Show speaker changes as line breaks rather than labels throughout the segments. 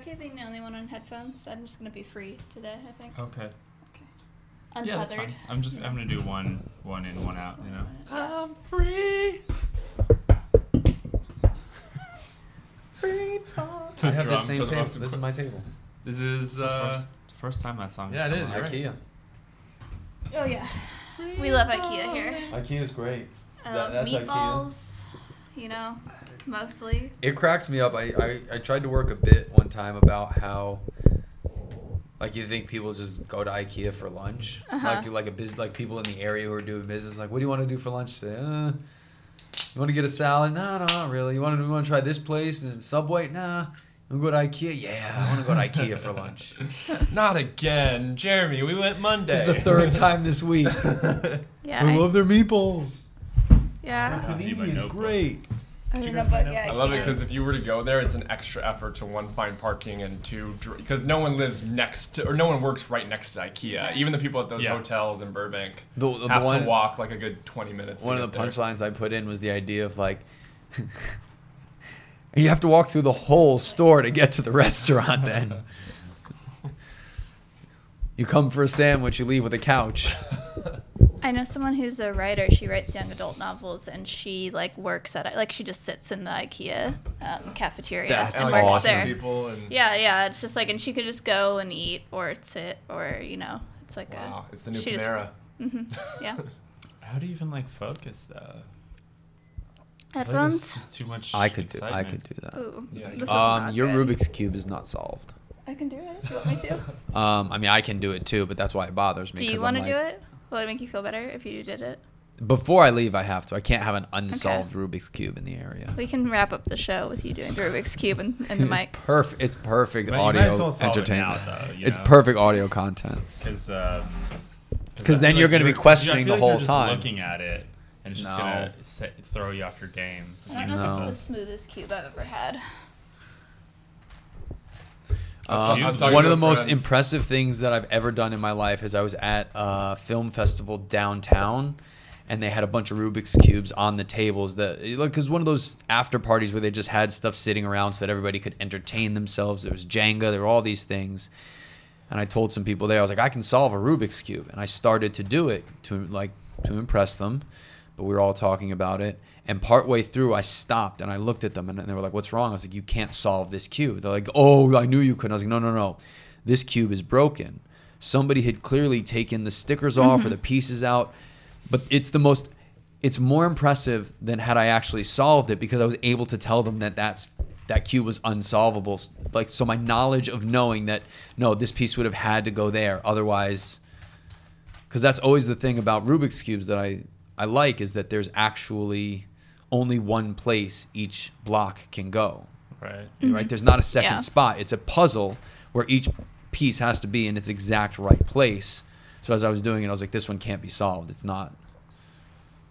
okay being the only one on headphones? I'm just gonna be free today. I think.
Okay.
Untethered.
Yeah, that's fine. I'm just I'm gonna do one one in one out. You know.
Um,
Free.
Free
The
I have
drum
this same
to the
table.
most
This is
equi-
my table.
This is
the
uh,
first-
first time that song. has
Yeah, it
come
is,
out.
you're right.
IKEA.
oh yeah, we love IKEA here.
IKEA is great.
I
That-
love
that's IKEA.
meatballs. You know, mostly.
It cracks me up. I, I, I tried to work a bit one time about how like you think people just go to IKEA for lunch.
Uh-huh.
Like like a biz like people in the area who are doing business, like, what do you want to do for lunch today? Uh, you wanna get a salad? Nah, no, not really. You wanna you wanna try this place and then Subway? Nah. You wanna go to IKEA? Yeah, I wanna go to IKEA for lunch.
Not again, Jeremy. We went Monday.
This is the third time this week.
Yeah.
I
I-
love their meatballs.
yeah.
I need my
Panini is
notebook.
great.
I don't know, but yeah.
I love it
IKEA.
because if you were to go there, it's an extra effort to one find parking and two because no one lives next to or no one works right next to IKEA. Even the people at those
Yeah.
hotels in Burbank
The, the
have
one,
to walk like a good twenty minutes.
one
to
of the
get there.
punchlines I put in was the idea of like, you have to walk through the whole store to get to the restaurant. Then you come for a sandwich, you leave with a couch.
I know someone who's a writer. She writes young adult novels, and she like works at like she just sits in the IKEA um, cafeteria
That's
and
like,
works
lots of
there.
People and
Yeah, yeah. It's just like, and she could just go and eat or sit or you know, it's like
wow, it's the new
She just-
Panera.
a Mm-hmm. yeah.
How do you even like focus though? I feel like it's
Headphones.
just too much.
I could do. I
excitement.
could do that.
Ooh,
Yeah,
this
you-
is
Um,
not
your
good.
Rubik's cube is not solved.
I can do it. if You want me to?
Um, I mean, I can do it too, but that's why it bothers me.
do
'cause
you
I'm
want to do
like-
it? Will it make you feel better if you did it?
Before I leave, I have to. I can't have an unsolved Rubik's cube in the area.
We can wrap up the show with you doing the Rubik's cube and, and the
it's
mic.
perfect. It's perfect
But you might
audio
as well solve it now,
entertainment.
though, you
it's
know?
perfect audio content.
Because uh,
'Cause
I
then
feel
you're gonna be
you were- 'cause you- I
questioning
feel like
the
you're
whole
just
time.
Looking at it, and it's just
No.
gonna set, throw you off your game.
I
You
don't know
just-
if
No.
it's the smoothest cube I've ever had.
Uh,
I was
talking
one
to
of
a
the most
friend.
impressive things that I've ever done in my life is I was at a film festival downtown, and they had a bunch of Rubik's cubes on the tables. That like, cause one of those after parties where they just had stuff sitting around so that everybody could entertain themselves. There was Jenga. There were all these things. And I told some people there, I was like, I can solve a Rubik's cube, and I started to do it to like to impress them, but we were all talking about it. And partway through, I stopped and I looked at them, and they were like, "What's wrong?" I was like, "You can't solve this cube." They're like, "Oh, I knew you couldn't." I was like, "No, no, no, this cube is broken. Somebody had clearly taken the stickers off or the pieces out, but it's the most." It's more impressive than had I actually solved it because I was able to tell them that that's that cube was unsolvable. S- Like so, my knowledge of knowing that no, this piece would have had to go there, otherwise, because that's always the thing about Rubik's cubes that I I like is that there's actually only one place each block can go.
Right.
Right? There's not a second
Yeah.
spot. It's a puzzle where each piece has to be in its exact right place. So as I was doing it, I was like, this one can't be solved. It's not.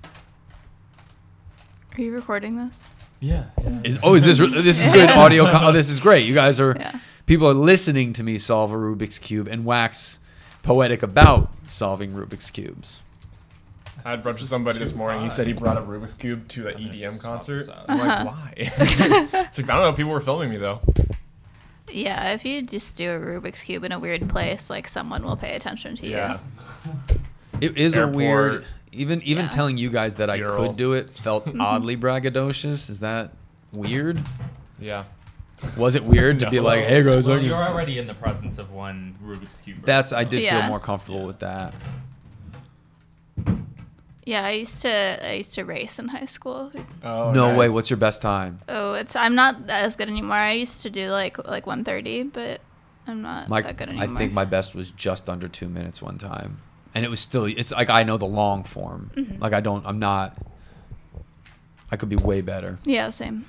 Are you recording this?
Yeah. yeah.
Is oh, is this this is good audio? con- oh, this is great. You guys are
Yeah.
people are listening to me solve a Rubik's cube and wax poetic about solving Rubik's cubes.
I had brunch with somebody
too
this morning. He
high.
said he brought a Rubik's cube to the
I'm gonna
EDM
swap
concert.
this out.
I'm like, why? it's like I don't know. People were filming me though.
Yeah, if you just do a Rubik's cube in a weird place, like someone will pay attention to you.
It is a weird.
Airport.
Even even
Yeah.
telling you guys that I
Funeral.
could do it felt oddly braggadocious. Is that weird?
Yeah.
Was it weird to be
No.
like, hey guys, I
Well,
can-"
you're already in the presence of one Rubik's cube.
That's I did
Yeah.
feel more comfortable
Yeah.
with that.
Yeah, I used to I used to race in high school.
Oh,
no
nice.
way. What's your best time?
Oh, it's I'm not as good anymore. I used to do like like 130, but I'm not
My,
that good
I
anymore.
think my best was just under two minutes one time, and it was still. It's like I know the long form.
Mm-hmm.
Like I don't. I'm not. I could be way better.
yeah, same.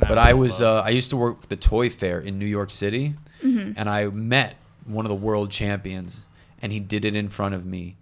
Not
but I
really
was
low.
uh, I used to work the toy fair in New York City,
Mm-hmm.
and I met one of the world champions, and he did it in front of me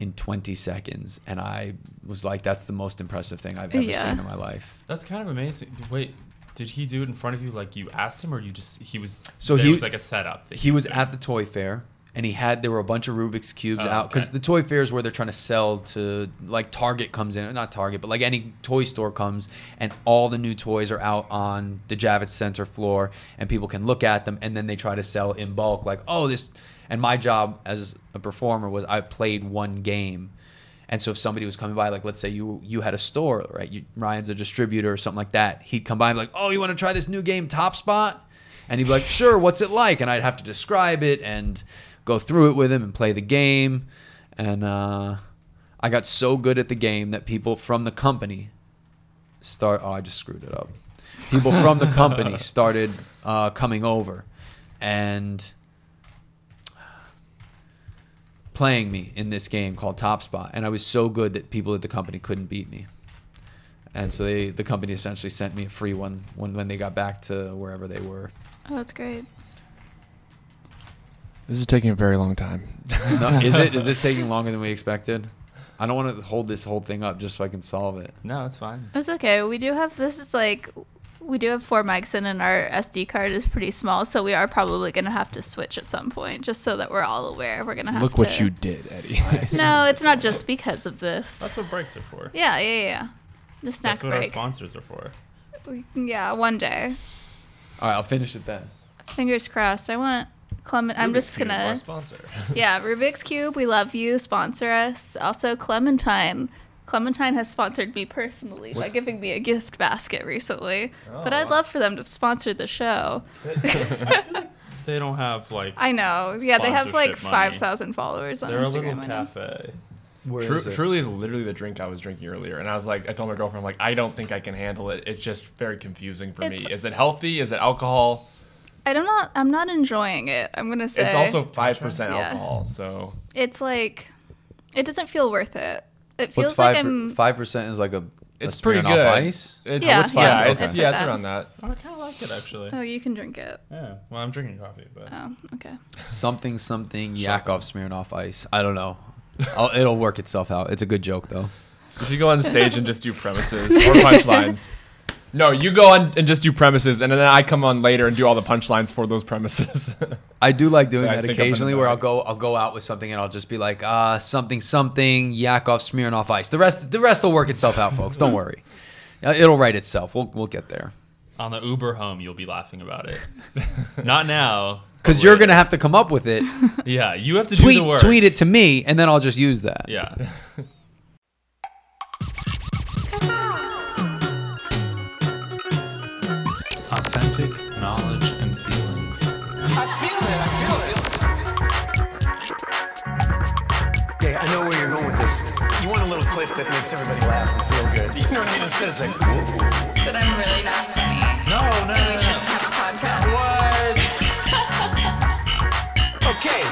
in 20 seconds, and I was like, "That's the most impressive thing I've ever
Yeah.
seen in my life."
That's kind of amazing. Wait, did he do it in front of you? Like you asked him, or you just he was?
So
there
he-
was like a setup. That
He was
doing?
at the toy fair, and he had there were a bunch of Rubik's cubes
Oh,
out because
okay.
the toy fair is where they're trying to sell to like Target comes in, not Target, but like any toy store comes, and all the new toys are out on the Javits Center floor, and people can look at them, and then they try to sell in bulk, like oh this. And my job as a performer was I played one game. And so if somebody was coming by, like let's say you you had a store, right? You, Ryan's a distributor or something like that. He'd come by and be like, "Oh, you want to try this new game, Top Spot?" And he'd be like, "Sure, what's it like?" And I'd have to describe it and go through it with him and play the game. And uh, I got so good at the game that people from the company start. Oh, I just screwed it up. People from the company started uh, coming over and playing me in this game called Top Spot, and I was so good that people at the company couldn't beat me. And so they, the company essentially sent me a free one when, when they got back to wherever they were.
Oh, that's great.
This is taking a very long time.
No, is it? Is this taking longer than we expected? I don't want to hold this whole thing up just so I can solve it.
No, it's fine.
It's okay. We do have this is like we do have four mics in, and our SD card is pretty small, so we are probably gonna have to switch at some point, just so that we're all aware. We're gonna have
Look
to.
what you did, Eddie.
No, it's not just because of this.
That's what breaks are for.
yeah, yeah, yeah, yeah. The snack
That's what our
break.
sponsors are for.
We- yeah, one day.
All right, I'll finish it then.
Fingers crossed. I want Clement. I'm
Rubik's
just
Cube,
gonna.
Our sponsor.
yeah, Rubik's Cube, we love you. Sponsor us. Also, Clementine. Clementine has sponsored me personally by
What's-
giving me a gift basket recently.
Oh,
but I'd
wow.
love for them to sponsor the show.
They don't have like.
I know. Yeah, they have like
Sponsorship money.
5,000 followers on
they're a little
Instagram. I know.
cafe.
Where
Tru-
is it?
Truly is literally the drink I was drinking earlier, and I was like, I told my girlfriend, like, I don't think I can handle it. It's just very confusing for
It's-
me. Is it healthy? Is it alcohol?
I don't know. I'm not enjoying it. I'm going to say.
It's also five percent
Yeah.
alcohol, so
It's like. It doesn't feel worth it. It feels
What's five?
like I'm.
Five percent is like a. a
it's pretty
Smirnoff
good.
Ice.
It's,
Yeah,
yeah,
yeah,
yeah,
it's
it's,
like
yeah, it's
that.
around that.
Oh, I kind of like it actually.
Oh, you can drink it.
Yeah. Well, I'm drinking coffee, but
Oh, okay.
Something something Yakov Smirnoff Ice. I don't know. I'll, it'll work itself out. It's a good joke though.
You should go on stage and just do premises or punchlines. No, you go on and just do premises, and then I come on later and do all the punchlines for those premises.
I do like doing
I
that
think I'm gonna
occasionally, where
die.
I'll go, I'll go out with something, and I'll just be like, uh, something, something, Yakov Smirnoff Ice. The rest, the rest will work itself out, folks. Don't worry, Uh, it'll right itself. We'll, we'll get there.
on the Uber home, you'll be laughing about it. Not now.
Because
but
you're
later.
gonna have to come up with it,
Yeah, you have to do the
tweet,
work.
tweet it to me, and then I'll just use that.
Yeah. Authentic knowledge and feelings.
Okay, I know where you're going with this. You want a little clip that makes everybody laugh and feel good. You know what I mean? Instead, it's like, whoa.
But I'm really not funny.
No, no, no, no.
have a podcast.
Okay.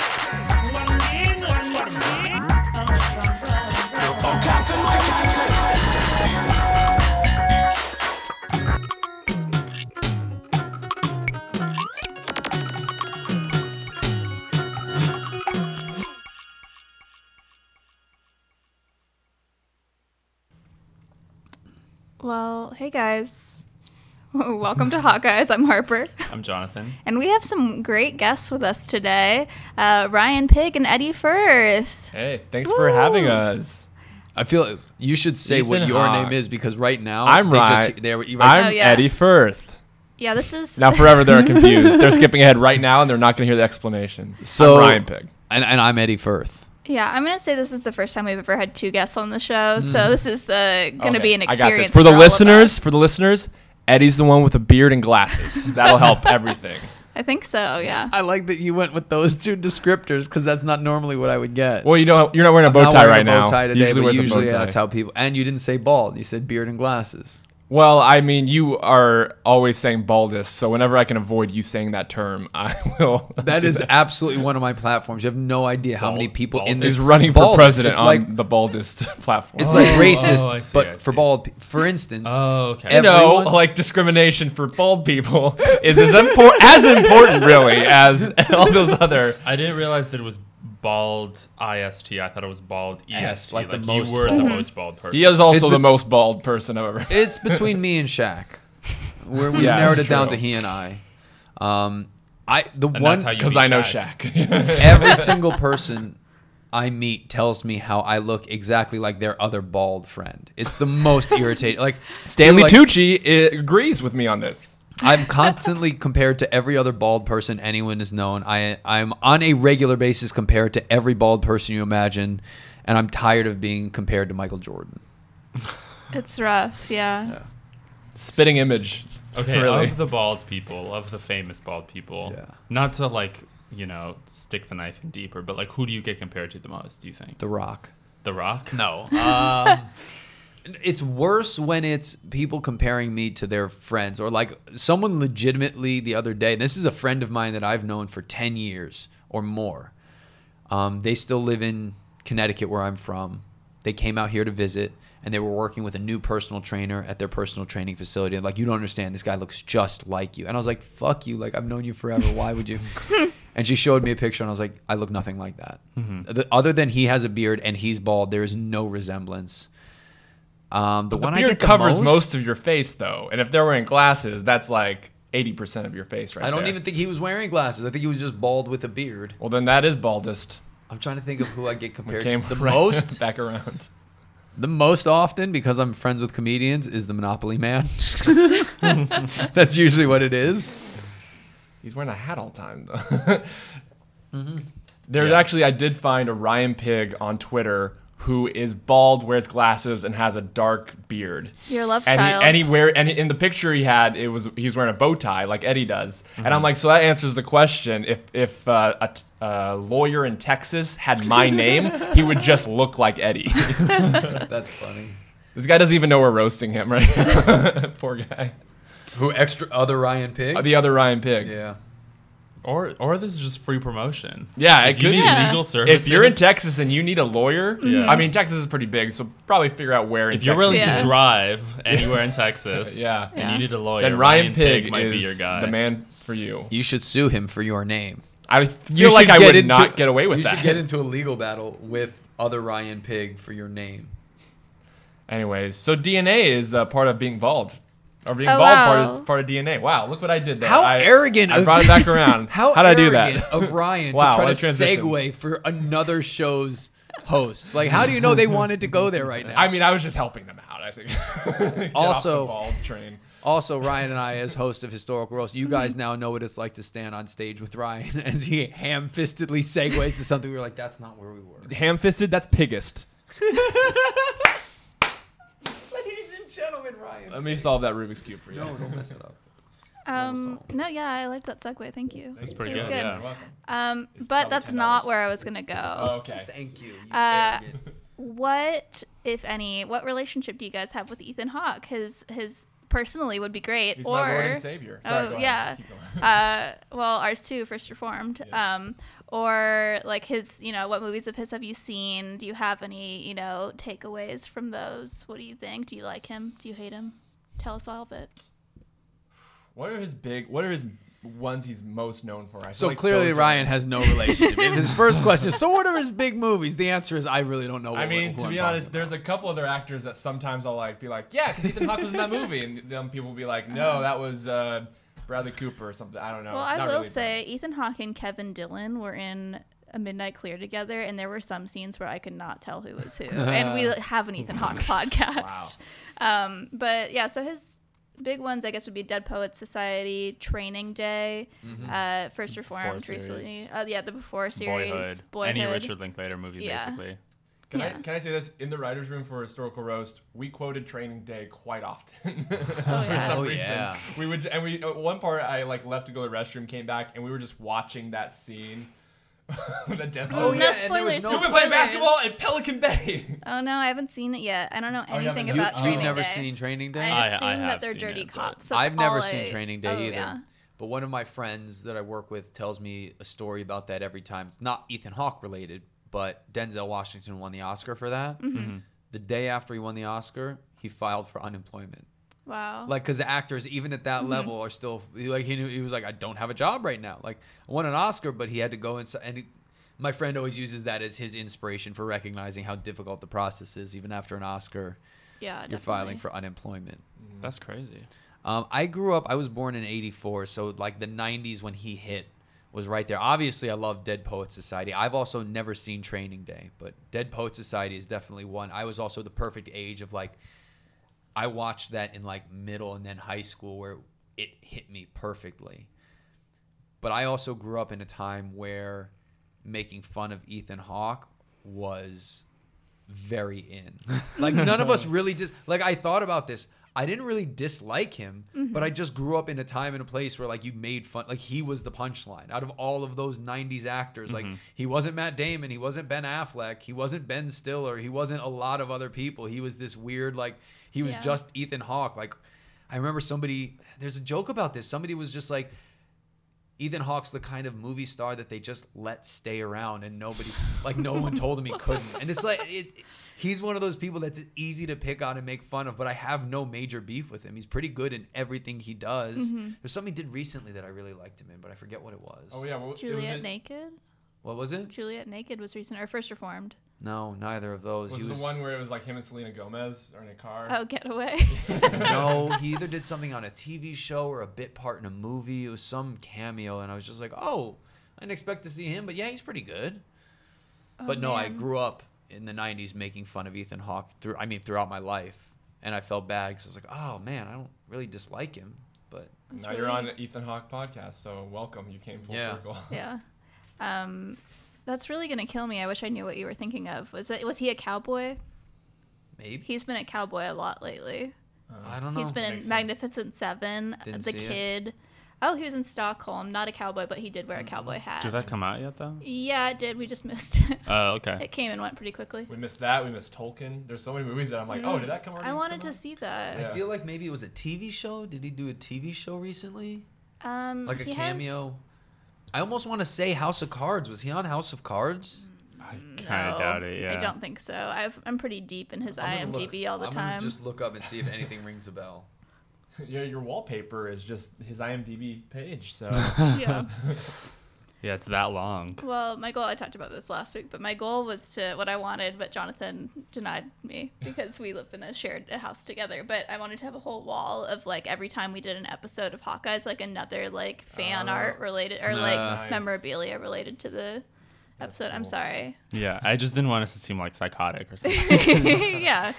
Oh, Captain, my Captain.
Well, hey guys. Welcome to Hawkeyes. I'm Harper.
I'm Jonathan.
And we have some great guests with us today uh, Ryan Pig and Eddie Firth.
hey, thanks for having us.
I feel you should say what
Ethan
your
Hawke.
name is because right now
I'm
they
right.
Just, they're, you
I'm
Oh, yeah.
Eddie Firth.
Yeah, this is.
Now forever they're confused. they're skipping ahead right now, and they're not going to hear the explanation.
So-
I'm Ryan Pig.
and, and I'm Eddie Firth.
yeah, I'm going to say this is the first time we've ever had two guests on the show. So this is uh, going to
Hmm. Okay,
be an
I got this.
experience.
for the
all of
listeners.
us.
For the listeners, Eddie's the one with a beard and glasses. That'll help everything.
I think so, yeah.
I like that you went with those two descriptors because that's not normally what I would get.
Well, you don't. You're not wearing a bow
Not
tie
wearing
right
a bow
now.
Tie today,
Usually
but
wears a bow
usually
tie.
that's how people. And you didn't say bald. You said beard and glasses.
Well, I mean, you are always saying baldus, so whenever I can avoid you saying that term, I will.
That
do
is absolutely one of my platforms. You have no idea how many
Bald-
people in
bald.
this
He's running for
bald.
president
It's
on
like
the baldest platform.
it's like
Oh,
racist,
I see,
but
I
for
see.
bald. pe- For instance,
Oh, okay.
you know,
everyone-
like discrimination for bald people is as, impor- as important, really, as all those other.
I didn't realize that it was bald IST. I thought it was bald EST.
Yes,
like,
like the
you
most
were the
bald.
most bald person.
He is also
It's
the
be-
most bald person I've ever.
it's between me and Shaq. Where we
Yeah,
narrowed it
that's
down
true.
to he and I. Um, I the
And
one
that's how you
Because
beat
I know
Shaq.
Shaq.
every single person I meet tells me how I look exactly like their other bald friend. It's the most irritating. Like
Stanley
like,
Tucci i- agrees with me on this.
I'm constantly compared to every other bald person anyone has known. I I'm on a regular basis compared to every bald person you imagine, and I'm tired of being compared to Michael Jordan.
It's rough, yeah.
Spitting image.
Okay,
Really?
of the bald people, of the famous bald people,
Yeah.
not to like, you know, stick the knife in deeper, but like, who do you get compared to the most, do you think? The,
The Rock.
Rock?
No. Um, it's worse when it's people comparing me to their friends or like someone legitimately the other day. This is a friend of mine that I've known for 10 years or more. Um, they still live in Connecticut, where I'm from. They came out here to visit and they were working with a new personal trainer at their personal training facility. Like, you don't understand. This guy looks just like you. And I was like, fuck you. Like, I've known you forever. Why would you? and she showed me a picture and I was like, I look nothing like that.
Mm-hmm.
The- other than he has a beard and he's bald, there is no resemblance. Um, the
The
one I
beard
get the
covers
most,
most of your face, though. And if they're wearing glasses, that's like 80% of your face right
I don't
there.
even think he was wearing glasses. I think he was just bald with a beard.
Well, then that is baldest.
I'm trying to think of who I get
We
compared to
came
the
right
most.
back around.
The most often, because I'm friends with comedians, is the Monopoly Man. That's usually what it is.
He's wearing a hat all the time though.
Mm-hmm.
There's actually I did find a Ryan Pig on Twitter who is bald, wears glasses, and has a dark beard.
Your love
And
child.
he, and he wear and in the picture he had it was he was wearing a bow tie like Eddie does, and
Mm-hmm.
I'm like so that answers the question if if uh, a t- a lawyer in Texas had my name he would just look like Eddie.
That's funny.
this guy doesn't even know we're roasting him right now. Poor guy.
Who extra other Ryan Pig?
Uh, The other Ryan Pig.
yeah.
Or or this is just free promotion.
Yeah,
If
it
you
could
need
be.
legal services.
If you're in Texas and you need a lawyer,
Yeah.
I mean Texas is pretty big, so probably figure out where. In
If you're
Texas.
willing
Yes.
to drive anywhere in Texas,
Yeah.
and you need a lawyer,
then Ryan Pig,
might
is
be your guy.
the man for you.
You should sue him for your name.
I feel like I would not get away with
you
that.
should get into a legal battle with other Ryan Pig for your name.
Anyways, so DNA is uh, part of being bald, or being
Oh,
bald part
wow.
is part of DNA. Wow, look what I did there.
How
I,
arrogant!
I
of-
brought it back around.
How
How'd I do
arrogant
that?
of Ryan
Wow,
to try
what
to
a transition.
segue for another show's host? Like, how do you know they wanted to go there right now?
I mean, I was just helping them out. I think. Get off
Also-
the bald train.
Also, Ryan and I, as hosts of Historical Roast, you guys now know what it's like to stand on stage with Ryan as he ham-fistedly segues to something. We were like, "That's not where we were."
Ham-fisted. That's piggest.
Ladies and gentlemen, Ryan.
Let me solve that Rubik's cube for you.
No, don't mess it up.
um, no, yeah, I liked that segue. Thank you.
That's pretty
It was
good.
good.
Yeah.
welcome.
Um,
probably Oh,
but that's
$10.
not where I was gonna go.
Okay.
Thank you. you
Uh,
arrogant.
What, if any, what relationship do you guys have with Ethan Hawke? His his personally would be great.
He's
or
my Lord and Savior. Sorry,
oh,
go ahead.
yeah.
Keep going.
uh, well, ours too, First Reformed. Um, or like his, you know, what movies of his have you seen? Do you have any, you know, takeaways from those? What do you think? Do you like him? Do you hate him? Tell us all of it.
What are his big? What are his ones he's most known for? I feel
So
like
clearly,
those uh, are-
Ryan has no relationship. if his first question, is, so what are his big movies? The answer is, I really don't know. What,
I mean,
who
to
I'm
be
talking
honest, there's a couple other actors that sometimes I'll like be like, yeah, 'cause Ethan Hawke was in that movie, and then people will be like, no, that was uh, Bradley Cooper or something. I don't know.
well, I
Oh, Not
will
really
say Ethan Hawke and Kevin Dillon were in a Midnight Clear together, and there were some scenes where I could not tell who was who. and we have an Ethan Hawke podcast. Um, but yeah, so his big ones, I guess, would be Dead Poets Society, Training Day, uh, First Reformed
series.
recently. Uh, yeah, the Before series,
Boyhood. Any Richard Linklater movie,
Yeah.
basically.
Can
yeah.
I can I say this in the writers' room for historical roast? We quoted Training Day quite often for
yeah.
some
Oh,
reason.
yeah.
We would and we at one part I like left to go to the restroom, came back, and we were just watching that scene. the death
no
Oh, yeah, and there was
spoilers.
no-
no
We play
spoilers.
basketball at Pelican Bay.
Oh no, I haven't seen it yet. I don't know
Oh, you
anything
haven't- you-
about.
oh.
About. You've
Training
never
Day.
seen Training Day?
I
I-
assume
I
that
have
they're
seen
dirty
it, but-
cops. That's
I've never
all
seen
I-
Training Day
oh,
either.
yeah.
But one of my friends that I work with tells me a story about that every time. It's not Ethan Hawke related, but Denzel Washington won the Oscar for that.
Mm-hmm.
The day after he won the Oscar, he filed for unemployment.
Wow.
Like, because actors, even at
Mm-hmm.
that level, are still like he knew he was like, I don't have a job right now. Like, I won an Oscar, but he had to go inside. And he, my friend always uses that as his inspiration for recognizing how difficult the process is, even after an Oscar.
yeah.
You're filing for unemployment.
Mm.
That's crazy.
Um, I grew up. I was born in '84, so like the '90s when he hit was right there. Obviously, I love Dead Poet Society. I've also never seen Training Day, but Dead Poet Society is definitely one. I was also the perfect age of like, I watched that in like middle and then high school where it hit me perfectly. But I also grew up in a time where making fun of Ethan Hawke was very in. Like none of us really dis- like I thought about this. I didn't really dislike him, but I just grew up in a time and a place where like you made fun like he was the punchline. Out of all of those 90s actors, like he wasn't Matt Damon, he wasn't Ben Affleck, he wasn't Ben Stiller, he wasn't a lot of other people. He was this weird like he was
Yeah.
just Ethan Hawke. Like I remember somebody there's a joke about this. Somebody was just like Ethan Hawke's the kind of movie star that they just let stay around and nobody, like, no one told him he couldn't. And it's like, it, he's one of those people that's easy to pick on and make fun of, but I have no major beef with him. He's pretty good in everything he does. There's something he did recently that I really liked him in, but I forget what it was.
Oh yeah, well, it was
Juliet
in-
Naked.
What was it?
Juliet Naked was recent or first reformed.
No, neither of those.
Was,
he
the
was,
one where it was like him and Selena Gomez are in a car?
Oh, Getaway.
no, he either did something on a TV show or a bit part in a movie. It was some cameo, and I was just like, oh, I didn't expect to see him, but yeah, he's pretty good. but no, I
Oh, man.
grew up in the '90s making fun of Ethan Hawke through. I mean, throughout my life, and I felt bad because I was like, oh man, I don't really dislike him, but
It's
now you're
really-
on an Ethan Hawke podcast, so welcome. You came full
Yeah.
circle.
Yeah. Um, that's really gonna kill me. I wish I knew what you were thinking of. Was it? Was he a cowboy?
maybe
He's been a cowboy a lot lately.
I don't know.
He's been
makes
in
sense.
Magnificent Seven, uh,
Didn't
The
see it.
Kid. Oh, he was in Stockholm. Not a cowboy, but he did wear a cowboy hat.
Did that come out yet, though?
yeah, it did. We just missed it.
Oh, okay.
It came and went pretty quickly.
We missed that. We missed Tolkien. There's so many movies that I'm like, oh, did that come? already
I wanted
come
to
out?
see that.
I feel like maybe it was a TV show. Did he do a TV show recently?
Um,
Like a
he has-
cameo. I almost want to say House of Cards. Was he on House of
Mm,
Cards?
Kind
No,
of doubt it. Yeah.
I don't think so. I've, I'm pretty deep in his
I'm gonna
IMDb
look-
all the
I'm gonna
time.
Just look up and see if anything rings a bell.
Yeah, your wallpaper is just his IMDb page. So
yeah.
Yeah, it's that long.
Well, my goal, I talked about this last week, but my goal was to what I wanted, but Jonathan denied me because we live in a shared house together. But I wanted to have a whole wall of like every time we did an episode of Hawkeye's, like another like fan
Oh.
art related or like
Nice.
memorabilia related to the episode. I'm
cool.
sorry.
Yeah, I just didn't want us to seem like psychotic or something.
yeah.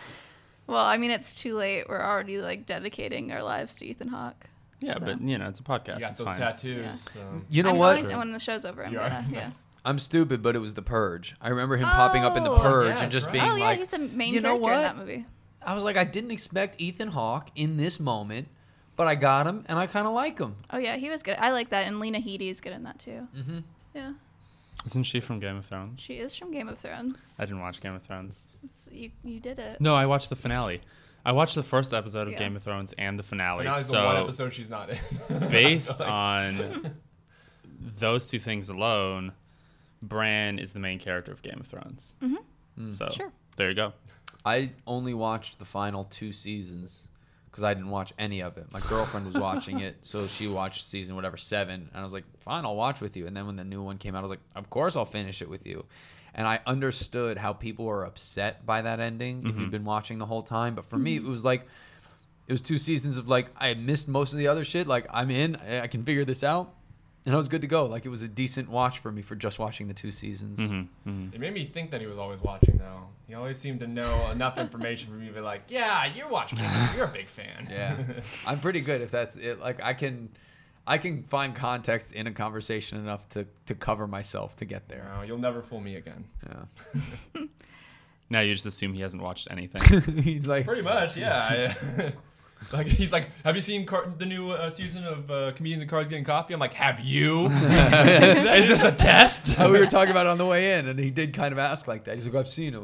Well, I mean, it's too late. We're already like dedicating our lives to Ethan Hawke.
Yeah,
So.
but you know, it's a podcast.
you got
it's
those
fine.
tattoos.
Yeah.
So.
You know
I'm
what?
going- when the show's over, I'm
You are?
gonna. Yeah.
Nice.
I'm stupid, but it was The Purge. I remember him popping up in The
Oh,
Purge
yeah,
and just
that's
being
Oh yeah,
like,
he's a main
you know
character in
what?
that movie.
I was like, I didn't expect Ethan Hawke in this moment, but I got him and I kind of like him.
Oh yeah, he was good. I like that, and Lena Headey's good in that too. Mm-hmm. Yeah,
Isn't she from Game of Thrones?
she is from Game of Thrones.
I didn't watch Game of Thrones.
It's- you you did it.
No, I watched the finale. I watched the first episode of
Yeah.
Game of Thrones and the finale.
Now is
so
the one episode she's not in.
based
Like,
on those two things alone, Bran is the main character of Game of Thrones.
Hmm.
Mm-hmm. So
Sure.
there you go.
I only watched the final two seasons because I didn't watch any of it. My girlfriend was watching it, so she watched season whatever seven, and I was like, fine, I'll watch with you. And then when the new one came out, I was like, of course I'll finish it with you. And I understood how people were upset by that ending if you've been watching the whole time. But for me, it was like, it was two seasons of like I had missed most of the other shit. Like I'm in, I I can figure this out, and I was good to go. Like it was a decent watch for me for just watching the two seasons.
It made me think that he was always watching though. He always seemed to know enough information for me to be like, yeah, you're watching. it. You're a big fan.
Yeah, I'm pretty good if that's it. Like I can, I can find context in a conversation enough to to cover myself to get there.
No, you'll never fool me again.
Yeah,
Now you just assume he hasn't watched anything.
he's like,
Pretty much, yeah. I- like he's like, have you seen car- the new uh, season of uh, Comedians and Cars Getting Coffee? I'm like, have you? Is this a test?
oh, we were talking about it on the way in, and he did kind of ask like that. He's like, I've seen it,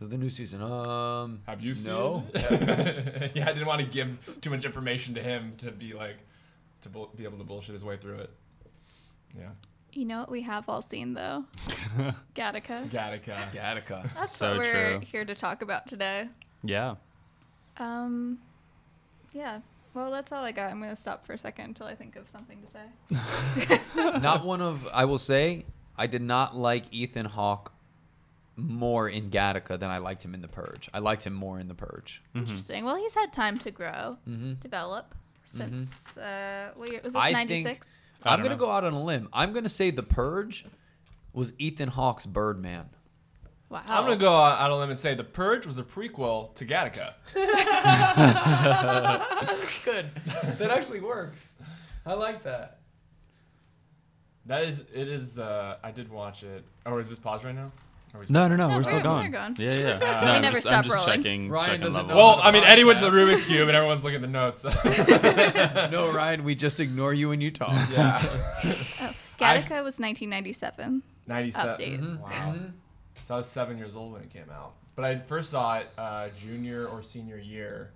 the new season. Um,
Have you seen?
No.
it? yeah, I didn't want to give too much information to him to be like, to bull be able to bullshit his way through it. Yeah,
You know what we have all seen though? Gattaca.
Gattaca.
Gattaca.
That's
So
what we're
true.
here to talk about today.
yeah.
Um, yeah. Well, that's all I got. I'm gonna stop for a second until I think of something to say.
not one of I will say I did not like Ethan Hawke more in Gattaca than I liked him in The Purge. I liked him more in The Purge.
Interesting. Well, he's had time to grow, develop since uh, what year was this?
Mm-hmm. I think-
Ninety six.
I
I'm
don't
gonna
know.
go out on a limb. I'm gonna say the Purge was Ethan Hawke's Birdman.
Wow.
I'm gonna go out on a limb and say the Purge was a prequel to Gattaca.
Good. that actually works. I like that.
That is, it is. Uh, I did watch it. Oh, is this paused right now? Are we
No, no, no.
No,
we're,
we're,
still
we're
going.
going.
Yeah, yeah.
We
I'm
never
just, I'm
stop
just
rolling.
checking,
Ryan
checking
doesn't
level.
know
Well,
Oh,
I mean, Eddie went to the
podcast.
Rubik's Cube and everyone's looking at the notes.
No, Ryan. We just ignore you when you talk.
yeah.
Oh, Gattaca was 1997.
97.
Update.
Mm-hmm.
Wow. So I was seven years old when it came out. But I first saw it uh, junior or senior year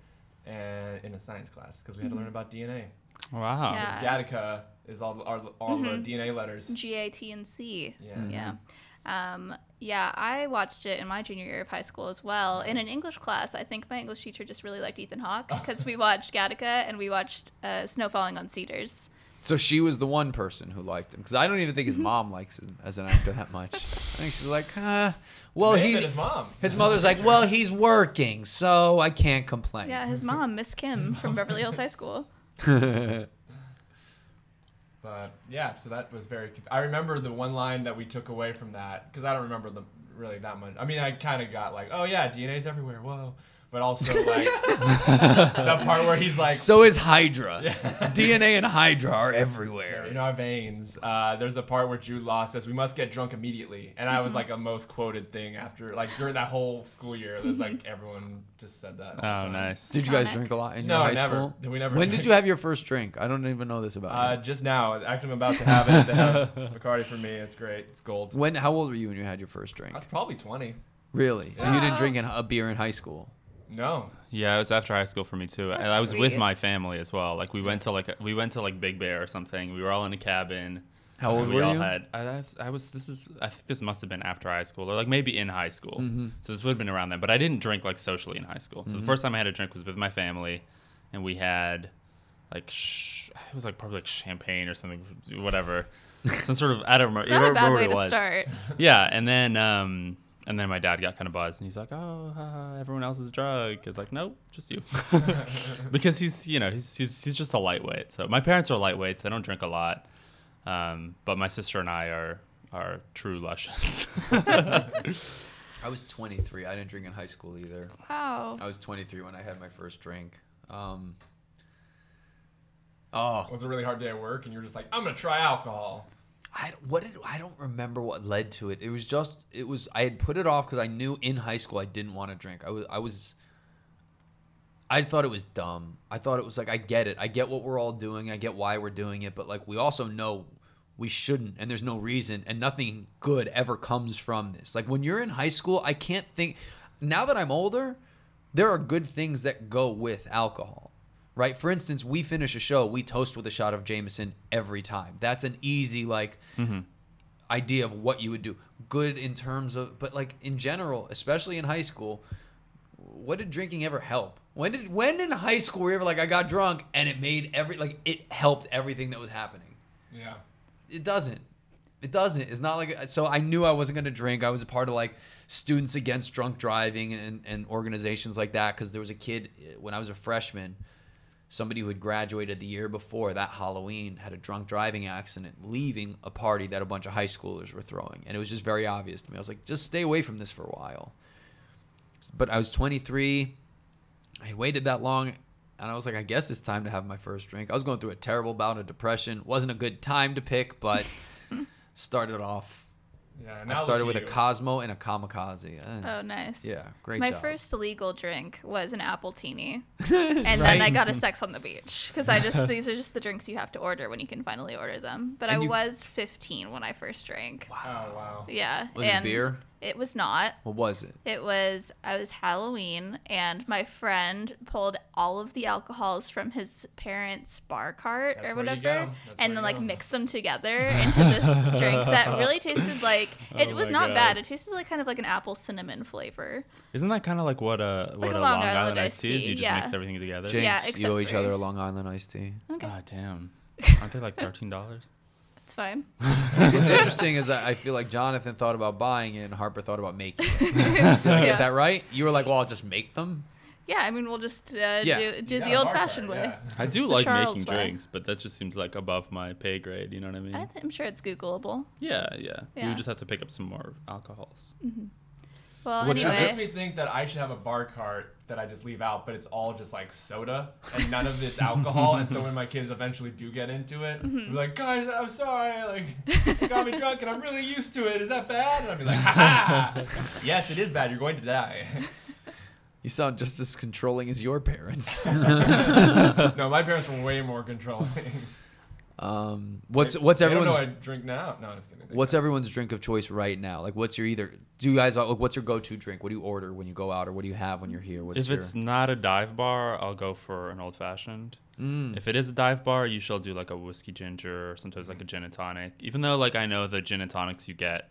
and in a science class because we had to
Mm-hmm.
learn about DNA.
Wow.
Yeah.
Gattaca is all, all, all the DNA letters.
G A T and C.
yeah.
Yeah. Um, yeah, I watched it in my junior year of high school as well. In an English class, I think my English teacher just really liked Ethan Hawke because we watched Gattaca and we watched uh, Snow Falling on Cedars.
So she was the one person who liked him because I don't even think his mom likes him as an actor that much. I think she's like, huh. Well,
Maybe
he's
his mom.
His mother's like, well, he's working, so I can't complain.
Yeah, his
Mm-hmm.
mom, Miss Kim from Beverly Hills High School.
But yeah, so that was very. conf- I remember the one line that we took away from that because I don't remember the really that much. I mean, I kind of got like, oh yeah, DNA's everywhere. Whoa. But also like the part where he's like,
So is Hydra. DNA and Hydra are everywhere.
in our veins. Uh, there's a part where Jude Law says we must get drunk immediately, and I was like a most quoted thing after like during that whole school year. There's like everyone just said that. all the
Oh,
time.
nice.
Did you guys
Tonic.
drink a lot in
No,
your high
never.
school?
We never
When
drank.
did you have your first drink? I don't even know this about
Uh,
you.
just now, actually, I'm about to have it. They have Bacardi for me. It's great. It's gold.
When? How old were you when you had your first drink?
I was probably 20.
Really? So you didn't
Yeah.
drink in, a beer in high school?
No.
Yeah, it was after high school for me too. and
That's
I was
sweet.
with my family as well. Like we went to like a, we went to like Big Bear or something. We were all in a cabin.
How
and
old
we
were
all
you?
Had, I, that's- I was. This is. I think this must have been after high school or like maybe in high school.
Mm-hmm.
So this would have been around then. But I didn't drink like socially in high school. So the first time I had a drink was with my family, and we had like sh- it was like probably like champagne or something, whatever. Some sort of I don't remember.
It's not a bad
remember
way
what
to
it was
start.
yeah, and then um, and then my dad got kind of buzzed, and he's like, "Oh, haha, everyone else is drug." It's like, nope, just you, because he's you know he's, he's he's just a lightweight. So my parents are lightweights; they don't drink a lot, um, but my sister and I are are true luscious.
I was 23. I didn't drink in high school either.
Wow.
I was 23 when I had my first drink. Um, oh,
It was a really hard day at work, and you're just like, I'm gonna try alcohol.
I what did I don't remember what led to it. It was just it was I had put it off because I knew in high school I didn't want to drink. I was I was I thought it was dumb. I thought it was like I get it. I get what we're all doing. I get why we're doing it, but like we also know we shouldn't and there's no reason and nothing good ever comes from this. Like when you're in high school, I can't think now that I'm older, there are good things that go with alcohol. Right? For instance, we finish a show, we toast with a shot of Jameson every time. That's an easy like idea of what you would do. Good in terms of, but like in general, especially in high school, what did drinking ever help? When did when in high school were you ever like I got drunk and it made every like it helped everything that was happening?
Yeah.
It doesn't. It doesn't. It's not like so. I knew I wasn't going to drink. I was a part of like students against drunk driving and, and organizations like that because there was a kid eh, when I was a freshman, somebody who had graduated the year before that Halloween had a drunk driving accident leaving a party that a bunch of high schoolers were throwing, and it was just very obvious to me. I was like, just stay away from this for a while. But I was 23. I waited that long and I was like, I guess it's time to have my first drink. I was going through a terrible bout of depression. Wasn't a good time to pick, but started off.
Yeah.
I started with a Cosmo and a Kamikaze. Eh.
Oh, nice.
Yeah, great
My
job.
first legal drink was an apple teeny, and then I got a sex on the beach because I just these are just the drinks you have to order when you can finally order them. But
And
I
you-
was 15 when I first drank.
Oh wow.
Yeah.
Was it
and
beer?
It was not.
what was it?
It was I was Halloween and my friend pulled all of the alcohols from his parents' bar cart
That's
or
where you
whatever
get 'em. That's where
and
you
then like
get 'em.
mixed them together into this drink that really tasted like it
Oh
was
my
not
God.
bad. It tasted like kind of like an apple cinnamon flavor.
Isn't that kind of like what a what
a
a
Long
Long
Island
Island
iced
iced tea is?
tea,
You just
yeah.
mix everything together.
Jinx, you
except
owe each
for-
other a Long Island iced tea.
Okay.
Ah, damn. Aren't they like thirteen dollars?
It's fine.
What's interesting is I I feel like Jonathan thought about buying it and Harper thought about making it. Did I
Yeah.
get that right? You were like, well, I'll just make them.
Yeah, I mean, we'll just uh,
Yeah.
do, do
You
the
got a
old
bar
fashioned
chart,
way.
yeah.
I do like
Charles
making
way.
drinks, but that just seems like above my pay grade. You know what I mean?
I th- I'm sure it's Googleable.
yeah, yeah, We
Yeah.
would just have to pick up some more alcohols.
Well,
Which makes
anyway,
me think that I should have a bar cart that I just leave out, but it's all just like soda and none of it's alcohol. and so when my kids eventually do get into it, they're
Mm-hmm.
like, guys, I'm sorry. Like, you got me drunk and I'm really used to it. Is that bad? And I'd be like, ha ha. yes, it is bad. You're going to die.
You sound just as controlling as your parents.
no, my parents were way more controlling.
um, what's what's
They don't know
everyone's
I drink now. No, I'm just kidding. They
what's everyone's drink of choice right now? Like, what's your either? Do you guys like, what's your go-to drink? What do you order when you go out, or what do you have when you're here? What's
If
your,
it's not a dive bar, I'll go for an old fashioned.
Mm.
If it is a dive bar, you shall do like a whiskey ginger or sometimes like a gin and tonic. Even though like I know the gin and tonics you get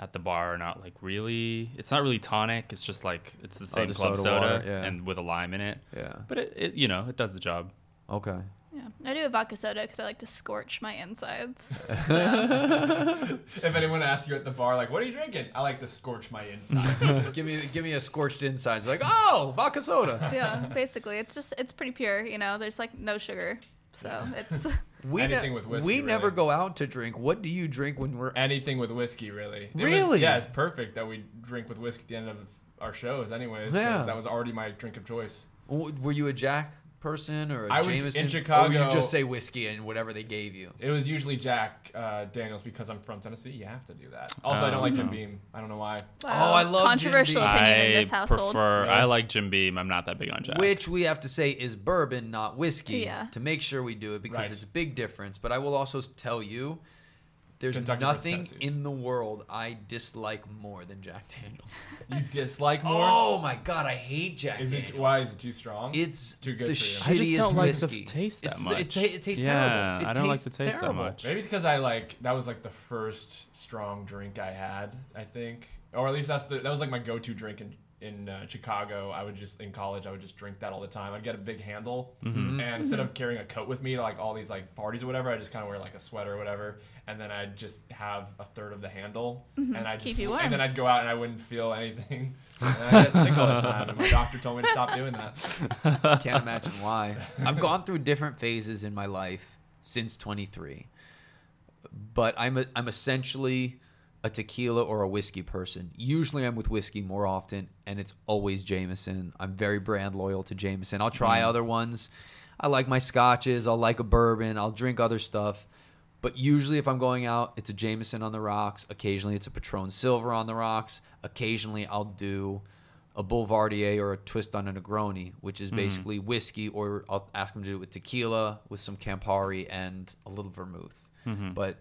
at the bar are not like really it's not really tonic, it's just like it's the same
Oh, the
club
soda
soda,
water, yeah.
and with a lime in it.
yeah,
But it, it you know, it does the job.
okay.
yeah. I do a vodka soda because I like to scorch my insides. So,
if anyone asks you at the bar, like, what are you drinking? I like to scorch my insides.
give me give me a scorched inside. It's like, oh, vodka soda.
yeah, basically, it's just it's pretty pure. You know, there's like no sugar, so it's
We
Anything with whiskey,
we
really.
never go out to drink. What do you drink when we're?
Anything with whiskey, really. It was-
Really?
yeah, it's perfect that we drink with whiskey at the end of our shows, anyways. 'cause
Yeah.
That was already my drink of choice.
w- Were you a Jack person or a
I would- in
Jameson? or would you
Chicago-
just say whiskey and whatever they gave you?
It was usually Jack uh, Daniels because I'm from Tennessee. You have to do that. Also, I
Oh,
don't like Jim
no.
Beam. I don't know why.
wow,
Oh, I love Jim
controversial
Beam.
opinion in
I
this household.
prefer
Yeah.
I like Jim Beam. I'm not that big on Jack.
Which we have to say is bourbon, not whiskey,
Yeah.
to make sure we do it because
Right.
it's a big difference. But I will also s- tell you, there's
Kentucky versus
nothing
Tennessee.
in the world I dislike more than Jack Daniels.
You dislike more?
oh my god, I hate Jack
is it
Daniels.
too, why? Is it too strong?
It's
Too good
the
for
I
shittiest
just don't like the
whiskey.
taste that
It's-
much.
It, ta- it tastes
yeah,
terrible. It
I don't like
tastes
the taste
terrible.
that much.
Maybe it's because I like that was like the first strong drink I had. I think, or at least that's the that was like my go-to drink in in uh, Chicago. I would just in college I would just drink that all the time. I'd get a big handle,
Mm-hmm.
Mm-hmm.
and instead of carrying a coat with me to like all these like parties or whatever, I just kind of wear like a sweater or whatever, and then I'd just have a third of the handle, and I
Mm-hmm. Keep you warm.
and then I'd go out and I wouldn't feel anything. And I get sick all the time, and my doctor told me to stop doing that.
I can't imagine why. I've gone through different phases in my life since 23, but I'm a, I'm essentially a tequila or a whiskey person. Usually, I'm with whiskey more often, and it's always Jameson. I'm very brand loyal to Jameson. I'll try other ones. I like my scotches. I'll like a bourbon. I'll drink other stuff. But usually, if I'm going out, it's a Jameson on the rocks. Occasionally, it's a Patron Silver on the rocks. Occasionally, I'll do a Boulevardier or a twist on a Negroni, which is basically whiskey, or I'll ask them to do it with tequila, with some Campari, and a little vermouth. But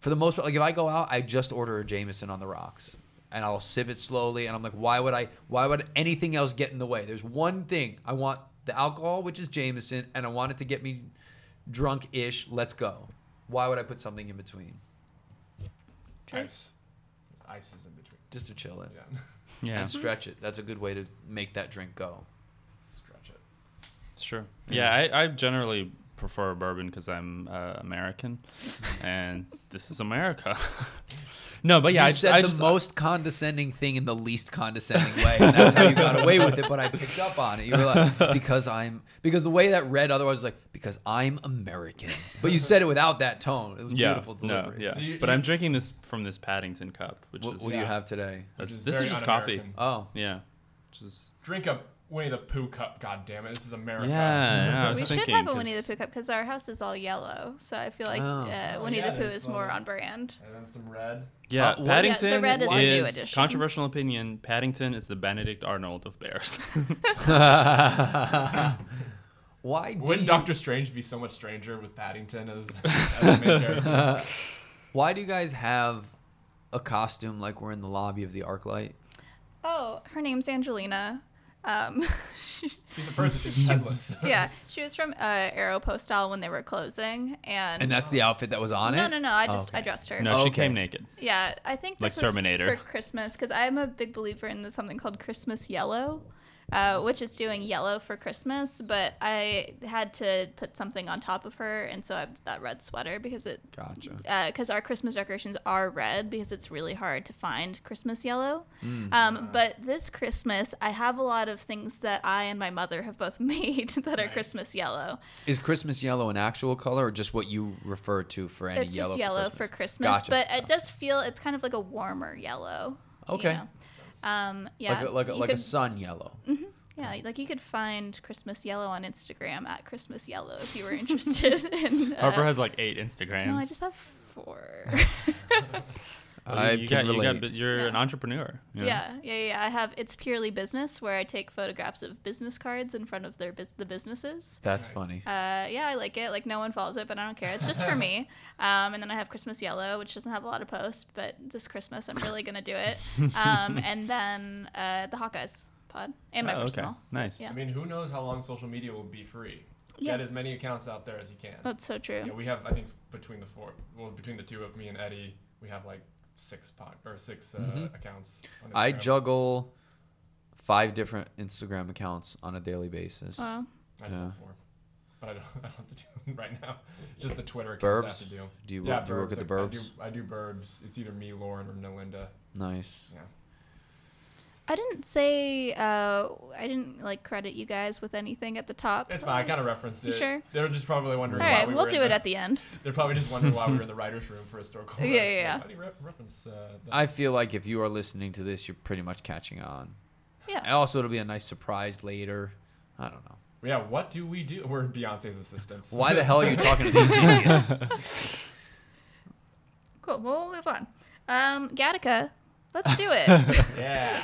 for the most part, like if I go out, I just order a Jameson on the rocks. And I'll sip it slowly, and I'm like, why would I? Why would anything else get in the way? There's one thing I want: the alcohol, which is Jameson, and I want it to get me drunk-ish. Let's go. Why would I put something in between?
Ice, ice is in between.
Just to chill it
Yeah,
yeah.
and stretch it. That's a good way to make that drink go.
stretch it.
It's true. Yeah, I, I generally prefer bourbon because I'm uh, American, and this is America. no, but yeah,
you
I just,
said
I
the
just-
most condescending thing in the least condescending way. And that's how you got away with it. But I picked up on it. You were like, because I'm because the way that read otherwise was like because I'm American. But you said it without that tone. It was
yeah,
beautiful delivery.
No, yeah.
So you-
but
you-
I'm drinking this from this Paddington cup, which
What,
is
what do you have today?
that's-
Which is
this
very
is just coffee.
un-American.
Oh,
Yeah, just
Drink a Winnie the Pooh cup, God damn it! This is America.
yeah. no, I was
we should
thinking
have a Winnie the
'cause-
Pooh cup because our house is all yellow, so I feel like
Oh.
uh,
Oh,
Winnie
yeah,
the Pooh
there's
is more
one.
on brand.
And then some red.
Yeah,
Uh, what- Yeah, the
Paddington
red is the new
is,
edition.
controversial opinion. Paddington is the Benedict Arnold of bears.
why do
Wouldn't
you,
Doctor Strange be so much stranger with Paddington as, as the main character?
why do you guys have a costume like we're in the lobby of the ArcLight?
Oh, her name's Angelina. Um, she-
She's a person who's headless.
yeah, she was from uh, Aero Postal when they were closing, and,
And that's the outfit that was on
no,
it.
no, no. I
Oh,
just I
okay.
dressed her.
no, she
Okay.
came naked.
Yeah, I think
Like
this was
Terminator.
for Christmas because I'm a big believer in this, something called Christmas yellow, uh, which is doing yellow for Christmas. But I had to put something on top of her, and so I have that red sweater because it
Gotcha.
because our Christmas decorations are red because it's really hard to find Christmas yellow.
Mm.
Um, but this Christmas, I have a lot of things that I and my mother have both made that are Christmas yellow.
Is Christmas yellow an actual color or just what you refer to for any
it's
yellow?
just yellow
for Christmas, Gotcha.
but uh, it does feel it's kind of like a warmer yellow. you
Okay.
know? Um, yeah.
like a, like a,
you
like a
could-
sun yellow.
Yeah, like you could find Christmas yellow on Instagram at Christmas yellow if you were interested in. Uh,
Harper has like eight Instagrams.
no, I just have four.
Well,
I
you, you
can
got,
relate.
You are an
Yeah.
entrepreneur. you know?
Yeah, yeah, yeah. I have it's purely business where I take photographs of business cards in front of their bus- the businesses.
That's funny.
Uh, yeah, I like it. Like no one follows it, but I don't care. It's just for me. Um, and then I have Christmas Yellow, which doesn't have a lot of posts, but this Christmas I'm really gonna do it. Um, and then uh, the Hawkeyes pod and my
Oh, okay.
personal.
Nice.
Yeah.
I mean, who knows how long social media will be free?
Yeah.
Get as many accounts out there as you can.
That's so true.
yeah, we have. I think between the four, well, between the two of me and Eddie, we have like six pod or six uh, accounts. On
Mm-hmm. I
Instagram.
juggle five different Instagram accounts on a daily basis.
Well,
I just have
yeah.
four, but I don't. I don't have to do them right now. Just the Twitter accounts I have
Burbs?
to do.
Do you
yeah,
work- do you work at the
I-
Burbs?
I do, I do burbs. It's either me, Lauren, or Nalinda.
Nice.
Yeah.
I didn't say uh, I didn't like credit you guys with anything at the top.
It's fine. I kind of referenced
You
it.
sure?
They're just probably wondering.
All
why
right,
we
we'll
were
do
in
it at the end.
They're probably just wondering why we were in the writers' room for historical.
Yeah,
roast.
yeah, yeah.
Why do you re- reference uh, that?
I feel like if you are listening to this, you're pretty much catching on.
Yeah.
And also, it'll be a nice surprise later. I don't know.
Yeah, what do we do? We're Beyonce's assistants.
Why the hell are you talking to these idiots?
Cool. Well, we'll move on. Um, Gattaca, let's do it.
yeah.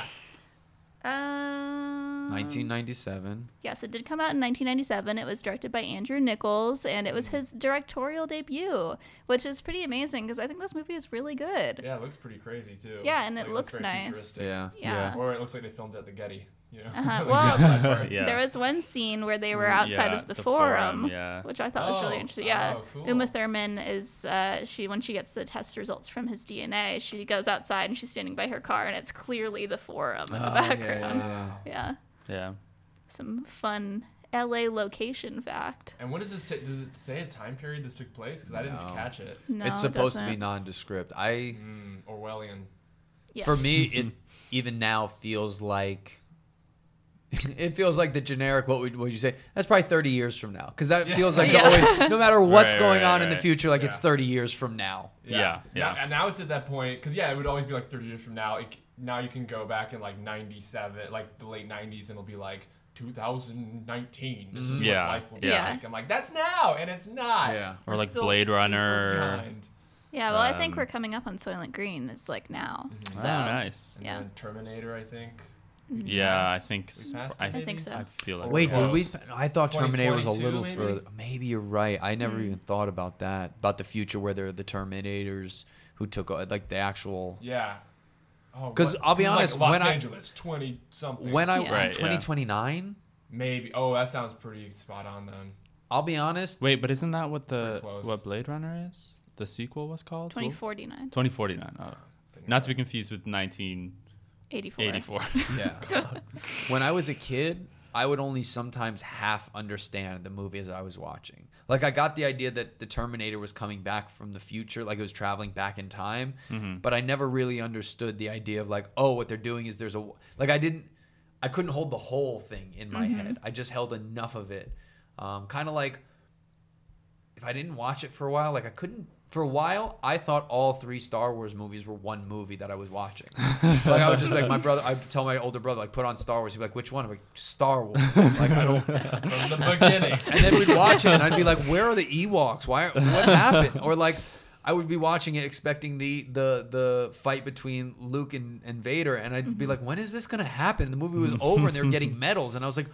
um,
1997.
Yes, it did come out in 1997. It was directed by Andrew Nichols, and it was his directorial debut, which is pretty amazing because I think this movie is really good. Yeah.
Yeah, it looks pretty crazy too.
Yeah, and it
Like,
looks
very
nice.
futuristic.
Yeah.
Yeah.
Or it looks like they filmed at the Getty. You know.
Uh-huh.
Like,
Well-
that's that part.
Yeah.
There was one scene where they were outside
Mm, Yeah,
of the,
the
forum,
forum, yeah.
which I thought was really
Oh,
interesting. Yeah,
oh, cool.
Uma Thurman is uh, she when she gets the test results from his DNA, she goes outside and she's standing by her car, and it's clearly the forum in the
Oh,
background. yeah,
yeah.
some fun LA location fact.
And what does this? T- does it say a time period this took place? Because I didn't
No.
catch it.
No,
it's
it
supposed to be
doesn't.
nondescript. I,
Mm, Orwellian.
Yes.
for me, it even now feels like it feels like the generic. What would what would you say? That's probably 30 years from now, because that feels like the
Yeah.
only- no matter what's
Right,
going
right,
on in the
right.
future, like it's
Yeah.
30 years from now.
Yeah, yeah.
Now, and now it's at that point because yeah, it would always be like 30 years from now. Like now you can go back in like 97, like the late 90s, and it'll be like 2019. This is
Yeah,
what life will be
yeah.
like. I'm like, that's now, and it's not.
Mm-hmm. Yeah.
Or
We're
like
still
Blade
super
Runner.
behind.
Yeah, well, I think
Um,
we're coming up on Soylent Green. It's Mm-hmm. like now.
Oh,
So,
nice.
And
Yeah.
then Terminator, I think.
Yeah, I think.
We
Sp-
passed it,
I,
I think
maybe?
so.
I feel like.
Wait, did we?
Close.
I thought Terminator was a
2022,
little
maybe?
further. Maybe you're right. I never
Hmm.
even thought about that. About the future where they're the Terminators who took o- like the actual.
Yeah. Oh,
'Cause
what-
I'll be
this is, like,
honest,
Los
when I-
Angeles, 20 something.
When I
Yeah.
Right, yeah.
2029,
maybe. Oh, that sounds pretty spot on then.
I'll be honest.
Wait, but isn't that what the
Pretty close.
what Blade Runner is? The sequel was called.
2049.
2049. Oh. Not to be confused with 1984.
84.
Yeah. when I was a kid, I would only sometimes half understand the movies I was watching. Like I got the idea that the Terminator was coming back from the future, like it was traveling back in time, but I never really understood the idea of like, oh, what they're doing is there's a like I didn't I couldn't hold the whole thing in my head. I just held enough of it. Um, kind of like if I didn't watch it for a while, like I couldn't. For a while, I thought all three Star Wars movies were one movie that I was watching. like I would just be like my brother. I would tell my older brother like put on Star Wars. He'd be like, which one? I'm like Star Wars. Like I don't.
From the beginning.
And then we'd watch it, and I'd be like, where are the Ewoks? Why? What happened? Or like. I would be watching it, expecting the the the fight between Luke and, and Vader, and I'd be like, "When is this gonna happen?" And the movie was over, and they were getting medals, and I was like,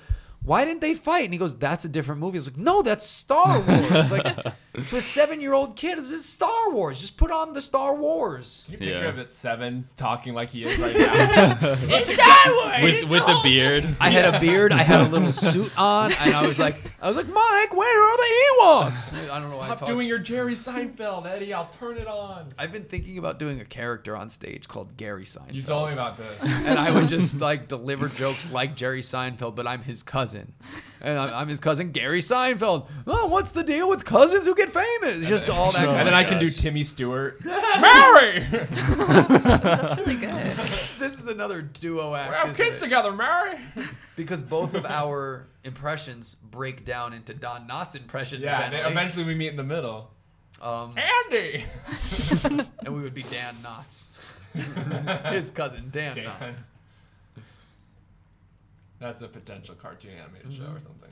why didn't they fight? And he goes, that's a different movie. I was like, no, that's Star Wars. like, to a seven year old kid, this is Star Wars. Just put on the Star Wars.
Can you picture
Yeah.
him at seven talking like he is right now?
It's Star Wars.
with with the beard.
I had a beard. I had a little suit on, and I was like, I was like, Mike, where are the Ewoks? I don't know why. I
Stop
talk-
doing your Jerry Seinfeld, Eddie. I'll turn it on.
I've been thinking about doing a character on stage called Gary Seinfeld.
You told me about this.
and I would just like deliver jokes like Jerry Seinfeld, but I'm his cousin, and I'm, I'm his cousin Gary Seinfeld. Oh, what's the deal with cousins who get famous? Just all that.
Oh
and then
kind of,
my
I can do
gosh.
Timmy Stewart. Mary!
Oh, That's really good.
this is another duo
We
act,
have
isn't
kids
it?
together, Mary!
because both of our impressions break down into Don Knotts impressions.
Yeah, they,
eventually.
eventually we meet in the middle.
Um,
Andy!
and we would be Dan Knotts, his cousin Dan,
Dan.
Knotts.
That's a potential cartoon animated show or something.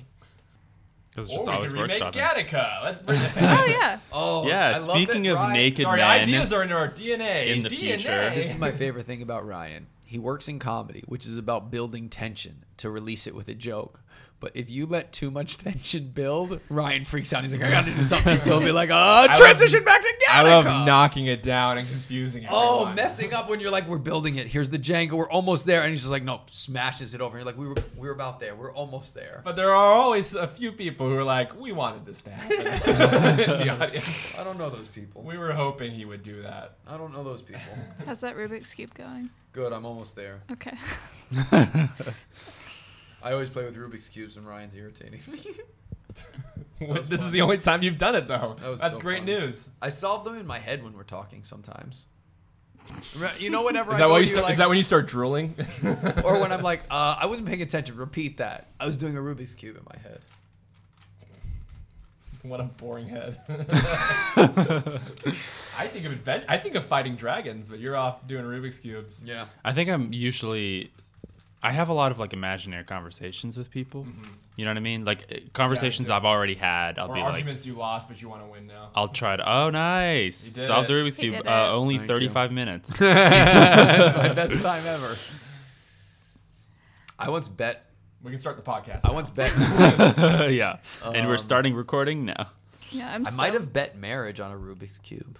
Because it's
Or
just
we
always
could remake
workshopping.
Gattaca. Let's bring it
Oh yeah.
Oh, I
Yeah,
love
speaking
that
of
Ryan-
naked
Sorry,
men,
ideas are in our DNA.
in the
DNA.
future.
This is my favorite thing about Ryan. He works in comedy, which is about building tension to release it with a joke. But if you let too much tension build, Ryan freaks out. He's like, I gotta do something. So he'll be like, uh,
love-
transition back to Gattaca.
I love knocking it down and confusing it.
Oh, messing up when you're like, we're building it. Here's the Jenga. We're almost there. And he's just like, no, smashes it over. And you're like, we were, we were about there. We're almost there.
But there are always a few people who are like, we wanted this to happen in the audience.
I don't know those people.
We were hoping he would do that.
I don't know those people.
How's that Rubik's cube going?
Good. I'm almost there.
Okay.
I always play with Rubik's Cubes when Ryan's irritating me.
this is
fun.
the only time you've done it, though.
That was
That's
so
great
fun.
news.
I solve them in my head when we're talking sometimes. Re- You know, whenever
Is
I
that,
go
why
to
you sta-
like,
is that when you start drooling?
or when I'm like, uh, I wasn't paying attention. Repeat that. I was doing a Rubik's cube in my head.
What a boring head. I think of advent- I think of fighting dragons, but you're off doing Rubik's cubes.
Yeah.
I think I'm usually I have a lot of like imaginary conversations with people. You know what I mean? Like eh, conversations
Mm-hmm. too.
I've already had. I'll
Or
be like
arguments you lost, but you want to win now.
I'll try to. Oh, nice!
You did
Solved the
it.
Rubik's
He
cube.
did
Uh,
it.
only
Thank you.
thirty-five minutes.
That's my best time ever. I once bet.
We can start the podcast.
I
now.
once bet.
yeah, and we're
Um,
starting recording now.
Yeah, I'm.
I
so-
might have bet marriage on a Rubik's cube.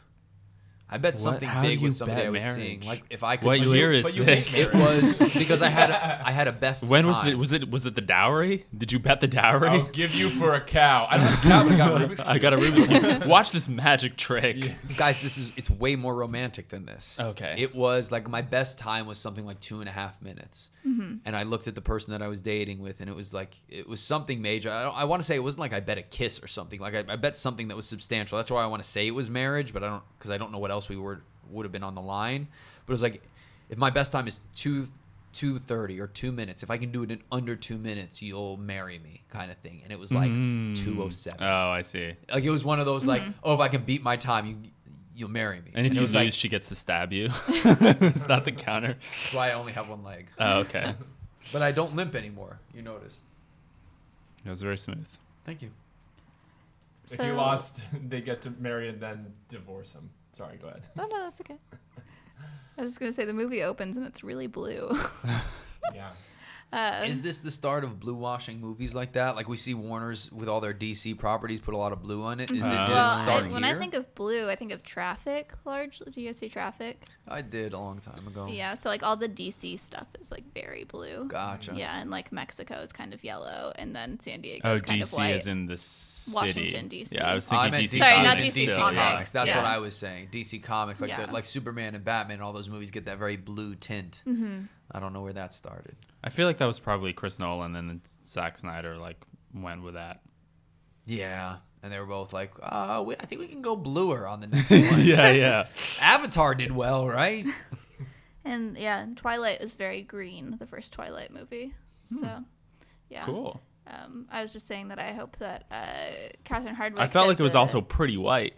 I bet something
How
big
do you
with somebody
bet
I was
marriage?
seeing. Like if I could.
What
but
year is
but you hate
this?
It was because I had a, I had a best.
When was
time.
it? Was it was it the dowry? Did Oh, you bet the dowry?
I'll give you for a cow. I don't have a cow, but I got a Rubik's
I
cube.
got a Rubik's cube. Watch this magic trick.
Yeah.
guys this is it's way more romantic than this
Okay.
it was like my best time was something like two and a half minutes and i looked at the person that i was dating with and it was like it was something major i, don't- I want to say it wasn't like i bet a kiss or something like i, I bet something that was substantial that's why i want to say it was marriage but i don't because i don't know what else we were would have been on the line but it was like if my best time is two 230 or two minutes if i can do it in under two minutes you'll marry me kind of thing and it was like 207
Oh, I see.
like it was one of those like,
Mm-hmm.
oh, if I can beat my time, you you'll marry me.
And if
it
you
was
lose,
like,
she gets to stab you. Is that the counter?
that's why I only have one leg.
Oh, okay.
But I don't limp anymore. You noticed.
It was very smooth.
Thank you.
If you lost, they get to marry and then divorce him. Sorry, go ahead.
Oh no, that's okay. I was just gonna say the movie opens and it's really blue.
Yeah.
Uh,
Is this the start of blue washing movies like that? Like we see Warner's with all their DC properties put a lot of blue on it. Is it
Uh,
did it
well, I,
start
when
here?
I think of blue, I think of traffic. Largely, do you guys see traffic?
I did a long time
Oh.
ago.
Yeah. So like all the DC stuff is like very blue.
Gotcha.
Yeah, and like Mexico is kind of yellow, and then San Diego
Oh,
is kind of
DC
white.
is in the city.
Washington, DC.
Yeah, Oh, I was
I
thinking
meant
DC.
DC,
Sorry, not
comics.
DC
still,
Comics.
yeah.
That's
yeah.
what I was saying. DC Comics, like
Yeah.
the, like Superman and Batman, and all those movies get that very blue tint.
Mm-hmm.
I don't know where that started.
I feel like that was probably Chris Nolan and then Zack Snyder like went with that.
Yeah, and they were both like, uh, we, I think we can go bluer on the next one.
yeah, yeah.
Avatar did well, right?
and yeah, Twilight is very green. The first Twilight movie. So, yeah.
Hmm. Cool.
Um, I was just saying that I hope that uh, Catherine Hardwick.
I felt like
does
it was
a-
also pretty white.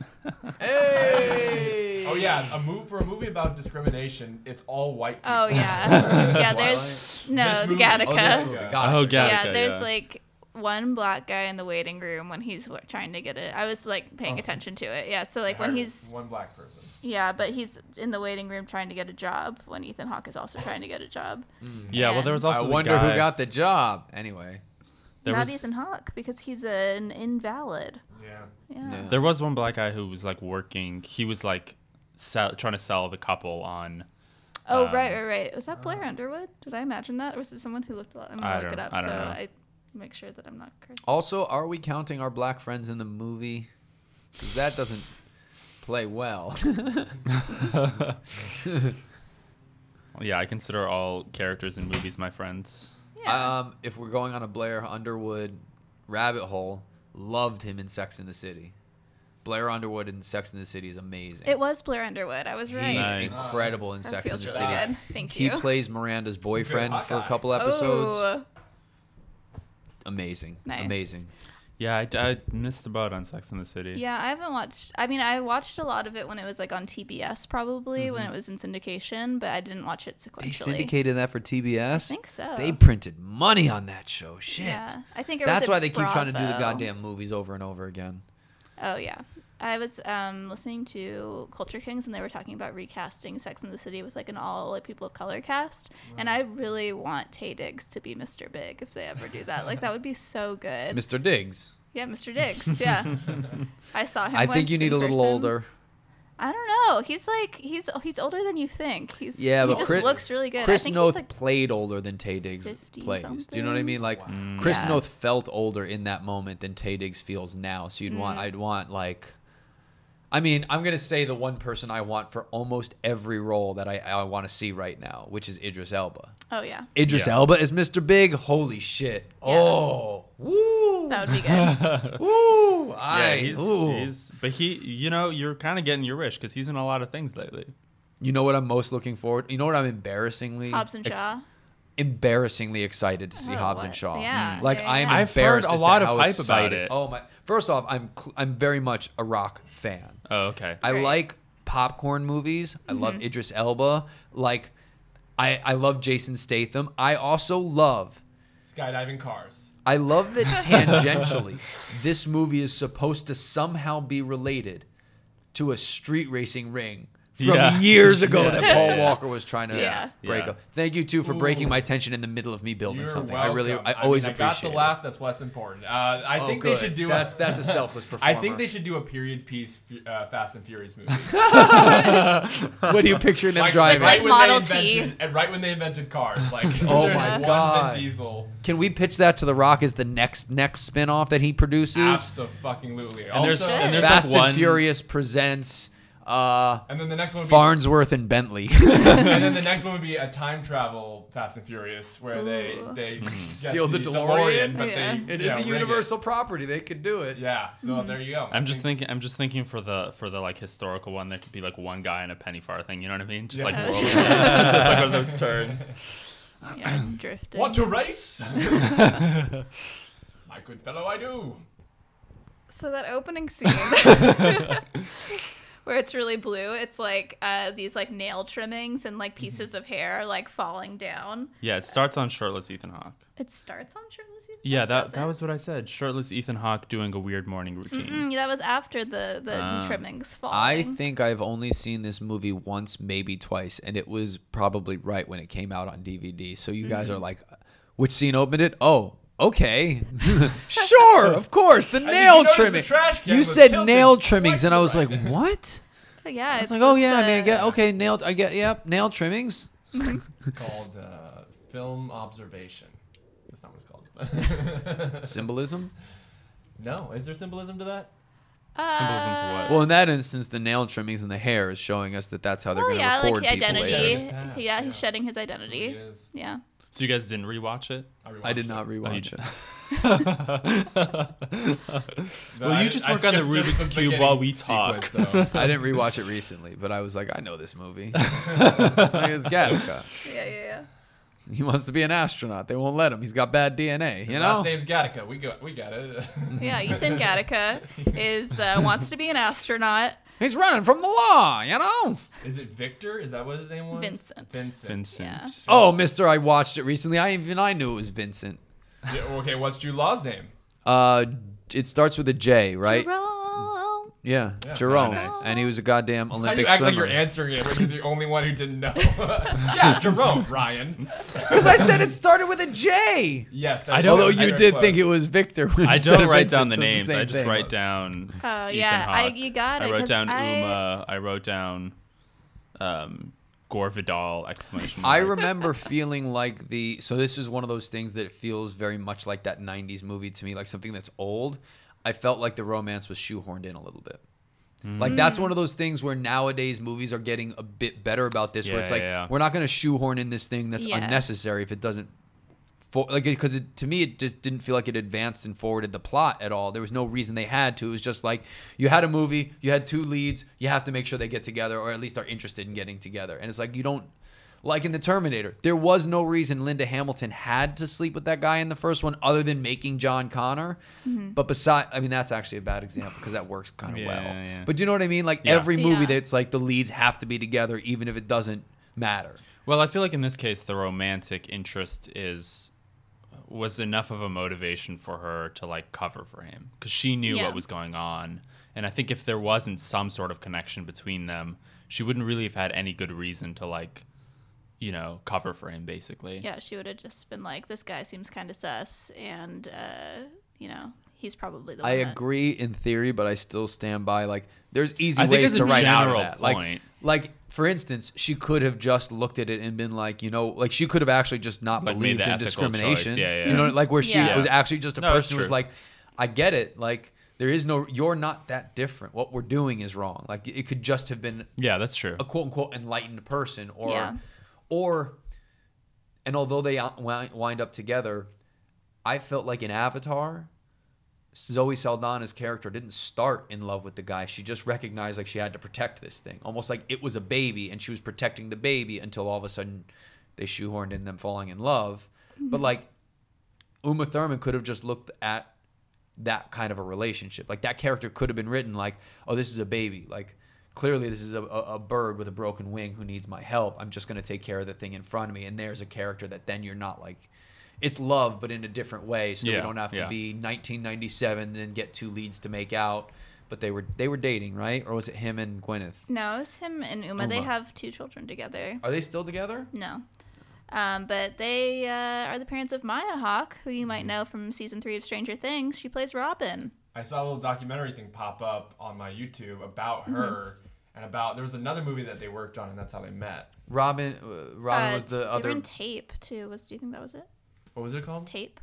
hey!
Oh yeah, a move for a movie about discrimination. It's all white. People.
Oh yeah, yeah. There's no
This
the
movie.
Gattaca.
Oh, this movie. Gotcha.
Oh, Gattaca,
yeah, there's
yeah.
like one black guy in the waiting room when he's wa- trying to get it. I was like
Uh-huh.
paying attention to it. Yeah, so like when
Hired
he's
one black person.
yeah, but he's in the waiting room trying to get a job when Ethan Hawke is also trying to get a job.
Yeah, well, there was also
I
the
wonder who
guy-
got the job. Anyway,
There
Not
was-
Ethan Hawke because he's an invalid.
Yeah.
Yeah.
Yeah.
There was one black guy who was like working. He was like sell, trying to sell the couple on.
Oh
Um,
right, right, right. Was that
uh,
Blair Underwood? Did I imagine that, or was it someone who looked a lot? I'm gonna
I
look
don't-
it up,
I
so
don't know.
I make sure that I'm not cursing.
Also, are we counting our black friends in the movie? Because that doesn't play well.
Yeah, I consider all characters in movies my friends.
Yeah.
Um, if we're going on a Blair Underwood rabbit hole, loved him in Sex in the City. Blair Underwood in Sex in the City is amazing.
it was Blair Underwood. I was right.
He's
Nice.
incredible in
That
Sex in
feels
the
really
City.
good. Thank
He
you.
plays Miranda's boyfriend for a
Hawkeye.
couple episodes.
Oh,
Amazing.
Nice.
Amazing.
Yeah, I, I missed the boat on Sex in the City.
yeah. I haven't watched. I mean, I watched a lot of it when it was like on TBS, probably when
Mm-hmm.
it was in syndication, but I didn't watch it sequentially.
They syndicated that for TBS. I
think so.
They printed money on that show. Shit.
Yeah, I think it was
That's
in
why they keep trying to do the
Bravo.
goddamn movies over and over again.
Oh yeah. I was um, listening to Culture Kings and they were talking about recasting Sex in the City with like an all like people of color cast, and I really want Tay Diggs to be Mr. Big if they ever do that. Like that would be so good.
Mr. Diggs.
yeah, Mr. Diggs. Yeah, I saw him.
I think
once
you need
in
a little
person.
older.
I don't know. He's like he's he's older than you think. He's
Yeah,
he
but
just
Chris-
looks really good.
Chris
I think
Noth
he's like
played older than Tay Diggs
50
plays. Do you know what I
something?
mean? Like Chris
Yeah.
Noth felt older in that moment than Tay Diggs feels now. So you'd
Mm-hmm.
want, I'd want like, I mean, I'm gonna say the one person I want for almost every role that I, I want to see right now, which is Idris Elba.
oh yeah,
Idris
Yeah.
Elba is Mr. Big. Holy shit!
Yeah.
Oh, woo,
that would be good.
woo!
Yeah,
I,
he's,
ooh.
he's but he, you know, you're kind of getting your wish because he's in a lot of things lately.
You know what I'm most looking forward? You know what I'm embarrassingly
Hobbs and
ex-
Shaw.
embarrassingly excited to see
Oh,
Hobbs
what?
and Shaw. Mm.
Yeah,
like
yeah,
I am
yeah.
I've
embarrassed.
heard a
as to
lot of
how
hype about
excited-
it.
Oh my! First off, I'm cl- I'm very much a rock fan.
Oh, okay.
I
Right.
like popcorn movies. I
Mm-hmm.
love Idris Elba. Like, I I love Jason Statham. I also love.
Skydiving cars.
I love that tangentially, this movie is supposed to somehow be related to a street racing ring from
Yeah.
years ago that
yeah,
Paul
yeah.
Walker was trying to
Yeah.
break
Yeah.
up. Thank you too for breaking my tension in the middle of me building
You're
something.
welcome.
I really, I always
mean, I got
appreciate.
the
it.
laugh. That's what's important. Uh, I
Oh,
think
good.
they should do.
That's
a,
that's a selfless
I
performer.
think they should do a period piece uh, Fast and Furious movie.
What do you picture them
like,
driving?
like-
right when
Model
they
T.
invented, and right when they invented cars, like
Oh
there's
my
one Vin
God.
Diesel.
Can we pitch that to The Rock as the next next spinoff that he produces?
Absolutely.
And there's,
Also,
and there's
Fast
like one,
and Furious presents uh,
and then the next one would be
Farnsworth and Bentley.
and then the next one would be a time travel Fast and Furious where they
Ooh.
they get
Steal the DeLorean.
but
Yeah. Mm-hmm.
they
It is
yeah, rig
property. They could do it.
Yeah, so there you go.
I'm just thinking. I'm just thinking for the for the like historical one. There could be like one guy and a penny farthing. You know what I mean? Just like
Yeah.
rolling, just like one of those turns.
Yeah, I'm drifting.
want to race. My good fellow, I do.
So that opening scene where it's really blue, it's like uh, these like nail trimmings and like pieces of hair like falling down.
Yeah, it starts on shirtless Ethan Hawke.
It starts on shirtless. Ethan
Yeah,
Hawke,
that
does
that
it?
was what I said. Shirtless Ethan Hawke doing a weird morning routine.
Mm, that was after the the
Ah.
trimmings
I
falling.
think I've only seen this movie once, maybe twice, and it was probably right when it came out on DVD. So you guys are
Mm-hmm.
like, which scene opened it? Oh, okay. sure, of course. The
did you
nail
notice the
trimming.
trash can
You
was
said
tilted
nail
right
trimmings,
to
and I
the
was like,
right.
what?
But yeah,
It's like, oh yeah, I mean, I get okay, nail. I get, yep, nail trimmings.
Called uh, film observation. That's not what it's called.
Symbolism.
no, is there symbolism to that?
uh,
Symbolism to what?
Well, in that instance, the nail trimmings and the hair is showing us that that's how they're
Oh
going to
yeah,
record
like
people later. Oh,
identity.
Sharing his past,
yeah, he's
yeah.
shedding his identity.
is.
Yeah.
So you guys didn't rewatch it?
I did not rewatch
you-
it.
Well, you just work on the Rubik's Cube while we talk.
I didn't rewatch it recently, but I was like, I know this movie. like, it's Gattaca.
Yeah, yeah, yeah.
He wants to be an astronaut. They won't let him. He's got bad DNA. You know.
Last name's Gattaca. We got, we got it.
Yeah, Ethan Gattaca is uh, wants to be an astronaut.
He's running from the law. You know.
is it Victor? Is that what his name was?
Vincent.
Vincent.
Vincent.
Yeah.
Oh, Mister, I watched it recently. I even I knew it was Vincent.
Yeah, okay, what's Jude Law's name?
Uh, it starts with a J, right?
Jerome.
Yeah, Jerome,
nice.
and he was a goddamn
How do
Olympic
you act like
swimmer.
you're answering it when you're the only one who didn't know? yeah, Jerome, Ryan.
Because I said it started with a J.
Yes.
I don't-
Although you did think it was Victor.
I
instead
don't
of
write
Vincent,
down the
so
names.
it's same
I just
thing.
write down.
Oh,
Ethan
yeah, I-
Hawke.
you got
I
it,
wrote
'cause
down
I-
Uma. I wrote down um, Gore Vidal exclamation
I
mark.
remember feeling like the so this is one of those things that feels very much like that '90s movie to me, like something that's old. I felt like the romance was shoehorned in a little bit. Like that's one of those things where nowadays movies are getting a bit better about this, where
Yeah,
it's like
yeah, yeah.
we're not going to shoehorn in this thing that's
Yeah.
unnecessary if it doesn't. For, like because it, to me it just didn't feel like it advanced and forwarded the plot at all. There was no reason they had to. It was just like you had a movie, you had two leads, you have to make sure they get together or at least are interested in getting together. And it's like you don't like in the Terminator. There was no reason Linda Hamilton had to sleep with that guy in the first one other than making John Connor. But beside I mean that's actually a bad example because that works kind of
Yeah,
well.
yeah.
But do you know what I mean? Like
Yeah.
every movie
Yeah.
that's like the leads have to be together even if it doesn't matter.
Well, I feel like in this case, the romantic interest is was enough of a motivation for her to like cover for him because she knew
Yeah.
what was going on, and I think if there wasn't some sort of connection between them, she wouldn't really have had any good reason to like, you know, cover for him basically.
Yeah, she would have just been like, "This guy seems kind of sus," and uh, you know, he's probably the.
I
one that-
agree in theory, but I still stand by like there's easy
I think
ways
it's a
to write out of
general
that.
point.
Like like for instance, she could have just looked at it and been like, you know, like she could have actually just not
Like, made
believed
the
in
ethical
discrimination.
choice. Yeah, yeah.
You know, like where she
Yeah.
was actually just a
No, it's
person who was
true.
like, I get it, like there is no you're not that different. What we're doing is wrong. Like it could just have been
Yeah, that's true.
a quote unquote enlightened person or
Yeah.
or and although they out- wi- wind up together i felt like in avatar zoe saldana's character didn't start in love with the guy she just recognized like she had to protect this thing almost like it was a baby and she was protecting the baby until all of a sudden they shoehorned in them falling in love but like Uma Thurman could have just looked at that kind of a relationship. Like that character could have been written like, oh, this is a baby. Like clearly this is a, a, a bird with a broken wing who needs my help. I'm just gonna take care of the thing in front of me. And there's a character that then you're not like it's love but in a different way. So we
Yeah,
don't have to
yeah.
be nineteen ninety seven and get two leads to make out. But they were they were dating, right? Or was it him and Gwyneth?
No, it's him and Uma. They
Uma.
have two children together.
Are they still together?
No. Um, but they uh, are the parents of Maya Hawk, who you
Mm-hmm.
might know from season three of Stranger Things. She plays Robin.
I saw a little documentary thing pop up on my YouTube about
Mm-hmm.
her and about there was another movie that they worked on and that's how they met.
Robin uh, Robin
Uh,
was
they
the
were
other
in Tape too. Was do you think that was it?
What was it called?
Tape.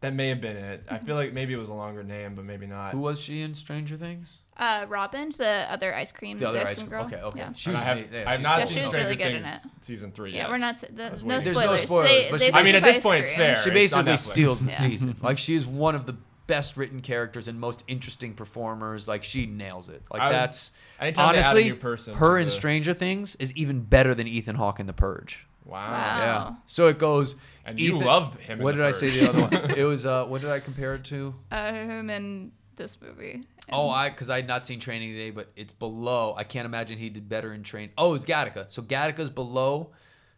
That may have been it.
Mm-hmm.
I feel like maybe it was a longer name, but maybe not.
who was she in Stranger Things?
Uh, Robin, the other ice cream,
The other
ice
ice
cream
cream.
girl.
Okay, okay.
Yeah.
She
And
was
I have,
ama- yeah,
I have
she's
not
Yeah,
seen
she was
Stranger
really good in
Things
it.
season three
Yeah,
yet.
we're not. The,
was
no
waiting. There's
spoilers.
no
spoilers,
They,
but
they
she- I
mean, at
skip
this
ice
point, it's
cream.
fair.
She
It's on Netflix.
basically steals the
Yeah.
season. Like she is one of the best written characters and most interesting performers. Like she nails it. Like
I was-
that's
anytime they add a
honestly
new person
her
to
in
the-
Stranger Things is even better than Ethan Hawke in The Purge.
Wow.
Wow.
Yeah.
Oh.
So it goes.
And you love him in
What
The
did I say
Purge.
the other one? It was. Uh, what did I compare it to?
Um, in this movie.
Oh, I because I had not seen Training Day, but it's below. I can't imagine he did better in Train. Oh, it's Gattaca. So Gattaca's below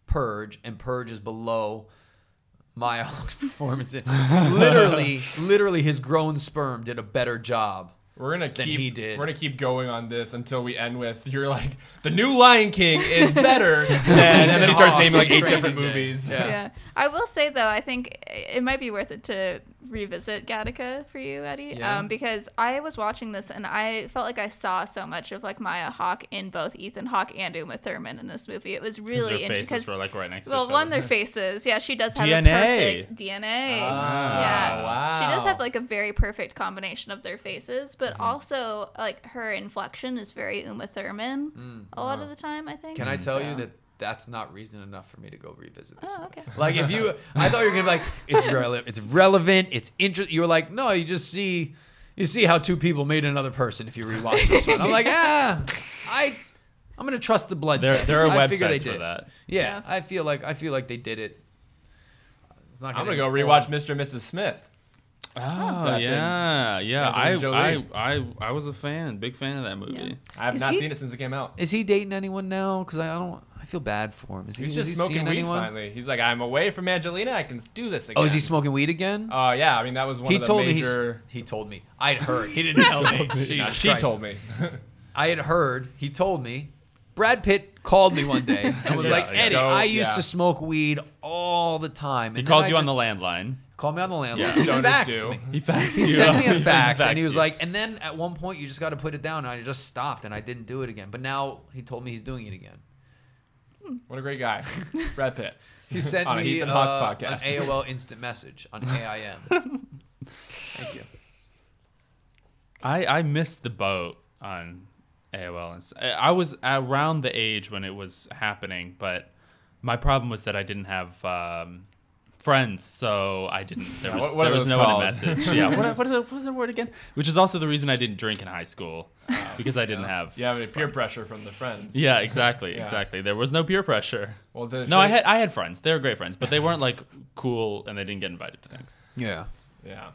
Purge, and Purge is below Maya Hawke's performance. in- literally, literally, his grown sperm did a better job.
We're gonna
than
keep
he did.
we're gonna keep going on this until we end with you're like the new Lion King is better than and then he starts
Oh,
naming like eight
Training
different
Day.
movies.
Yeah.
Yeah. I will say though, I think it might be worth it to revisit Gattaca for you, Eddie,
Yeah.
um, because I was watching this and I felt like I saw so much of like Maya Hawke in both Ethan Hawke and Uma Thurman in this movie. It was
Because
really
their faces were
interesting.
like right next to
Well,
each
one,
other.
their faces. Yeah, she does have
DNA.
a perfect DNA.
Ah,
yeah,
wow.
she does have like a very perfect combination of their faces, but
Mm-hmm.
also like her inflection is very Uma Thurman a lot
Uh-huh.
of the time. I think.
Mm. Can I
Mm,
tell you
So-
that that's not reason enough for me to go revisit this?
Mm-hmm. Oh,
movie.
okay.
Like if you, I thought you were gonna be like, it's relevant, it's relevant, it's interesting. You were like, no, you just see, you see how two people made another person if you rewatch this one. I'm like, ah, I, I'm gonna trust the blood
There,
test.
there are
I
websites
figure they
for
did.
that.
Yeah,
Yeah.
I feel like I feel like they did it. It's not
I'm gonna go
inform-
rewatch Mr. and Mrs. Smith.
Oh
That
yeah, yeah. I,
Angelina
I,
Jolie.
I, I was a fan, big fan of that movie.
Yeah.
I have
Is
not
he-
seen it since it came out.
Is he dating anyone now? Because I don't. I feel bad for him. Is he,
He's
is
just
he
smoking
seeing
weed
anyone?
finally. He's like, I'm away from Angelina. I can do this again.
Oh, is he smoking weed again?
Uh, yeah. I mean, that was one
he
of the
told me
major.
he, he told me. I'd heard. He didn't tell me. Jesus
she
Christ.
told me.
I had heard, he told me, Brad Pitt called me one day and was
Yeah,
like,
yeah.
Eddie,
So,
I used
yeah.
to smoke weed all the time. And
He
then
called
I
you on
just-
the landline.
Called me on the landline.
Yeah,
He
stoners
faxed
do.
me.
He faxed
He
you.
sent me a
He
fax, and he
faxed
was
you.
like, and then at one point you just got to put it down, and I just stopped, and I didn't do it again. But now he told me he's doing it again.
What a great guy, Brad Pitt.
He sent
On an
me
Ethan
uh,
Hawke
an
podcast.
AOL instant message on AIM. Thank you.
I, I missed the boat on AOL. And s- I- I was around the age when it was happening, but my problem was that I didn't have um, friends, so I didn't. There was,
what- what are
there was
those
no one
called?
to message. yeah, what, what, what was that word again? Which is also the reason I didn't drink in high school because I didn't have.
You have any peer pressure from the friends?
Yeah, exactly,
Yeah.
exactly. There was no peer pressure.
Well, the-
no, I had I had friends. They were great friends, but they weren't like cool, and they didn't get invited to things.
Yeah.
Yeah.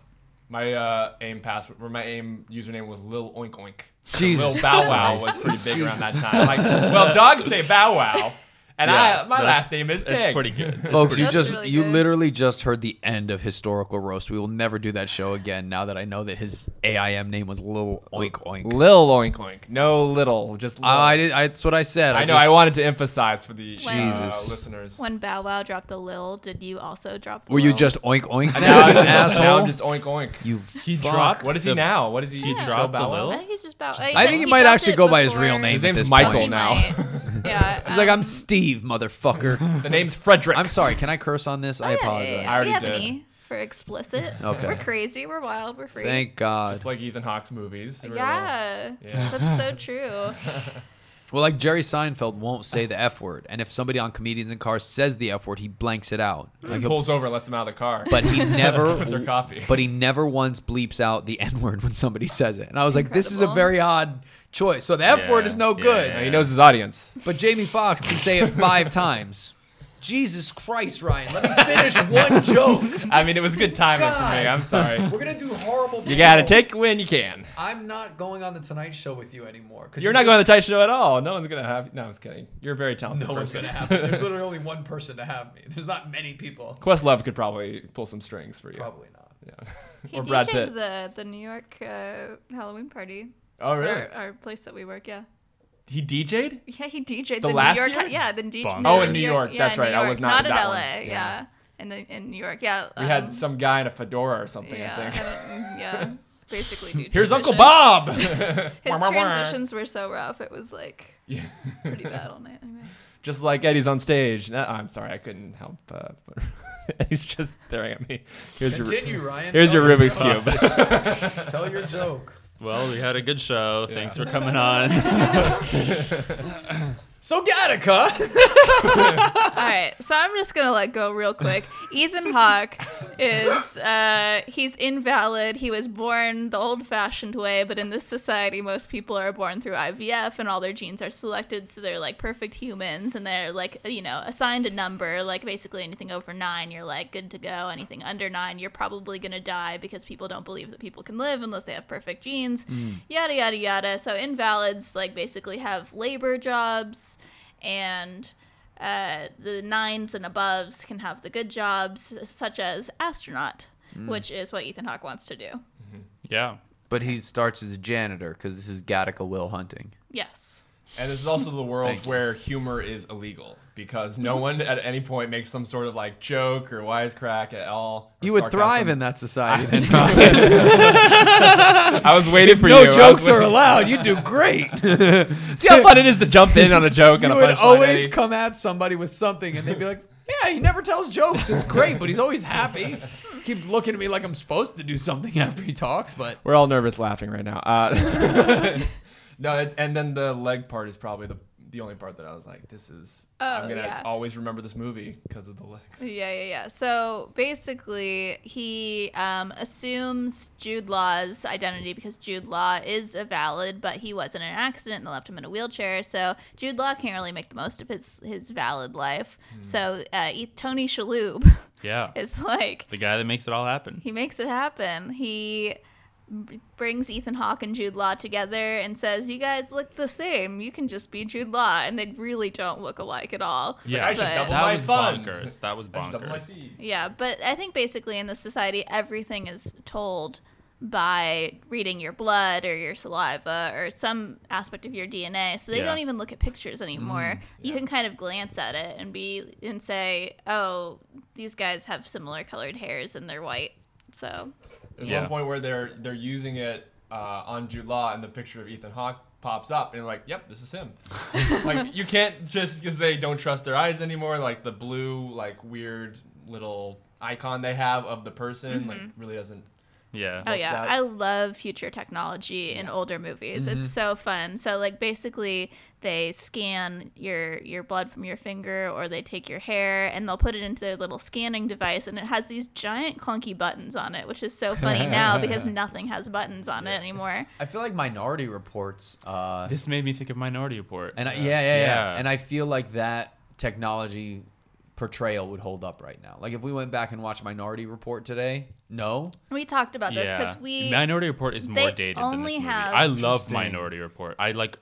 My uh, aim password, or my aim username was Lil Oink Oink. So
Jesus
Lil Bow Wow was
Christ.
pretty big around that time. Like, well, dogs say Bow Wow, and
Yeah,
I my
that's-
last name is Pig.
It's pretty good. It's
Folks, you
That's
just
really
you
good.
literally just heard the end of historical roast. We will never do that show again. Now that I know that his AIM name was Lil Oink Oink.
Lil Oink Oink. No little, just Lil.
I, did, I that's what I said.
I know.
just-
I wanted to emphasize for the uh,
Jesus.
listeners.
When Bow Wow dropped the Lil, did you also drop the
Were you
Lil?
just oink oink?
now,
Now,
I'm just,
asshole.
now I'm just Oink Oink.
you.
He
fuck.
dropped.
What is he
the-
now? What is he?
Yeah.
Still
dropped
Bow
the
Wow?
Lil?
I think he's just Bow.
I think he might
dropped
actually
it
go by his real
before-
name.
His
at
name's
this
Michael
He
point.
now.
might. yeah. um,
He's like, I'm Steve, motherfucker.
The name's Frederick.
I'm sorry. Can I curse on this? I apologize.
I already
we have
did.
any for explicit.
Okay.
We're crazy. We're wild. We're free.
Thank God.
Just like Ethan Hawke's movies. They were
yeah.
Yeah.
That's so true.
Well, like Jerry Seinfeld won't say the F word, and if somebody on Comedians in Cars says the F word, he blanks it out.
all-
Like,
He
he'll-
pulls over, and lets him out of the car.
but he never
With Hmm. their coffee.
but he never once bleeps out the n word when somebody says it and i was like this is a
Incredible.
very odd choice so the f word
Yeah,
is no
yeah,
good
Yeah, he knows his audience.
but jamie Foxx can say it five times jesus christ ryan let me finish one joke
I mean, it was good timing for me.
God.
I'm sorry.
we're gonna do horrible
You gotta take when you can.
i'm not going on the tonight show with you anymore because
You're not going to the tight show at all. No one's gonna have. No, I'm just kidding. You're a very talented
no one's
person.
gonna have me. There's literally only one person to have me. There's not many people.
Questlove could probably pull some strings for you.
Probably not.
Yeah.
He
Or
DJ'd
Brad Pitt.
the the New York uh, Halloween party.
Oh really?
Our, our place that we work. Yeah.
He DJ'd?
Yeah, he DJ'd the,
The last
New York.
year?
Yeah, the DJ.
Bonkers.
Oh, in New York,
Yeah,
that's
in
right,
New
I
York.
was not at
in
that
LA.
one. Yeah.
Yeah. In the in New York. Yeah.
We
um,
had some guy in a fedora or something. I
Yeah.
think.
I don't- yeah. Basically. New
Here's
transition.
Uncle Bob.
His
Wah, wah, wah.
transitions were so rough. It was like
Yeah.
pretty bad all night. Anyway.
just like Eddie's on stage. No, I'm sorry, I couldn't help. Uh, he's just staring at me. Here's your
Continue, Ryan.
here's your
Tell
Rubik's cube.
Tell your joke.
Well, we had a good show. Thanks for coming on.
So Gattaca.
All right, so I'm just gonna let go real quick. Ethan Hawke is uh, he's invalid. He was born the old-fashioned way, but in this society, most people are born through IVF, and all their genes are selected, so they're like perfect humans, and they're like you know assigned a number. Like basically anything over nine, you're like good to go. Anything under nine, you're probably gonna die because people don't believe that people can live unless they have perfect genes. Yada yada yada. So invalids like basically have labor jobs and uh, the nines and aboves can have the good jobs, such as astronaut, which is what Ethan Hawke wants to do.
yeah.
But he starts as a janitor because this is Gattaca will hunting.
Yes.
And this is also the world
Thank you. Mm-hmm.
where humor is illegal because no one at any point makes some sort of like joke or wisecrack at all. or
You would
sarcasm.
thrive in that society. then.
I was waiting for
no
you. I was
jokes are
waiting-
allowed. You do great. you
See how fun it is to jump in on a joke and a
would
punchline,
always
Eddie?
come at somebody with something, and they'd be like, "Yeah, he never tells jokes. It's great, but he's always happy." Keep looking at me like I'm supposed to do something after he talks, but
We're all nervous laughing right now. Uh, no, it, and then the leg part is probably the the only part that I was like, this is. I'm
Oh,
gonna
yeah.
always remember this movie because of the legs.
Yeah, yeah, yeah. So basically, he um, assumes Jude Law's identity because Jude Law is a valid, but he was in an accident and they left him in a wheelchair. So Jude Law can't really make the most of his his valid life. So uh, E- Tony Shalhoub
Yeah.
is like
The guy that makes it all happen.
he makes it happen. He b- brings Ethan Hawke and Jude Law together and says, "You guys look the same. You can just be Jude Law," and they really don't look alike at all.
Yeah,
I should
but-
double
that
my
was
funds.
bonkers. That was
I should double my
bonkers.
fees.
Yeah, but I think basically in this society, everything is told by reading your blood or your saliva or some aspect of your DNA. So they
Yeah.
don't even look at pictures anymore.
Mm,
You can kind of glance at it and be and say, "Oh, these guys have similar colored hairs and they're white." So
There's
Yeah.
one point where they're they're using it uh, on Jude Law, and the picture of Ethan Hawke pops up, and you're like, "Yep, this is him." like you can't just because they don't trust their eyes anymore. Like the blue, like weird little icon they have of the person, like really doesn't.
Yeah.
Oh yeah,
that- Mm-hmm.
I love future technology in older movies. It's so fun. So like basically they scan your your blood from your finger or they take your hair and they'll put it into their little scanning device and it has these giant clunky buttons on it, which is so funny now because nothing has buttons on it anymore.
I feel like Minority Reports. Uh,
This made me think of Minority Report.
and I, yeah, yeah, yeah,
Yeah.
And I feel like that technology portrayal would hold up right now. Like if we went back and watched Minority Report today, no,
We talked about this cuz we
Minority Report is more
they
dated than
only
this movie.
have-
I love
Interesting.
Minority Report. I like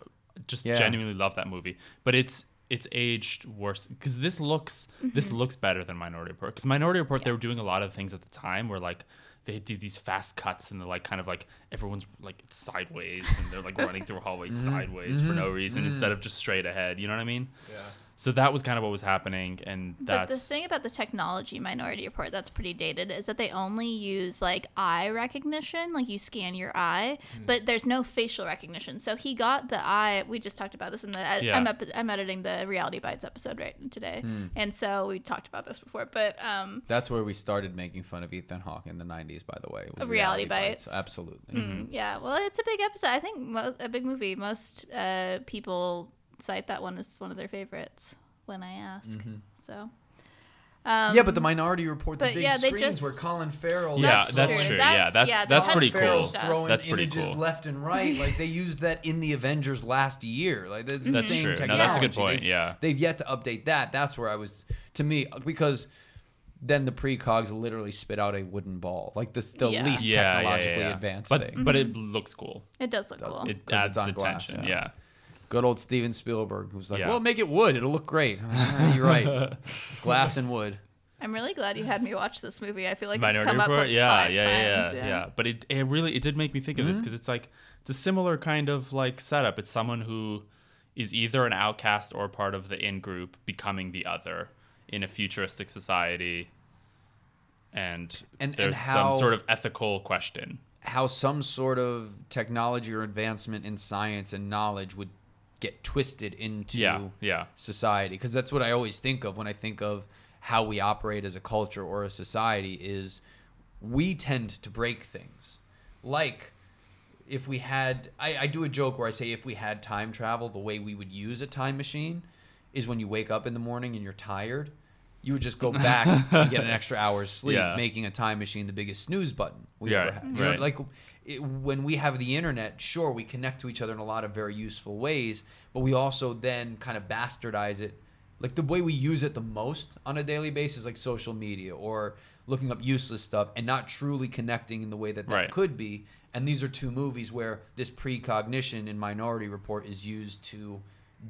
just
Yeah.
genuinely love that movie, but it's it's aged worse because this looks
Mm-hmm.
this looks better than Minority Report because Minority Report they were doing a lot of things at the time where like they do these fast cuts and they're like kind of like everyone's like sideways and they're like running through hallways
Mm-hmm.
sideways for no reason instead of just straight ahead. You know what I mean?
Yeah.
So that was kind of what was happening, and that's
But the thing about the technology Minority Report that's pretty dated is that they only use like eye recognition, like you scan your eye,
Hmm.
but there's no facial recognition. So he got the eye. We just talked about this in the. ed-
Yeah. Hmm.
I'm up, I'm editing the Reality Bites episode right today, and so we talked about this before. But um,
that's where we started making fun of Ethan Hawke in the '90s. By the way, was
Of Reality Bites. Mm-hmm.
Absolutely.
hmm,
Mm-hmm.
yeah, well, it's a big episode. I think mo- a big movie. Most uh, people cite that one as one of their favorites when I ask.
Mm-hmm.
So. Um,
yeah, but the Minority Report, the
but
big
yeah, they
screens
just-
were Colin Farrell.
yeah,
That's
that's,
true.
true.
That's-
yeah, that's
yeah,
that's
that's
pretty
fair
cool.
stuff.
Throwing
That's pretty
images
cool.
left and right. Like they used that in the Avengers last year. Like that's, the
That's
same
true. No,
technology.
that's a good point,
They-
yeah.
they've yet to update that. That's where I was to me because then the precogs literally spit out a wooden ball, like this the
Yeah.
least
yeah,
technologically
yeah, yeah.
advanced
but,
thing.
But it
Mm-hmm.
looks cool.
it does look cool.
It
'Cause it's
adds
on
the
glass,
tension.
yeah.
Yeah.
Good old Steven Spielberg was like,
Yeah.
"Well, make it wood. It'll look great." Ah, You're right. Glass and wood.
I'm really glad you had me watch this movie. I feel like it's
Minority
come up
Report.
like
yeah,
five
yeah, yeah,
times.
yeah, But it, it really it did make me think of this
Mm-hmm.
because it's like it's a similar kind of like setup. It's someone who is either an outcast or part of the in group becoming the other in a futuristic society. And,
And- and
there's
how-
some sort of ethical question.
how some sort of technology or advancement in science and knowledge would get twisted into
Yeah, yeah.
society because that's what i always think of when i think of how we operate as a culture or a society is we tend to break things like if we had I, I do a joke where i say if we had time travel the way we would use a time machine is when you wake up in the morning and you're tired you would just go back and get an extra hour's sleep
Yeah.
making a time machine the biggest snooze button we
Yeah,
ever had. You know,
right.
like it, when we have the internet, sure, we connect to each other in a lot of very useful ways, but we also then kind of bastardize it. Like the way we use it the most on a daily basis, like social media or looking up useless stuff and not truly connecting in the way that that
Right.
could be. And these are two movies where this precognition in Minority Report is used to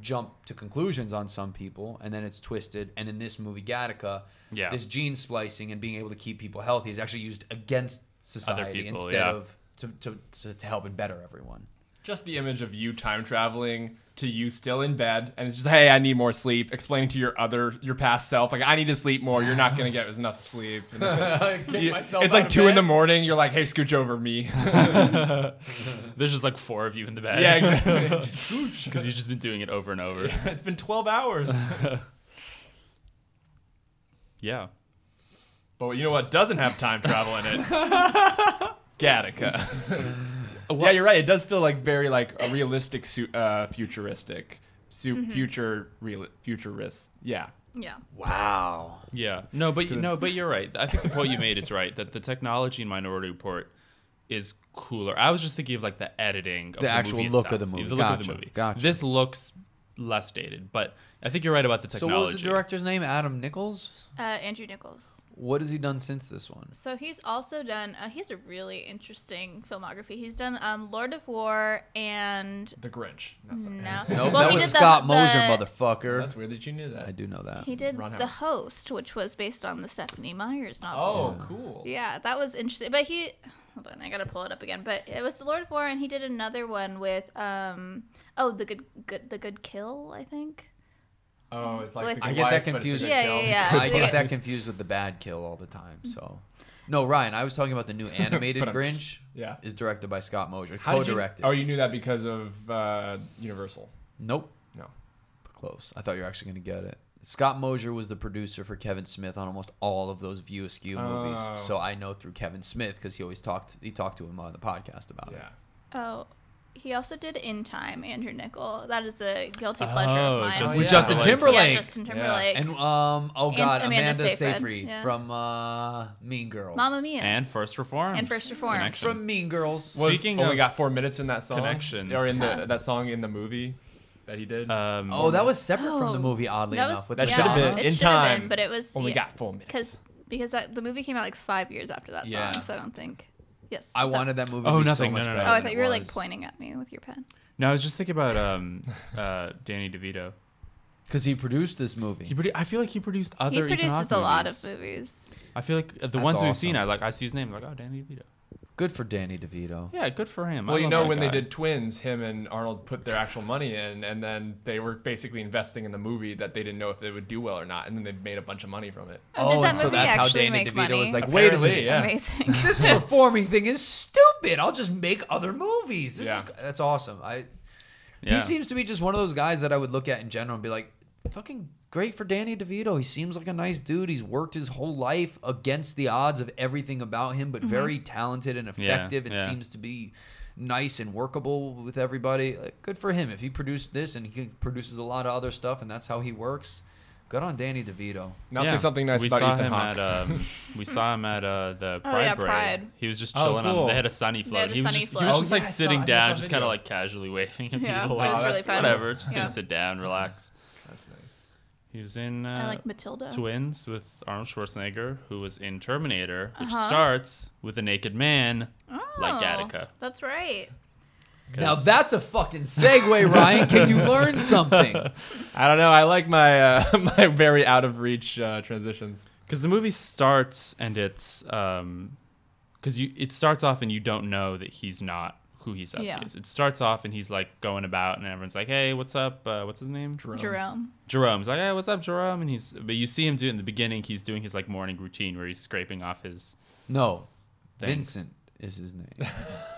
jump to conclusions on some people and then it's twisted. And in this movie, Gattaca,
Yeah.
this gene splicing and being able to keep people healthy is actually used against society
people,
instead
yeah.
of to, to, to, to help and better everyone.
Just the image of you time traveling to you still in bed, and it's just, "Hey, I need more sleep." Explaining to your other your past self, like, "I need to sleep more. You're not gonna get enough sleep." And then- you- it's
myself out
like
of
two in the
bed.
morning. You're like, "Hey, scooch over me."
There's just like four of you in the bed.
yeah, exactly. scooch.
Because you've just been doing it over and over. Yeah.
It's been 12 hours. but you know what doesn't have time travel in it? Gattaca. yeah, you're right. It does feel like very like a realistic, su- uh, futuristic, su- future, real, futurist. Yeah.
Yeah.
Wow.
Yeah. No, but no, but you're right. I think the point you made is right that the technology in Minority Report is cooler. I was just thinking of like the editing, of
The actual
movie
look of
itself.
the movie.
the look of
Gotcha,
the movie.
gotcha.
This looks less dated. But I think you're right about the
So
technology.
what was the director's name? Adam Nichols.
Uh, Andrew Nichols.
What has he done since this one?
So he's also done. Uh, he's a really interesting filmography. He's done um, Lord of War and
The Grinch. No, sorry.
no.
Nope,
Well,
that
he
was
did the- the-
Scott Moser, motherfucker.
That's weird that you knew that.
I do know that.
He did
Ron
The
Howard.
Host, which was based on the Stephanie Myers novel.
Oh, cool.
Yeah, that was interesting. But he, hold on, I gotta pull it up again. But it was the Lord of War, and he did another one with um, oh, the good, good, the good kill, I think.
Oh, it's like
With-
the
I
good
get
wife,
that
but it's the
confused.
good
Yeah,
kill.
yeah, yeah.
I get that confused with the bad kill all the time. So, no, Ryan, I was talking about the new animated
But I'm-
Grinch.
yeah.
is directed by Scott Moser,
How did you-
co-directed.
Oh, you knew that because of uh, Universal.
Nope,
No.
close. I thought you were actually going to get it. Scott Moser was the producer for Kevin Smith on almost all of those View Askew
Oh.
movies, so I know through Kevin Smith because he always talked. He talked to him on the podcast about it.
Yeah.
Oh, he also did In Time, Andrew Nichol. That is a guilty pleasure of
Oh,
mine.
Justin
With
Yeah.
Justin
Yeah,
Timberlake
Yeah, Justin Timberlake.
and um, oh
And
god, Amanda,
Amanda
Seyfried,
Seyfried, yeah.
from uh, Mean Girls.
Mamma Mia.
and first reform.
And First Reformed.
from Mean Girls.
Well, Speaking
oh, we
of
got four minutes in that song.
connections.
or in the that song in the movie that he did.
um,
oh, that was separate from
Oh,
the movie, oddly
that
enough.
was-
with
that
yeah,
should have
Madonna.
been
it
in
should have
time.
been, but it was-
only
yeah.
got four minutes.
because because that, the movie came out like five years after that
Yeah.
song, so I don't think. Yes.
I
what's up?
wanted that movie.
Oh,
to be
nothing.
So
No,
much
no, no.
better
Oh, I
than
thought
it
you were like
was.
pointing at me with your pen.
no, I was just thinking about um, uh, Danny DeVito.
Because he produced this movie.
He produ- I feel like he produced other.
He produces
Econoc
a lot
movies.
of movies.
I feel like uh, the
That's
ones
awesome.
we've seen, I like. I see his name, like, oh, Danny DeVito.
Good for Danny DeVito.
Yeah, good for him. I
well, you
love
know
that
when
guy.
they did Twins, him and Arnold put their actual money in, and then they were basically investing in the movie that they didn't know if it would do well or not, and then they made a bunch of money from it.
Oh, did that
and so
movie
that's how
actually
Danny
make
DeVito
money?
was like, wait a
Apparently,
minute,
yeah.
Amazing.
this performing thing is stupid. I'll just make other movies. This is
Yeah.
that's awesome. I
Yeah.
he seems to be just one of those guys that I would look at in general and be like, fucking great for Danny DeVito. He seems like a nice dude. He's worked his whole life against the odds of everything about him, but very talented and effective. and
yeah.
seems to be nice and workable with everybody. Like, good for him if he produced this and he can- produces a lot of other stuff, and that's how he works. Good on Danny DeVito.
Now
Yeah.
say something nice
we
about
saw
Ethan
him
Hawke.
at um, we saw him at uh, the Pride
Oh, yeah,
Parade.
Pride.
He was just
Oh,
chilling
cool.
on. They had a sunny float.
a
he was
sunny
just,
float.
He was
Oh,
just
yeah,
like
I saw- I
sitting
saw
down,
that
just kind of
video.
like casually waving at
Yeah,
people.
it was
Like,
really fun.
Whatever, just
Yeah.
gonna sit down, relax.
That's nice.
He was in
I
uh,
like Matilda.
Twins with Arnold Schwarzenegger, who was in Terminator, which
Uh-huh.
starts with a naked man like
Oh,
Gattaca.
That's right.
'Cause-
Now that's a fucking segue, Ryan. Can you learn something?
I don't know. I like my uh, my very out of reach uh, transitions.
Because the movie starts and it's um, because you it starts off and you don't know that he's not who he says
Yeah.
he is. It starts off and he's like going about and everyone's like, "Hey, what's up? Uh, what's his name? Jerome."
Jerome.
Jerome's like, "Hey, what's up, Jerome?" And he's but you see him do in the beginning. He's doing his like morning routine where he's scraping off his.
No,
Thanks.
Vincent is his name.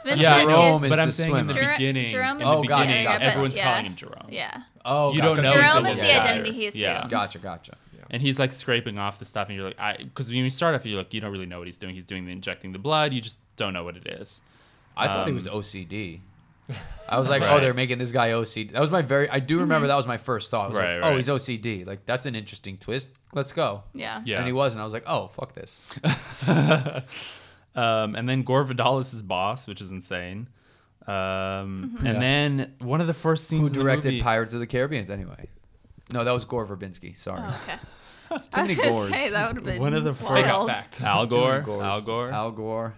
Vincent
Jerome
is,
is
but
the
I'm saying in the
swimmer. Jer-
beginning,
Jerome
in
is
the
the
beginning,
beginning, but-
everyone's
yeah.
calling him Jerome.
yeah.
Oh,
You
gotcha.
don't know.
Jerome
he's a
is
woman.
the identity he
Yeah.
assumes.
Gotcha, gotcha.
And he's like scraping off the stuff, and you're like, I, because when you start off, you like, you don't really know what he's doing. He's doing the injecting the blood. You just don't know what it is.
I thought he
Um,
was OCD. I was like, oh,
Right.
they're making this guy OCD. That was my very. I
Mm-hmm.
do remember that was my first thought. I was
Right,
like, oh,
right.
he's OCD. Like that's an interesting twist. Let's go.
Yeah.
Yeah.
And he wasn't. I was like, oh, fuck this.
Um, and then Gore Vidal is his boss, which is insane. Um, And then one of the first
Who
scenes in the
directed
movie-
Pirates of the Caribbean anyway? No, that was Gore Verbinski. Sorry.
Oh, okay.
It's too
I was gonna
many Gores.
say that would have been
One of the
They
first
got
wild.
backed.
Al
Too many
Gore,
Gores.
Al Gore.
Al Gore.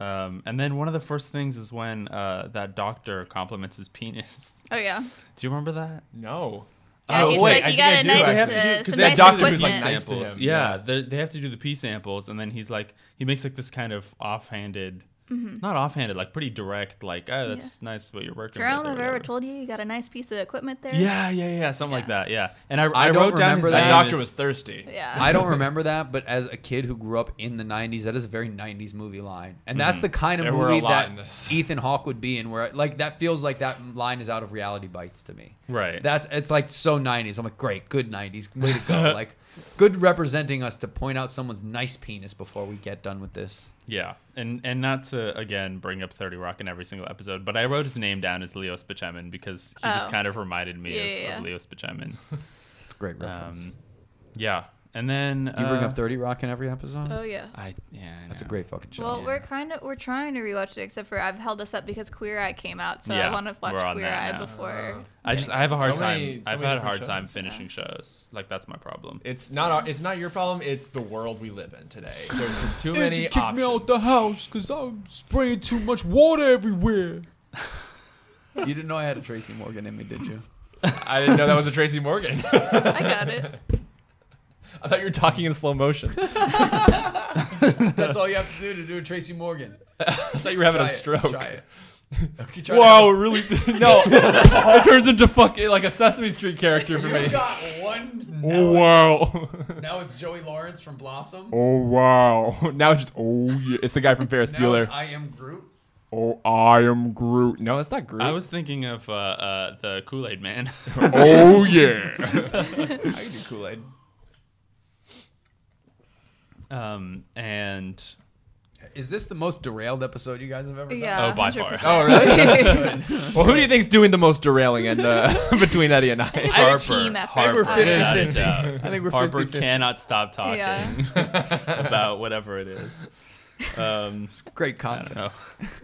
um, and then one of the first things is when uh, that doctor compliments his penis.
Oh yeah.
Do you remember that?
No.
Yeah,
oh
he's
Uh, wait,
like,
I
you
think
got
I
a
do.
nice,
I have
uh,
to do
some
because
nice
that doctor was like
equipment.
nice to him.
samples. Yeah, they they have to do the pee samples, and then he's like, he makes like this kind of offhanded,
Mm-hmm.
not offhanded, like pretty direct, like, oh, that's nice what you're working.
Jerome,
with or
have I ever
whatever.
told you you got a nice piece of equipment there?
Yeah, yeah, yeah, something like that. Yeah, and I,
I
I,
don't
wrote down
remember
his
that.
That
name
doctor
is-
was thirsty.
Yeah.
I don't remember that, but as a kid who grew up in the '90s, that is a very '90s movie line, and that's the kind of
Mm-hmm. There were a
movie
lot
that
in this.
Ethan Hawke would be in. Where like that feels like that line is out of Reality Bites to me.
Right.
That's it's like so '90s. I'm like, great, good '90s, way to go. like, good representing us to point out someone's nice penis before we get done with this.
Yeah, and and not to again bring up Thirty Rock in every single episode, but I wrote his name down as Leo Spacemin because he just
Oh.
kind of reminded me
Yeah,
of,
yeah, yeah.
of Leo Spacemin.
It's a great reference.
Um, yeah, And then
You bring
uh,
up 30 Rock in every episode?
Oh yeah.
I yeah. I
That's a
know.
great fucking show.
Well,
yeah.
we're kind of we're trying to rewatch it, except for I've held us up because Queer Eye came out, so
Yeah,
I want to watch
we're on
Queer
that
Eye
now.
before.
I just I have a hard
So
time.
many- so
I've
many
had a hard
different
time
shows.
finishing shows. Like that's my problem.
It's not our, it's not your problem. It's the world we live in today. There's just too many options.
house because I'm spraying too much water everywhere. you didn't know I had a Tracy Morgan in me, did you?
I didn't know that was a Tracy Morgan.
I got it.
I thought you were talking in slow motion.
That's all you have to do to do a Tracy Morgan.
I thought you were having
Try
a
it,
stroke.
Try it. Okay, try
Wow, it really? no, it turns into fucking like a Sesame Street character for
it.
me.
You
Oh,
got one. Now,
Wow.
now it's Joey Lawrence from Blossom.
Oh wow. Now it's just oh yeah. It's the guy from Ferris
now
Bueller.
it's I Am Groot.
oh, I am Groot. No, it's not Groot.
I was thinking of uh, uh, the Kool Aid Man.
oh yeah. I can do Kool Aid.
um, and
Is this the most derailed episode you guys have ever done?
Yeah.
Oh, by far.
100%.
Oh really? well, who do you think's doing the most derailing and uh, between Eddie and I?
It's a team effort. Uh,
Harper,
I think we're
without a
50-50.
doubt.
I think we're
Harper
50
cannot stop talking
Yeah.
about whatever it is. Um,
Great
I don't
content.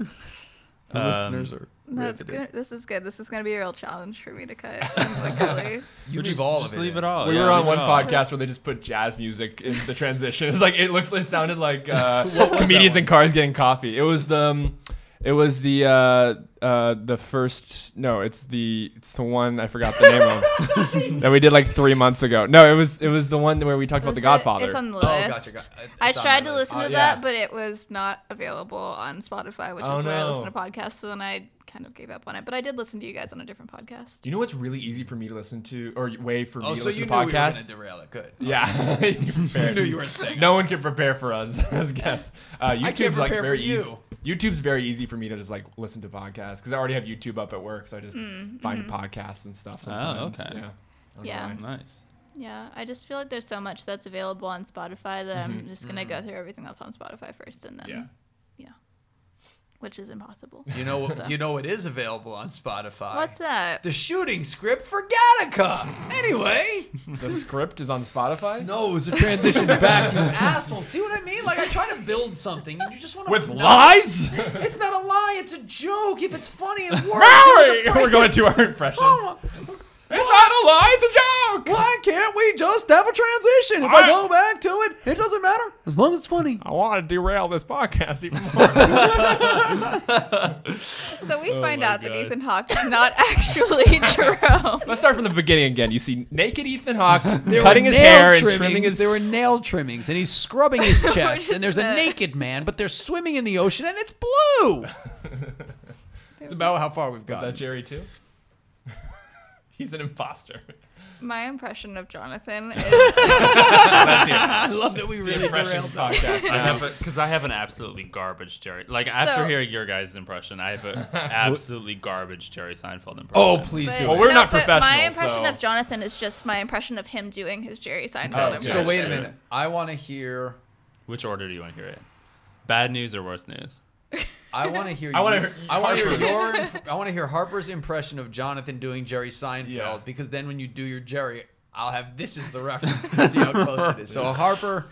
know.
The
Um,
listeners are.
That's
riveted.
good. This is good. This is gonna be a real challenge for me to cut. I'm like, really?
You leave
just,
all
just
of it.
leave
in.
it all. oh,
we
yeah,
were on
leave
one
it all.
podcast where they just put jazz music in the transition. It's like it looked, it sounded like uh, comedians in cars getting coffee. It was the, um, it was the uh, uh, the first. No, it's the it's the one I forgot the name of that we did like three months ago. No, it was it was the one where we talked about
Was
the
it-
Godfather.
It's on the
Oh,
list.
gotcha. got- it's
I
on my
tried to
list.
listen to
Oh, yeah.
that, but it was not available on Spotify, which
Oh,
is where I listen
no.
to podcasts. So then I kind of gave up on it. But I did listen to you guys on a different podcast.
Do you know what's really easy for me to listen to, or way for
Oh,
me to
so
listen
you
to
knew we were going
podcasts?
to derail it. Good.
yeah, you can prepare.
I knew you weren't staying.
no one can prepare for us as guests. Uh, YouTube's
can't
like
prepare
very
for
easy. YouTube's very easy for me to just like listen to podcasts because I already have YouTube up at work, so I just find podcasts and
Oh,
stuff. Sometimes.
okay.
Yeah. I don't
Hmm,
know
mm-hmm. Yeah.
why.
Nice.
Yeah, I just feel like there's so much that's available on Spotify that I'm just gonna go through everything that's on Spotify first, and then
Yeah.
yeah. which is impossible.
You know
So-
what? You know what is available on Spotify.
What's that?
the shooting script for Gattaca? Anyway,
the script is on Spotify.
no, it was a transition back. You asshole. See what I mean? Like I try to build something, and you just want to
With lies?
It's not a lie. It's a joke. If it's funny, it works.
Sorry!
It was a
We're going to our impressions.
Oh,
it's not a lie, it's a joke!
Why can't we just have a transition? If I go back to it, it doesn't matter as long as it's funny.
I want to derail this podcast even more.
So we find
my
out that
God.
Ethan Hawke is not actually Jerome.
Let's start from the beginning again. You see naked Ethan Hawke
There
cutting
were
his
nail
hair and
trimmings,
trimming his.
There were nail trimmings, and he's scrubbing his chest.
just
and there's a
that.
naked man, but they're swimming in the ocean, and it's blue. it's about how far we've
Is that
got.
Jerry too? He's an imposter.
My impression of Jonathan is
That's it.
I love that we really
Impression
derailed.
podcast.
I have because I have an absolutely garbage Jerry. Like after
So-
hearing your guys' impression, I have an absolutely garbage Jerry Seinfeld impression.
Oh, please
but,
do.
Well,
it.
we're
no,
not
but My
professionals,
impression
so-
of Jonathan is just my impression of him doing his Jerry Seinfeld
Oh,
impression.
yeah,
So wait a
sure.
minute. I want to hear.
Which order do you want to hear it? in? Bad news or worse news?
I want to hear.
I wanna
you-
hear
I want to hear
Harper's.
your. imp- I want to hear Harper's impression of Jonathan doing Jerry Seinfeld
Yeah.
because then when you do your Jerry, I'll have this is the reference and see how close it is. So Harper,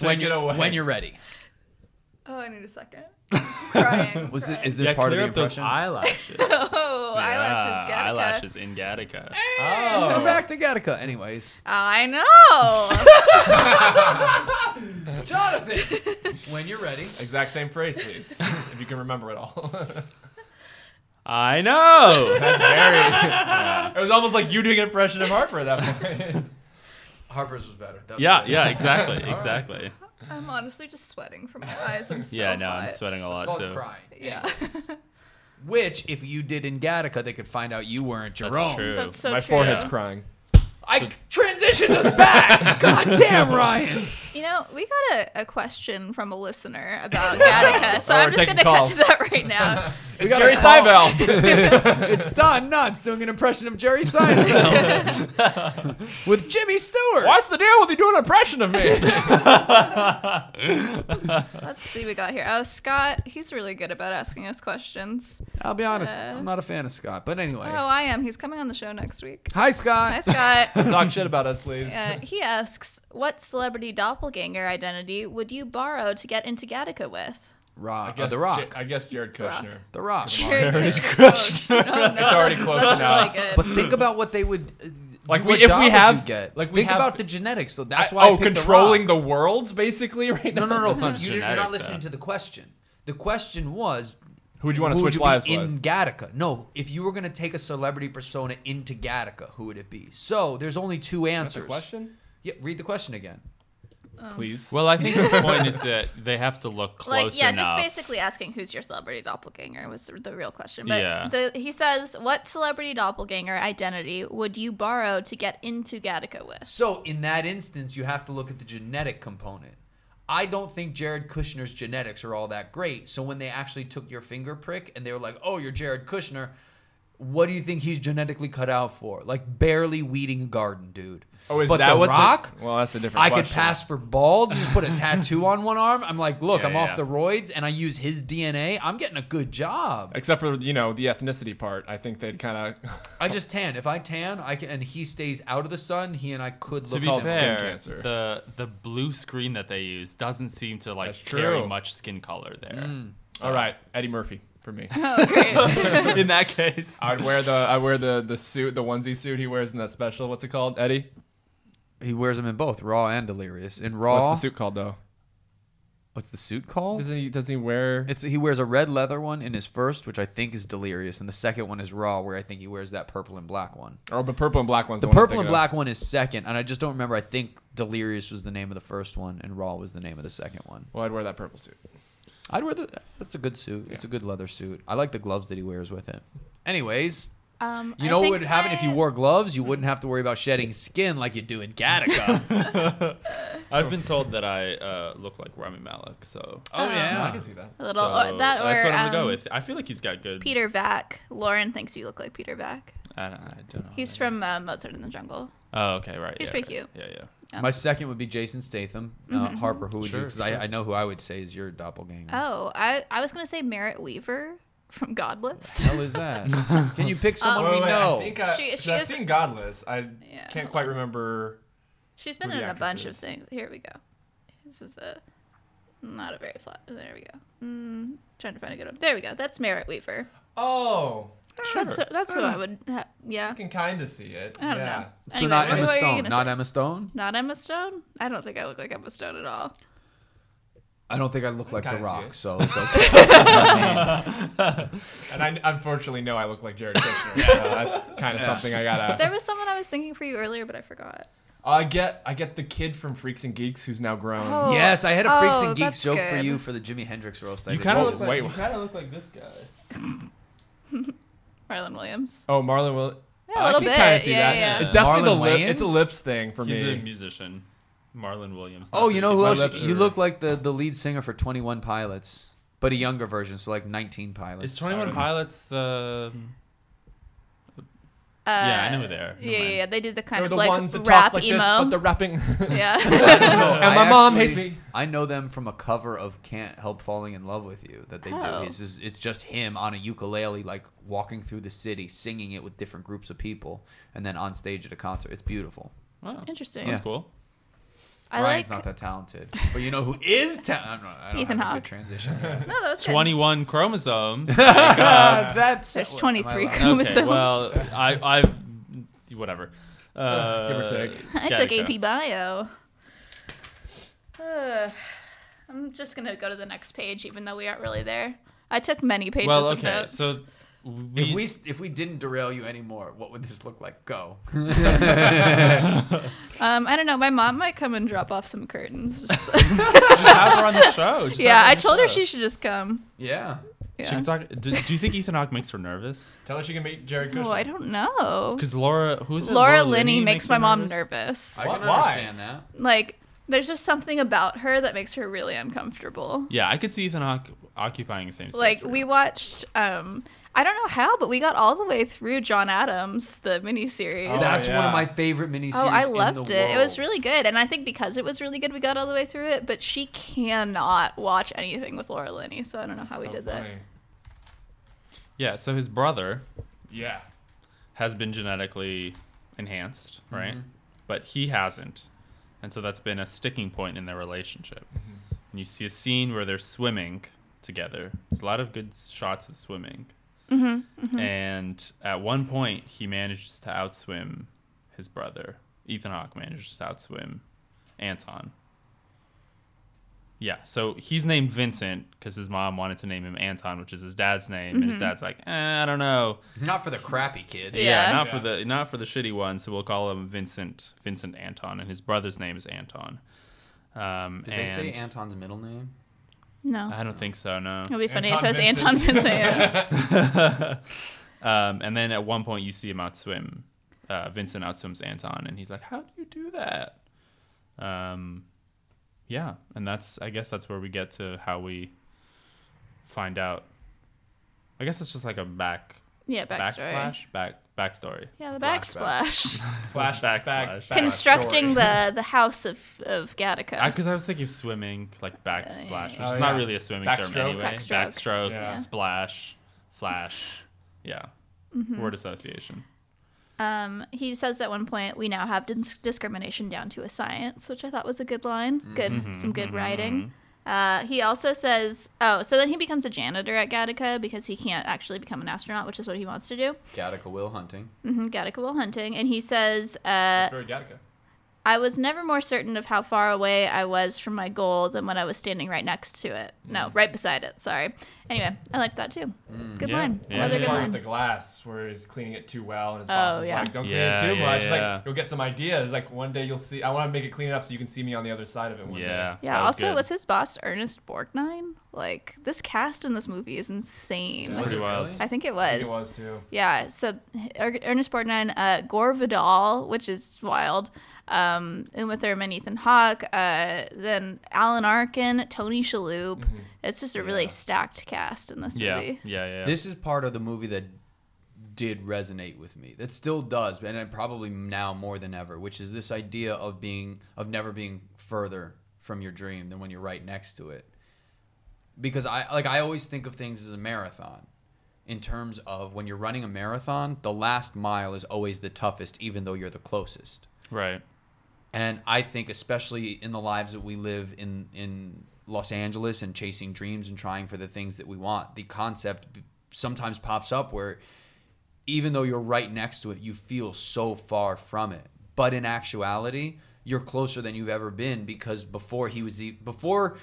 when
Take it
you-
away.
when you're ready.
Oh, I need a second. Crying.
Was
crying.
it, is this part of the impression?
eyelashes.
Oh, eyelashes, Gattaca.
Ah, eyelashes in Gattaca. Oh.
And
Oh.
we're back to Gattaca, anyways.
I know.
Jonathan, when you're ready.
Exact same phrase, please, if you can remember it all.
I know.
it was almost like you doing an impression of Harper at that point.
Harper's was better. That was
yeah,
better.
yeah, exactly, exactly.
I'm honestly just sweating from my eyes. I'm so
yeah, no, I'm
hot.
sweating a
It's
lot
called
too.
crying.
Yeah,
Which, if you did in Gattaca, they could find out you weren't Jerome.
That's true.
that's so
My
true.
forehead's crying.
I transitioned us back. God damn, Ryan.
You know, we got a, a question from a listener about Gattaca, so
Oh,
I'm
we're
just
taking
going to cut to
calls.
that right now.
It's Jerry Seinfeld.
It's Don Knotts doing an impression of Jerry Seinfeld with Jimmy Stewart.
What's the deal with you doing an impression of me?
Let's see what we got here. Oh, Scott, he's really good about asking us questions.
I'll be honest,
Uh,
I'm not a fan of Scott, but anyway.
Oh, I am. He's coming on the show next week.
Hi, Scott.
Hi, Scott.
Talk shit about us, please.
Uh, he asks, what celebrity doppelganger identity would you borrow to get into Gattaca with?
Rock, uh, the Rock,
I guess Jared Kushner.
the Rock.
Heritage
Oh,
question.
It's already close
That's
enough.
really good.
But think about what they would uh,
Like
what
we- if
job
we
would
have-
you get.
like we
think
have-
about the genetics. So that's
I-
why. I
oh,
picked The
controlling
Rock.
the, worlds basically right now.
No, no, no. you, are
genetic,
not listening
though.
to the question. The question was.
Who would you want to
who
switch
would you
lives
be
with?
in Gattaca? No, if you were going to take a celebrity persona into Gattaca, who would it be? So there's only two answers.
That's a question.
Yeah, read the question again. Oh.
Please.
Well, I think his point is that they have to look close
like yeah
enough.
just basically asking who's your celebrity doppelganger was the real question but
Yeah.
the, he says what celebrity doppelganger identity would you borrow to get into gattaca with
So in that instance, you have to look at the genetic component. I don't think Jared Kushner's genetics are all that great. So when they actually took your finger prick and they were like, "Oh, you're Jared Kushner," what do you think he's genetically cut out for? Like barely weeding a garden, dude.
oh, is
but
that
the
what the-
Rock?
well, that's a different.
I could
question.
pass for bald. Just put a tattoo on one arm. I'm like, look,
Yeah,
I'm
yeah,
off
yeah.
the roids, and I use his DNA. I'm getting a good job.
Except for you know the ethnicity part, I think they'd kind of
I just tan. If I tan, I can. And he stays out of the sun. He and I could
to
look
be
called
similar.
skin
fair,
cancer.
the the blue screen that they use doesn't seem to like
That's true.
carry much skin color there. So,
All right, Eddie Murphy for me.
oh great
In that case,
I'd wear the I wear the the suit, the onesie suit he wears in that special. What's it called, Eddie?
He wears them in both Raw and Delirious. In Raw,
What's the suit called though?
What's the suit called?
Doesn't he doesn't he wear?
It's he wears a red leather one in his first, which I think is Delirious, and the second one is Raw, where I think he wears that purple and black one.
Oh, but purple and black ones.
The
one I'm
purple and
thinking of.
black one is second, and I just don't remember. I think Delirious was the name of the first one, and Raw was the name of the second one.
Well, I'd wear that purple suit.
I'd wear the. That's a good suit. It's a good leather suit. I like the gloves that he wears with it. Anyways,
um,
you
I
know what
think
would happen if you
I-
wore gloves? You wouldn't have to worry about shedding skin like you do in Gattaca.
I've been told that I uh, look like Rami Malek, so
oh
I can see that.
a little
so
or that or
that's what I'm gonna
um,
go with. I feel like he's got good.
peter vack lauren thinks you look like peter vack
I don't, I don't know. who
he's
that
from
is.
uh, mozart in the jungle
Oh, okay, right.
he's
yeah,
pretty
right. Yeah, yeah.
My second would be Jason Statham. Uh, Harper, who would you? Because I, I know who I would say is your doppelganger.
Mm-hmm. oh i i was gonna say merritt weaver from godless
hell is that? Can you pick someone we know?
Oh, I think I,
She-
'cause
she
I've
is-
seen Godless. I
Yeah.
can't quite remember.
She's been
Who the
in a bunch of
actress
things. Here we go. This is a not a very flat. There we go. Mm, trying to find a good one. There we go. That's Merritt Weaver.
Oh,
That's uh, that's who I would. Ha- yeah.
I can kind of see it.
I don't
yeah.
know.
so
Anyway,
not
what-
Emma
what were you
Stone.
gonna
Not
say?
Emma Stone.
Not Emma Stone. I don't think I look like Emma Stone at all.
I don't think I look like The
kinda see
Rock,
it.
so it's okay.
And I unfortunately know I look like Jared Kushner. so that's kind of something I gotta.
There was someone I was thinking for you earlier, but I forgot.
I get I get the kid from Freaks and Geeks who's now grown.
Oh.
yes, I had a Freaks
Oh,
and Geeks
that's
joke for
good.
you for the Jimi Hendrix roast. I
You
did.
kinda
What
look
was-
like-
wait,
kind of look like this guy.
Marlon Williams.
Oh, Marlon Will.
Yeah, a
I
little
can kinda
bit.
see
Yeah,
that.
yeah. Uh,
It's definitely
Marlon
the lip.
Wayans?
It's a lips thing for
He's a
me.
musician, Marlon Williams.
Oh,
not
you
that
know
he-
who
My
else?
lips
You
are-
look like the the lead singer for Twenty One Pilots, but a younger version, so like nineteen Pilots.
Is Twenty One Pilots the?
Uh,
Yeah, I know they are. Never
Yeah, yeah,
mind.
yeah, they did the kind
They're
of
the
like
ones that
rap
talk like
emo.
this, but they're rapping.
yeah.
and my mom hates me.
I know them from a cover of "Can't Help Falling in Love with You" that they
Oh.
do. It's just, it's just him on a ukulele, like walking through the city, singing it with different groups of people, and then on stage at a concert. It's beautiful.
Wow,
Interesting.
that's cool.
I
Ryan's
like.
not that talented, but you know who is talented? I don't
Ethan
have a
Hawke.
good transition.
no, that was good.
Twenty one chromosomes.
that's
There's 23
allowed?
chromosomes.
Okay, well, I, I've whatever. Uh,
give or take.
I
gotta
took
go.
AP Bio. Ugh. I'm just gonna go to the next page, even though we aren't really there. I took many pages
Well,
of
okay,
notes.
so
If
we,
we if we didn't derail you anymore, what would this look like? Go.
um, I don't know. My mom might come and drop off some curtains. Just-
just have her on the show. just
yeah,
have
I
on the
told her
show.
she should just come.
Yeah.
Yeah.
She can talk. Do, do you think Ethan Hawke makes her nervous?
Tell her she can meet Jared Kushner.
oh, I don't know.
Because Laura, who is it?
Laura Linney makes
her
my mom nervous.
I can
Why?
understand that.
Like, There's just something about her that makes her really uncomfortable.
Yeah, I could see Ethan Hawke occupying the same space.
Like
for
we
now.
watched, um, I don't know how, but we got all the way through John Adams the miniseries.
Oh,
That's one
yeah.
of my favorite miniseries.
Oh, I
in the
loved it. It was
world.
really good. And I think because it was really good, we got all the way through it. But she cannot watch anything with Laura Linney. So I don't know how we
So
did
funny.
yeah. So his brother
Yeah.
has been genetically enhanced, right? But he hasn't, and so that's been a sticking point in their relationship. And you see a scene where they're swimming together. There's a lot of good shots of swimming. And at one point, he manages to outswim his brother. Ethan Hawke manages to outswim Anton. Yeah, so he's named Vincent because his mom wanted to name him Anton, which is his dad's name, and his dad's like, eh, I don't know.
not for the crappy kid.
Yeah,
Yeah.
not for the not for the shitty one. So we'll call him Vincent Vincent Anton, and his brother's name is Anton. Um,
Did
and
they say Anton's middle name?
that. No.
I don't think so. No.
It'll be funny
Anton
if it was Anton
Vincent.
Vincent. yeah.
Um, and then at one point you see him outswim. Uh, Vincent outswims Anton, and he's like, "How do you do that?" Um, yeah, and that's I guess that's where we get to how we find out. I guess it's just like a back
yeah, backstory.
backsplash back backstory.
Yeah, the
Flashback.
backsplash.
Flashback.
Backslash.
Constructing the, the house of, of Gattaca.
Because I, was thinking of swimming, like backsplash, which
Oh,
is not
yeah.
really a swimming
Backstroke?
term anyway.
Backstroke.
Backstroke,
Yeah.
splash, flash. Yeah.
Mm-hmm.
Word association.
Um, he says at one point, we now have dis- discrimination down to a science, which I thought was a good line. Good, some good writing. Uh, he also says, oh, so then he becomes a janitor at Gattaca because he can't actually become an astronaut, which is what he wants to do.
Gattaca Will Hunting.
hmm Gattaca while hunting. And he says, uh,
Very Gattaca.
I was never more certain of how far away I was from my goal than when I was standing right next to it. No,
Mm.
right beside it. Sorry. Anyway, I liked that too. Good
Yeah.
line.
Yeah.
Another
Another
good
part
line.
with the glass where he's cleaning it too well, and his
Oh,
boss is
yeah.
like, "Don't clean
Yeah,
it too
yeah,
much." It's
yeah.
like, "You'll get some ideas. Like one day you'll see. I want to make it clean enough so you can see me on the other side of it one
Yeah.
day."
Yeah.
that
also,
good.
was his boss Ernest Borgnine? Like this cast in this movie is insane.
It's pretty
it
wild.
really?
I think it
I
was.
think it was too.
Yeah. So Er- Ernest Borgnine, uh, Gore Vidal, which is wild. Um, Uma Thurman, Ethan Hawke, uh, then Alan Arkin, Tony Shalhoub. It's just a really stacked cast in this
Mm-hmm. Yeah. Yeah.
movie.
Yeah. yeah.
This is part of the movie that did resonate with me. That still does, and it probably now more than ever, which is this idea of being of never being further from your dream than when you're right next to it. Because I like I always think of things as a marathon. In terms of when you're running a marathon, the last mile is always the toughest even though you're the closest.
right.
And I think, especially in the lives that we live in in Los Angeles and chasing dreams and trying for the things that we want, the concept b- sometimes pops up where even though you're right next to it, you feel so far from it. But in actuality, you're closer than you've ever been because before he was e- before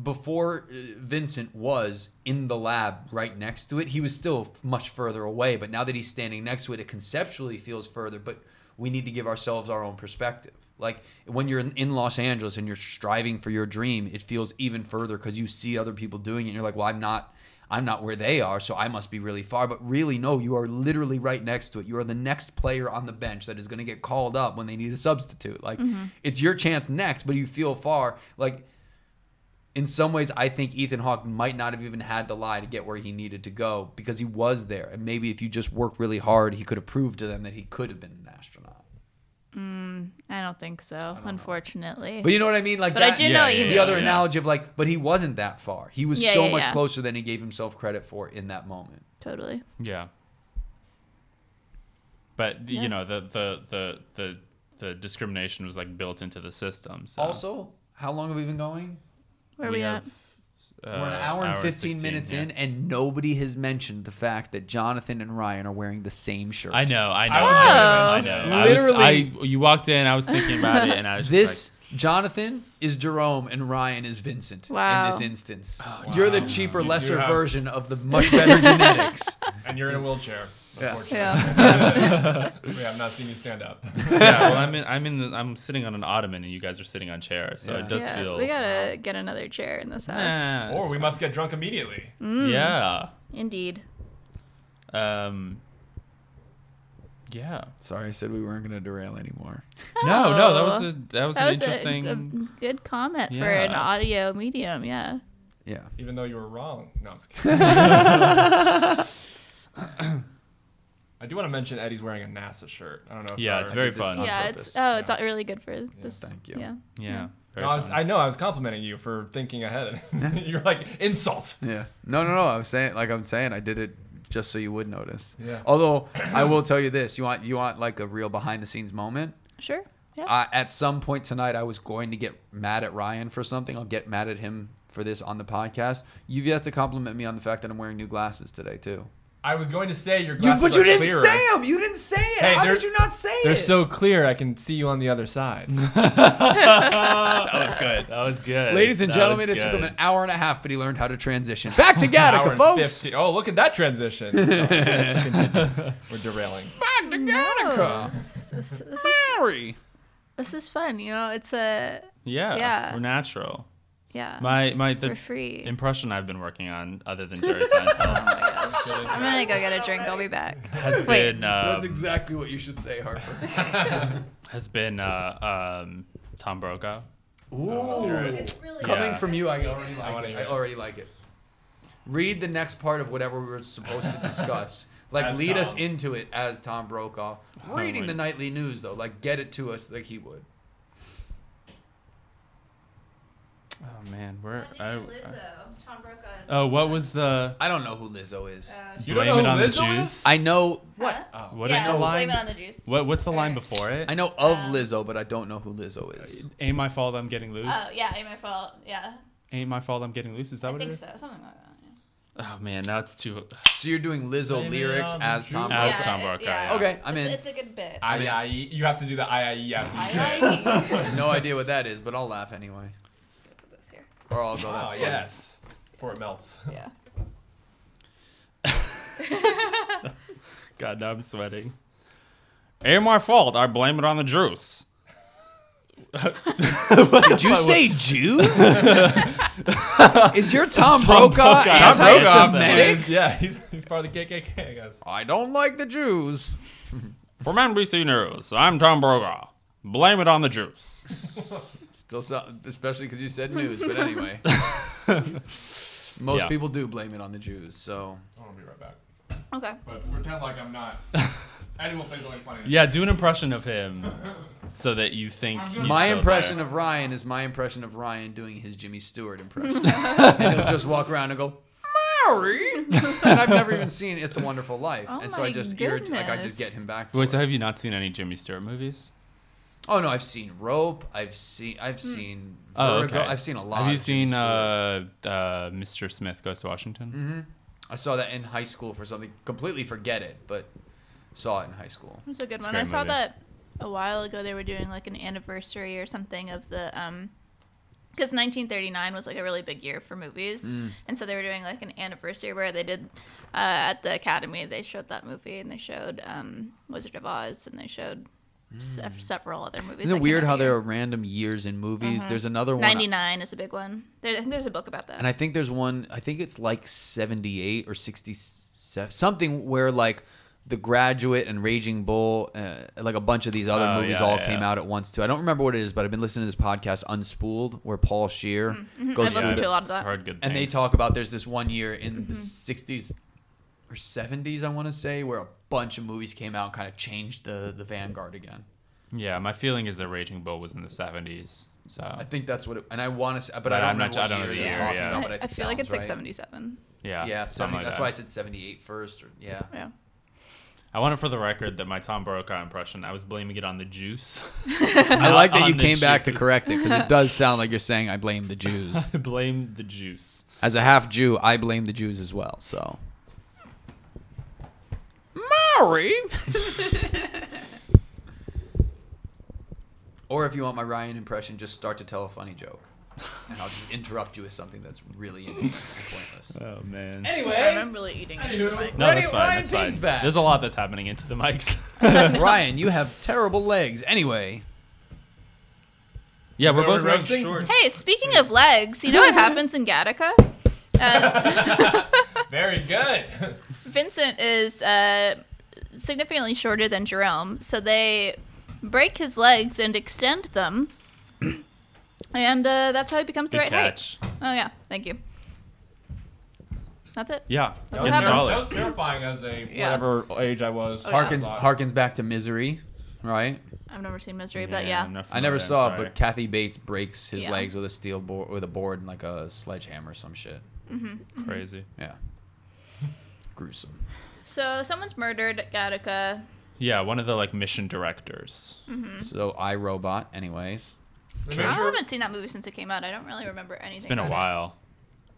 before uh, Vincent was in the lab right next to it, he was still f- much further away. But now that he's standing next to it, it conceptually feels further. But we need to give ourselves our own perspective. Like when you're in, in Los Angeles and you're striving for your dream, it feels even further because you see other people doing it. and You're like, well, I'm not. I'm not where they are, so I must be really far. But really, no, you are literally right next to it. You are the next player on the bench that is going to get called up when they need a substitute. Like,
Mm-hmm.
it's your chance next, but you feel far. Like, in some ways, I think Ethan Hawke might not have even had to lie to get where he needed to go because he was there. And maybe if you just work really hard, he could have proved to them that he could have been an astronaut.
I don't think so, unfortunately.
But you know what I mean? Like,
But I
that,
do know what
yeah,
you
yeah,
mean.
the other
yeah.
analogy of like, but he wasn't that far. He was
Yeah,
so
yeah,
much
yeah.
closer than he gave himself credit for in that moment.
Totally.
Yeah. But
Yeah.
you know the the the the the discrimination was like built into the system. So
Also, how long have we been going?
Where are we, at?
have, uh,
We're an hour and 15
16,
minutes
yeah.
in, and nobody has mentioned the fact that Jonathan and Ryan are wearing the same shirt.
I know, I know,
was
I
Oh.
gonna
know. I know.
mention
that. Literally-
I was, I, you walked in. I was thinking about it, and I was just
this Jonathan is Jerome, and Ryan is Vincent
Wow.
in this instance.
Oh,
You're the cheaper, lesser
have-
version of the much better genetics.
And you're in a wheelchair.
Yeah.
Unfortunately,
Yeah.
we have not seen you stand up.
like, yeah. Well, I'm in, I'm in, the, I'm sitting on an ottoman, and you guys are sitting on chairs, so
Yeah.
it does
Yeah,
feel.
We gotta get another chair in this house.
Nah,
or we must get drunk immediately.
Mm.
yeah.
Indeed.
Um, Yeah.
Sorry, I said we weren't going to derail anymore.
No, no, that was
Oh.
a that was
That
an
was
interesting.
a, a good comment for an
Yeah.
audio medium. Yeah.
Yeah.
Even though you were wrong. No, I'm just kidding. I do want to mention Eddie's wearing a NASA shirt. I don't know. If
Yeah,
y'all
it's
are-
very
I did this
fun.
on
yeah.
purpose.
It's oh, it's not really good for this.
Thank you.
Yeah.
yeah. very
No, I, was,
fun.
I know. I was complimenting you for thinking ahead. You're like insult.
Yeah. No, no, no. I'm saying, like I'm saying, I did it just so you would notice.
Yeah.
Although I will tell you this, you want you want like a real behind the scenes moment.
Sure. Yeah.
I, at some point tonight, I was going to get mad at Ryan for something. I'll get mad at him for this on the podcast. You've yet to compliment me on the fact that I'm wearing new glasses today too.
I was going to say your
You,
glasses
but you
are
didn't
clearer.
say them. You didn't say it.
Hey,
How
they're-
did you not say
They're
it?
so clear. I can see you on the other side.
that was good. That was good.
Ladies and
That was
gentlemen, it took
good.
him an hour and a half, but he learned how to transition back to
Hour
Gattaca,
and
folks.
15 Oh, look at that transition. No, continue. We're derailing.
No. This, is- this, is- this is, this is fun. You know, it's a
Yeah.
Yeah.
We're natural.
yeah.
My my
we're
the
free.
impression I've been working on, other than Jerry Seinfeld,
I'm gonna go get a drink. I'll be back.
has
Wait.
been uh,
exactly what you should say, Harper.
has been uh, um, Tom Brokaw.
Coming
Yeah.
from you, I already like
wanna
it.
hear
I
it.
already like it. Read the next part of whatever we were supposed to discuss. Like
As
lead us
Tom. Oh
into it as Tom Brokaw. Reading
my-
the nightly news though, like get it to us like he would.
Oh man, where? I, I- oh, what was the?
I don't know who Lizzo is.
You
Blame it on the juice.
I know
Uh, What?
What is the line?
Blame it on the juice.
What what's the line before it?
I know of
Um,
Lizzo, but I don't know who Lizzo
Uh,
is.
Ain't my fault I'm getting loose.
Oh yeah, ain't my fault. Yeah,
Ain't my fault I'm getting loose. Is that
I
what
think
it is?
so. Something like that. yeah.
Oh man, now it's too.
So you're doing Lizzo lyrics as Tom
As
Brokaw.
Tom Brokaw, yeah.
Okay, I'm
It's-
in.
It's, a good bit.
I, I, you have to do the I, I, E after you say it.
I like
No idea what that is, but I'll laugh anyway.
Just gonna put this here.
Or I'll go. That's
Oh,
funny."
yes. Before it melts.
Yeah.
God, now I'm sweating. Ain't my fault. I blame it on the juice.
Did you say Jews? is your Tom, Brokaw,
Brokaw. Tom Brokaw.
anti-Semitic?
Yeah, he's, he's part of the KKK, I guess.
I don't like the Jews.
From NBC News, I'm Tom Brokaw. Blame it on the juice.
Still, sound, especially because you said news. But anyway, most
Yeah.
people do blame it on the Jews. So
I'm going to be right back.
Okay.
But pretend like I'm not. Eddie will say something funny.
Yeah, do an impression of him so that you think. He's
my
still
impression
there.
of Ryan is my impression of Ryan doing his Jimmy Stewart impression, and he'll just walk around and go. Mary, and I've never even seen It's a Wonderful Life,
Oh
and so I
my
just irritate, like I
goodness.
just get him back. For
Wait,
it.
so have you not seen any Jimmy Stewart movies?
Oh no, I've seen Rope. I've seen. I've
Hmm.
seen.
Oh,
Vertigo.
okay.
I've seen a lot.
Have you
of Jimmy
seen
Stewart.
uh, uh, Mr. Smith Goes to Washington?
Mm-hmm.
I saw that in high school for something. Completely forget it, but saw it in high school.
It's a good one.
great
I saw
movie.
that a while ago. They were doing like an anniversary or something of the um, because 1939 was like a really big year for movies,
Mm.
and so they were doing like an anniversary where they did uh, at the Academy. They showed that movie and they showed um, Wizard of Oz and they showed se- several other movies. that
Mm. Isn't it
came
weird
out
how
that
there
year.
are random years in
Mm-hmm.
movies? There's another one.
99 is a big one. There, I think there's a book about that.
And I think there's one. I think it's like 78 or 67, something where like The Graduate and Raging Bull, uh, like a bunch of these other
Oh,
movies,
yeah,
all
yeah,
came
yeah.
out at once too. I don't remember what it is, but I've been listening to this podcast Unspooled, where Paul Shear goes
Mm-hmm. I've listened
through
to Mm-hmm. a
the-
lot of that.
Heard good
and they
things.
talk about there's this one year in the 60s or 70s i want to say where a bunch of movies came out and kind of changed the the vanguard again
Yeah, my feeling is that Raging Bull was in the 70s. So
i think that's what it and i want to but
Right,
i don't
I'm
know
not-
what
I don't know
year
the
they're
year,
talking
yeah.
about, but
I, I feel like
sounds
it's like
right.
77.
yeah,
yeah 70,
something like
that's
that.
why i said 78 first or yeah
Yeah.
I want it for the record that my Tom Brokaw impression, I was blaming it on the juice.
i like that
on
you
the
came back to
Jews.
correct it because it does sound like you're saying i blame the jews
Blame the juice.
as a half jew i blame the jews as well so mary Or if you want my Ryan impression, just start to tell a funny joke. And I'll just interrupt you with something that's really inane and pointless.
Oh man.
Anyway,
I'm really eating into the mic.
No,
Ryan-
that's fine.
Ryan
That's
Ping's
fine.
back.
There's a lot that's happening into the mics.
Ryan, you have terrible legs. Anyway,
yeah, we're both
that we're
wearing
roasting?
shorts.
Hey, speaking of legs, you know what happens in Gattaca? Uh,
Very good.
Vincent is uh, significantly shorter than Jerome, so they break his legs and extend them, and uh, that's how he becomes the
Good
right
catch.
height. Oh yeah, thank you. That's it.
Yeah,
That's
it's
what happens.
solid.
terrifying as a
Yeah.
whatever age I was.
Oh, yeah.
Harkens harkens back to misery, right?
I've never seen Misery, but yeah,
I'm not
I never
familiar, I'm
saw it,
sorry.
but Kathy Bates breaks his
Yeah.
legs with a steel board, with a board and like a sledgehammer or some shit.
crazy.
Yeah, gruesome.
So someone's murdered at Gattaca.
Yeah, one of the like mission directors.
So I Robot, anyways.
I haven't seen that movie since it came out. I don't really remember anything.
It's been a while.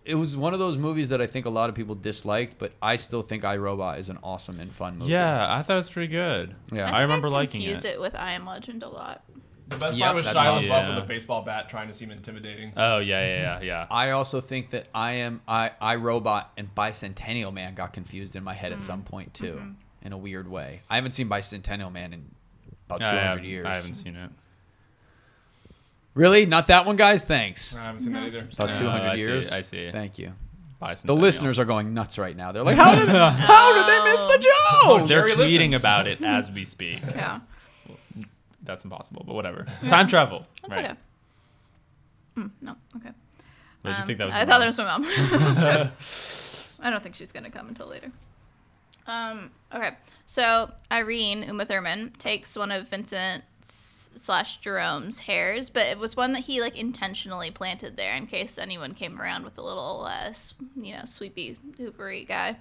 It was one of those movies that I think a lot of people disliked, but I still think I Robot is an awesome and fun movie.
Yeah, I thought it was pretty good.
Yeah.
I,
I think
think
I remember
I
liking
confuse
it.
it. with I Am Legend a lot.
The best
Yep,
part was
that's
Shia
awesome.
LaBeouf with
Yeah.
a baseball bat trying to seem intimidating.
Oh yeah, yeah, yeah, yeah.
I also think that I am I I Robot and Bicentennial Man got confused in my head at some point too, in a weird way. I haven't seen Bicentennial Man in about two
I
hundred
haven't-
years.
I haven't seen it.
Really, not that one, guys. Thanks.
I haven't seen that either.
About
Oh,
two hundred
I see,
years.
I see.
Thank you.
Bicentennial.
The listeners are going nuts right now. They're like, how did how did they miss the
Oh.
joke?
Oh, They're
Jerry
tweeting
listens.
about it as we speak.
Yeah,
That's impossible, but whatever. Time travel.
that's
right.
okay. Mm, no, okay.
What did you think that was?
Um, I
your
thought that
mom?
was my mom. I don't think she's gonna come until later. Um. Okay. So Irene Uma Thurman takes one of Vincent's slash Jerome's hairs, but it was one that he like intentionally planted there in case anyone came around with a little, uh, s- you know, sweepy hoopery guy.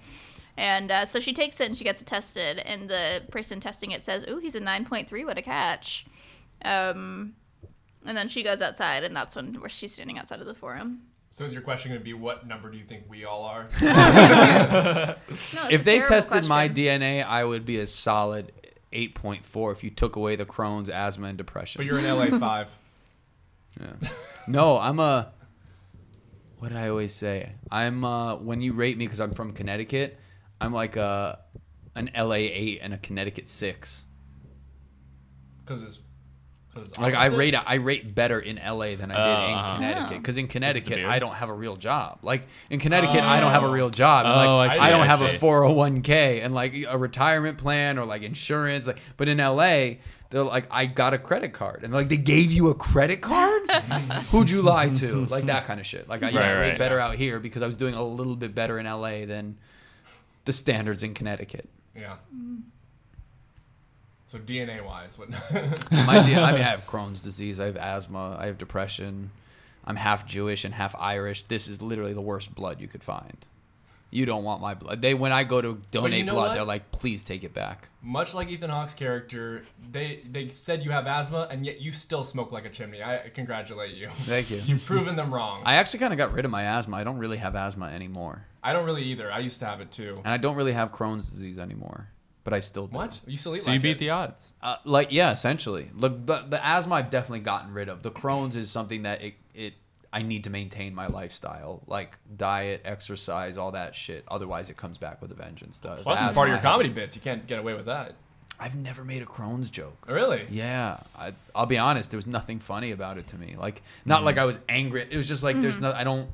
And uh, so she takes it and she gets it tested, and the person testing it says, "Ooh, he's a nine point three. What a catch!" Um, and then she goes outside, and that's when where she's standing outside of the forum.
So is your question going to be what number do you think we all are?
No, it's
If
a
they
terrible
tested my
question.
DNA, I would be a solid 8.4 if you took away the Crohn's, asthma, and depression.
But you're an LA five.
no, I'm a. What did I always say? I'm uh, when you rate me because I'm from Connecticut. I'm like a an LA eight and a Connecticut six.
Because it's, 'cause it's
Like I
opposite.
rate I rate better in LA than I
Oh,
did in
uh-huh.
Connecticut because in Connecticut
beer?
I don't have a real job. Like in Connecticut I don't have a real job. And,
Oh,
like,
I see,
I, don't
I
have
see.
a 401k and like a retirement plan or like insurance. Like but in LA they're like I got a credit card and like they gave you a credit card. Who'd you lie to? Like that kind of shit. Like I, yeah, I
Right,
rate
right,
better out here because I was doing a little bit better in LA than the standards in Connecticut.
Yeah. So DNA wise, what?
My dear, I mean, I have Crohn's disease. I have asthma. I have depression. I'm half Jewish and half Irish. This is literally the worst blood you could find. You don't want my blood. They when I go to donate
know
blood,
what?
they're like, please take it back.
Much like Ethan Hawke's character, they they said you have asthma, and yet you still smoke like a chimney. I congratulate you.
Thank you.
You've proven them wrong. I,
I actually kind of got rid of my asthma. I don't really have asthma anymore,
don't really either. I used to have it too.
and I don't really have Crohn's disease anymore. But I still do.
What? You still eat
So
like
you beat
it.
the odds.
Uh, like yeah, essentially. Look, the, the asthma I've definitely gotten rid of. The Crohn's is something that it it I need to maintain my lifestyle, like diet, exercise, all that shit. Otherwise, it comes back with a vengeance. The, the
Plus, it's
asthma
part of
I
your
have-
comedy bits. You can't get away with that.
I've never made a Crohn's joke.
Really?
Yeah, I, I'll be honest. There was nothing funny about it to me. Like, not like I was angry. It was just like there's no. I don't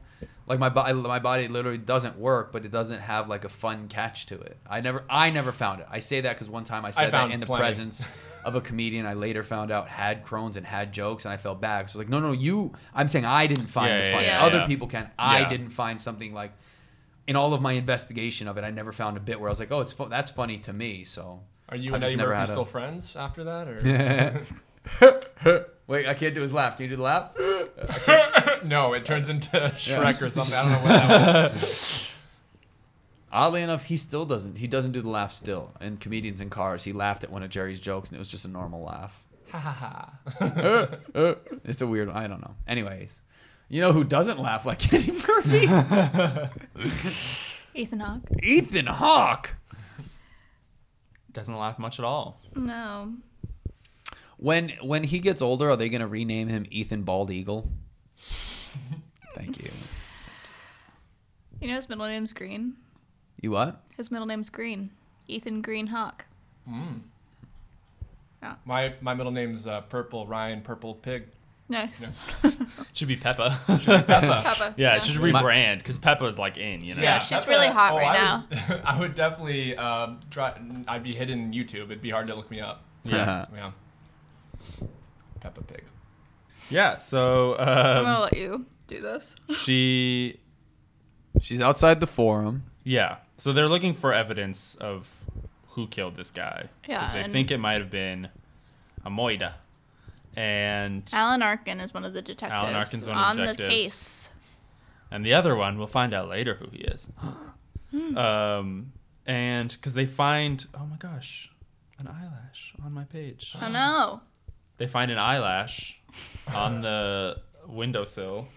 like my body. My body literally doesn't work, but it doesn't have like a fun catch to it. I never. I never found it. I say that because one time I said that
found
in the
plenty.
presence of a comedian. I later found out had Crohn's and had jokes, and I felt bad. So like, no, no, you. I'm saying I didn't find
Yeah,
the
yeah,
funny.
yeah,
Other
yeah.
people can. I
Yeah.
didn't find something like. In all of my investigation of it, I never found a bit where I was like, "Oh, it's fu- that's funny to me." So
Are you
I've
and
just
Eddie
never
Murphy
had a-
still friends after that? Or
Wait, I can't do his laugh. Can you do the laugh?
no, it turns into Shrek or something. I don't know what that was.
Oddly enough, he still doesn't. He doesn't do the laugh still. And comedians in cars, he laughed at one of Jerry's jokes, and it was just a normal laugh.
Ha ha ha.
It's a weird. I don't know. Anyways, you know who doesn't laugh like Eddie Murphy?
Ethan Hawke.
Ethan Hawke.
Doesn't laugh much at all.
No.
When when he gets older, are they gonna rename him Ethan Bald Eagle? Thank you.
You know his middle name's Green.
You what?
His middle name's Green. Ethan Green Hawk.
My my middle name's uh, Purple Ryan Purple Pig.
Nice.
Should be Peppa.
Peppa.
yeah, it should
My-
rebrand because Peppa's like in, you know.
Yeah, she's really hot right
Oh, I Would, I would definitely um, try. I'd be hidden in YouTube. It'd be hard to look me up.
Yeah.
Yeah. Peppa Pig.
Yeah. So
I'm
uh,
gonna let you do this.
she
She's outside the forum.
Yeah. So they're looking for evidence of who killed this guy. 'Cause
Yeah,
They
and-
think it might have been a Moida. And
Alan Arkin is one of the detectives
Alan Arkin's one of the
on the
detectives.
case.
and the other one, we'll find out later who he is. um, and because they find, oh my gosh, an eyelash on my page.
Oh no.
They find an eyelash on the windowsill.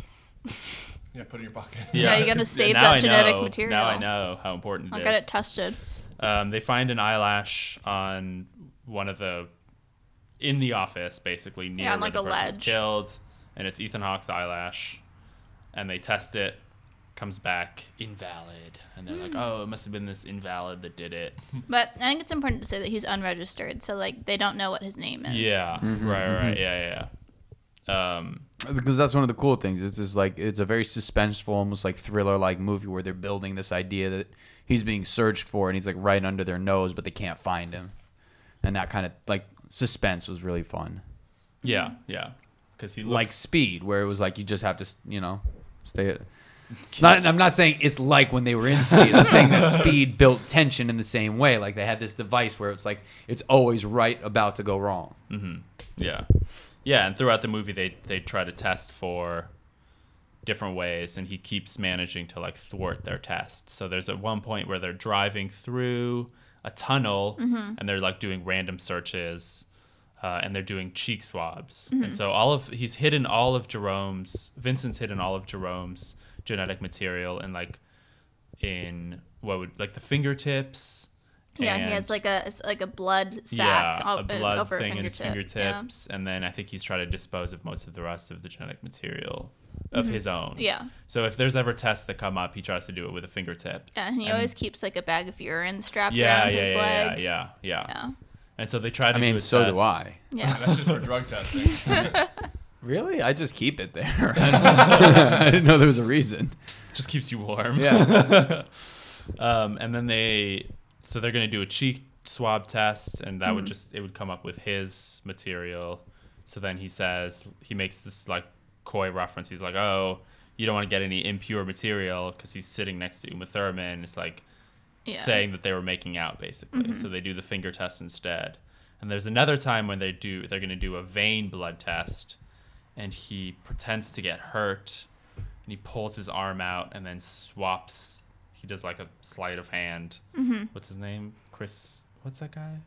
Yeah, put it in your pocket.
Yeah, you gotta
'cause
save
now
that
I
genetic
know-
material.
Now I know how important it
I'll
is.
get it tested.
um, they find an eyelash on one of the in the office basically near
on,
where
like,
the
a
person was
ledge.
killed and it's ethan hawke's eyelash and they test it comes back invalid and they're
Hmm.
like oh it must have been this invalid that did it
But I think it's important to say that he's unregistered, so like they don't know what his name is.
yeah right right right. yeah yeah, yeah um
because that's one of the cool things. It's just like it's a very suspenseful, almost like thriller-like movie where they're building this idea that he's being searched for, and he's like right under their nose, but they can't find him, and that kind of like suspense was really fun.
yeah yeah because he looks
Like Speed, where it was like you just have to, you know, stay. Not, I'm not saying it's like when they were in Speed. I'm saying that Speed built tension in the same way. Like they had this device where it's like it's always right about to go wrong.
Yeah. Yeah, and throughout the movie they they try to test for different ways and he keeps managing to like thwart their tests. So there's at one point where they're driving through a tunnel
Mm-hmm.
and they're like doing random searches uh, and they're doing cheek swabs.
Mm-hmm.
And so all of he's hidden all of Jerome's Vincent's hidden all of Jerome's genetic material and like in what would like the fingertips.
Yeah,
and-
he has like a it's like a blood
yeah,
sac all- uh,
a blood
over
thing in
a
his
fingertip. Yeah.
fingertips, and then I think he's trying to dispose of most of the rest of the genetic material of his own.
Mm-hmm. Yeah.
So if there's ever tests that come up, he tries to do it with a fingertip.
Yeah, and he always keeps like a bag of urine strapped
Yeah,
around
yeah,
his
yeah,
leg.
yeah, yeah, yeah.
yeah.
And so they try to.
I mean,
do a
so
test.
do I.
Yeah.
That's just for drug testing.
Really? I just keep it there. I didn't know there was a reason.
Just keeps you warm.
Yeah.
Um, and then they, so they're gonna do a cheek swab test, and that would just it would come up with his material. So then he says he makes this like coy reference. He's like, "Oh, you don't want to get any impure material because he's sitting next to Uma Thurman." It's like
yeah.
saying that they were making out basically. So they do the finger test instead. And there's another time when they do they're going to do a vein blood test and he pretends to get hurt and he pulls his arm out and then swaps he does like a sleight of hand.
Mm-hmm.
What's his name? Chris What's that guy?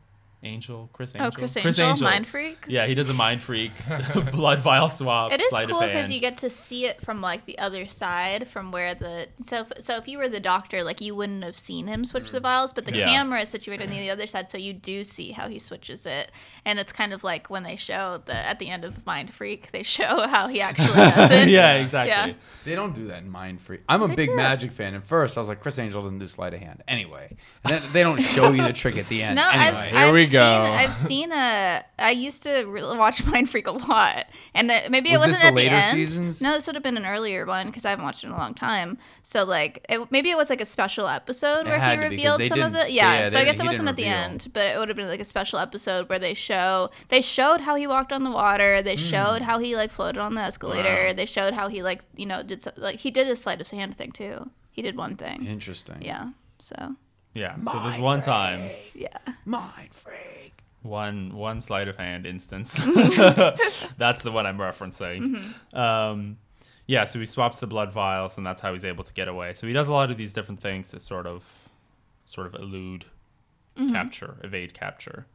Angel, Chris Angel.
Oh, Chris Angel, mind freak.
Yeah, he does a mind freak blood vial swap.
It is
sleight of
cool because
hand.
you get to see it from like the other side, from where the so if, so if you were the doctor, like you wouldn't have seen him switch the vials, but the
Yeah.
camera is situated on the other side, so you do see how he switches it, and it's kind of like when they show the at the end of Mind Freak, they show how he actually does it.
Yeah, exactly.
Yeah.
They don't do that in Mind Free. I'm a
They
big
do it.
Magic fan. At first, I was like, Chris Angel doesn't do sleight of hand. Anyway, and then they don't show you the trick at the end.
No, I've,
anyway,
I've
we
seen,
go.
I've seen a. I used to re- watch Mind Freak a lot, and that maybe
Was
it
this
wasn't
the
at
later
the end.
seasons?
No, this would have been an earlier one because I haven't watched it in a long time. So like, it, maybe it was like a special episode
It
where
had
he
to be, 'cause
revealed
they
some of
didn't-
it. Yeah,
yeah,
so
they-
I guess
he
it wasn't
didn't
at the
reveal.
end, but it would have been like a special episode where they show they showed how he walked on the water.
Hmm.
They showed how he like floated on the escalator. They showed how he like you know did so- like he did a sleight of hand thing too. He did one thing.
interesting.
Yeah. So
yeah. So there's one time
yeah.
Mind Freak.
one one sleight of hand instance. that's the one I'm referencing. Um, yeah, so he swaps the blood vials, and that's how he's able to get away. So he does a lot of these different things to sort of, sort of elude capture, evade capture.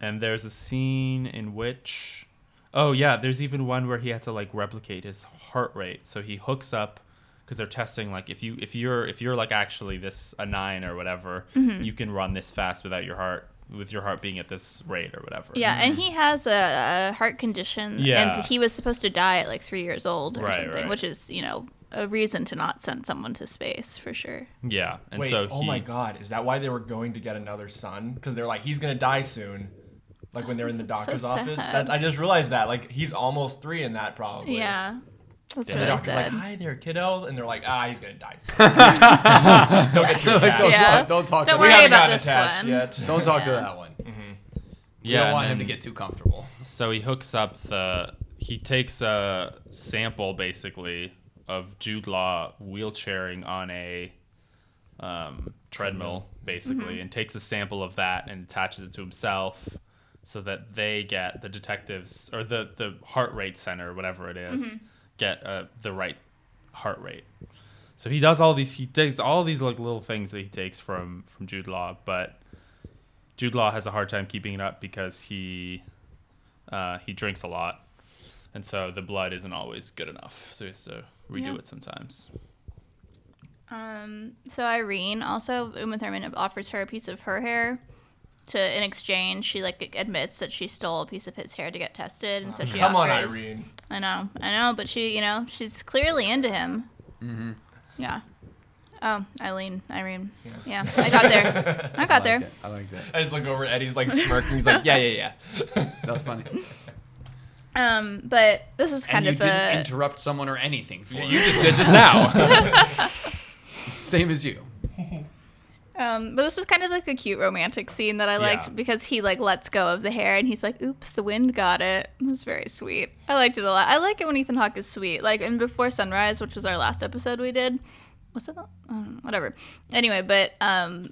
And there's a scene in which, oh yeah, there's even one where he had to like replicate his heart rate. So he hooks up because they're testing like if you if you're if you're like actually this a nine or whatever, you can run this fast without your heart with your heart being at this rate or whatever.
Yeah, and he has a, a heart condition,
Mm-hmm. Yeah.
and he was supposed to die at like three years old or
Right,
something,
right.
which is you know a reason to not send someone to space for sure.
Yeah. And
Wait,
so
oh
he,
my God, is that why they were going to get another son? Because they're like, he's gonna die soon. Like when they're in the
That's so
doctor's office.
sad.
That, I just realized that. Like he's almost three in that probably.
Yeah. That's
And the
really
doctor's like,
sad.
"Hi there, kiddo," and they're like, "Ah, he's gonna die." soon." Don't get your
Like,
attack.
don't,
Yeah.
talk, don't talk
Don't
to
We
worry
haven't
about
gotten
this
attached
one.
yet.
Don't talk to
Yeah.
that one.
Yeah,
don't
and
want him to
then-
get too comfortable.
So he hooks up the. He takes a sample basically of Jude Law wheelchairing on a um, treadmill, basically, and takes a sample of that and attaches it to himself, so that they get the detectives or the the heart rate center, whatever it is, get uh, the right heart rate. So he does all these. He takes all these like little things that he takes from from Jude Law, but Jude Law has a hard time keeping it up because he uh, he drinks a lot, and so the blood isn't always good enough. So he has to redo
Yeah.
it sometimes.
Um, so Irene also Uma Thurman offers her a piece of her hair to in exchange. She like admits that she stole a piece of his hair to get tested, and so
Mm-hmm.
she
Come on,
offers.
Irene.
I know, I know, but she, you know, she's clearly into him. Mm-hmm. Yeah. Oh, Eileen, Irene. Yeah, I got there. I got
I like
there.
that. I like that.
I just look over. Eddie's like smirking. He's like, "Yeah, yeah, yeah."
That was funny.
Um, but this is kind
and you
of a
didn't interrupt someone or anything for
you
it.
just did just now.
Same as you.
Um, but this was kind of like a cute romantic scene that I liked
Yeah.
because he like lets go of the hair and he's like, "Oops, the wind got it." It was very sweet. I liked it a lot. I like it when Ethan Hawke is sweet. Like in Before Sunrise, which was our last episode we did. Was that? the- I don't know, whatever. Anyway, but um,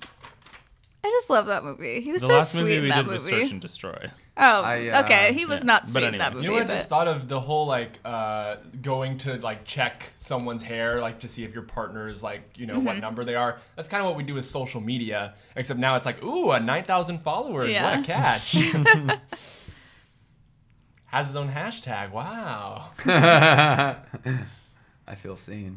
I just love that movie. He was
The
so
last
sweet
movie
in
we
that
did
movie.
was Search and Destroy.
oh,
I, uh,
okay. He was
yeah.
not
But
sweet in
anyway.
that movie.
You know what I
but
just thought of? The whole like uh, going to like check someone's hair, like to see if your partner is like, you know,
Mm-hmm.
what number they are. That's kind of what we do with social media, except now it's like, ooh, a 9,000 followers. What
Yeah.
a catch. Has his own hashtag. Wow.
I feel seen.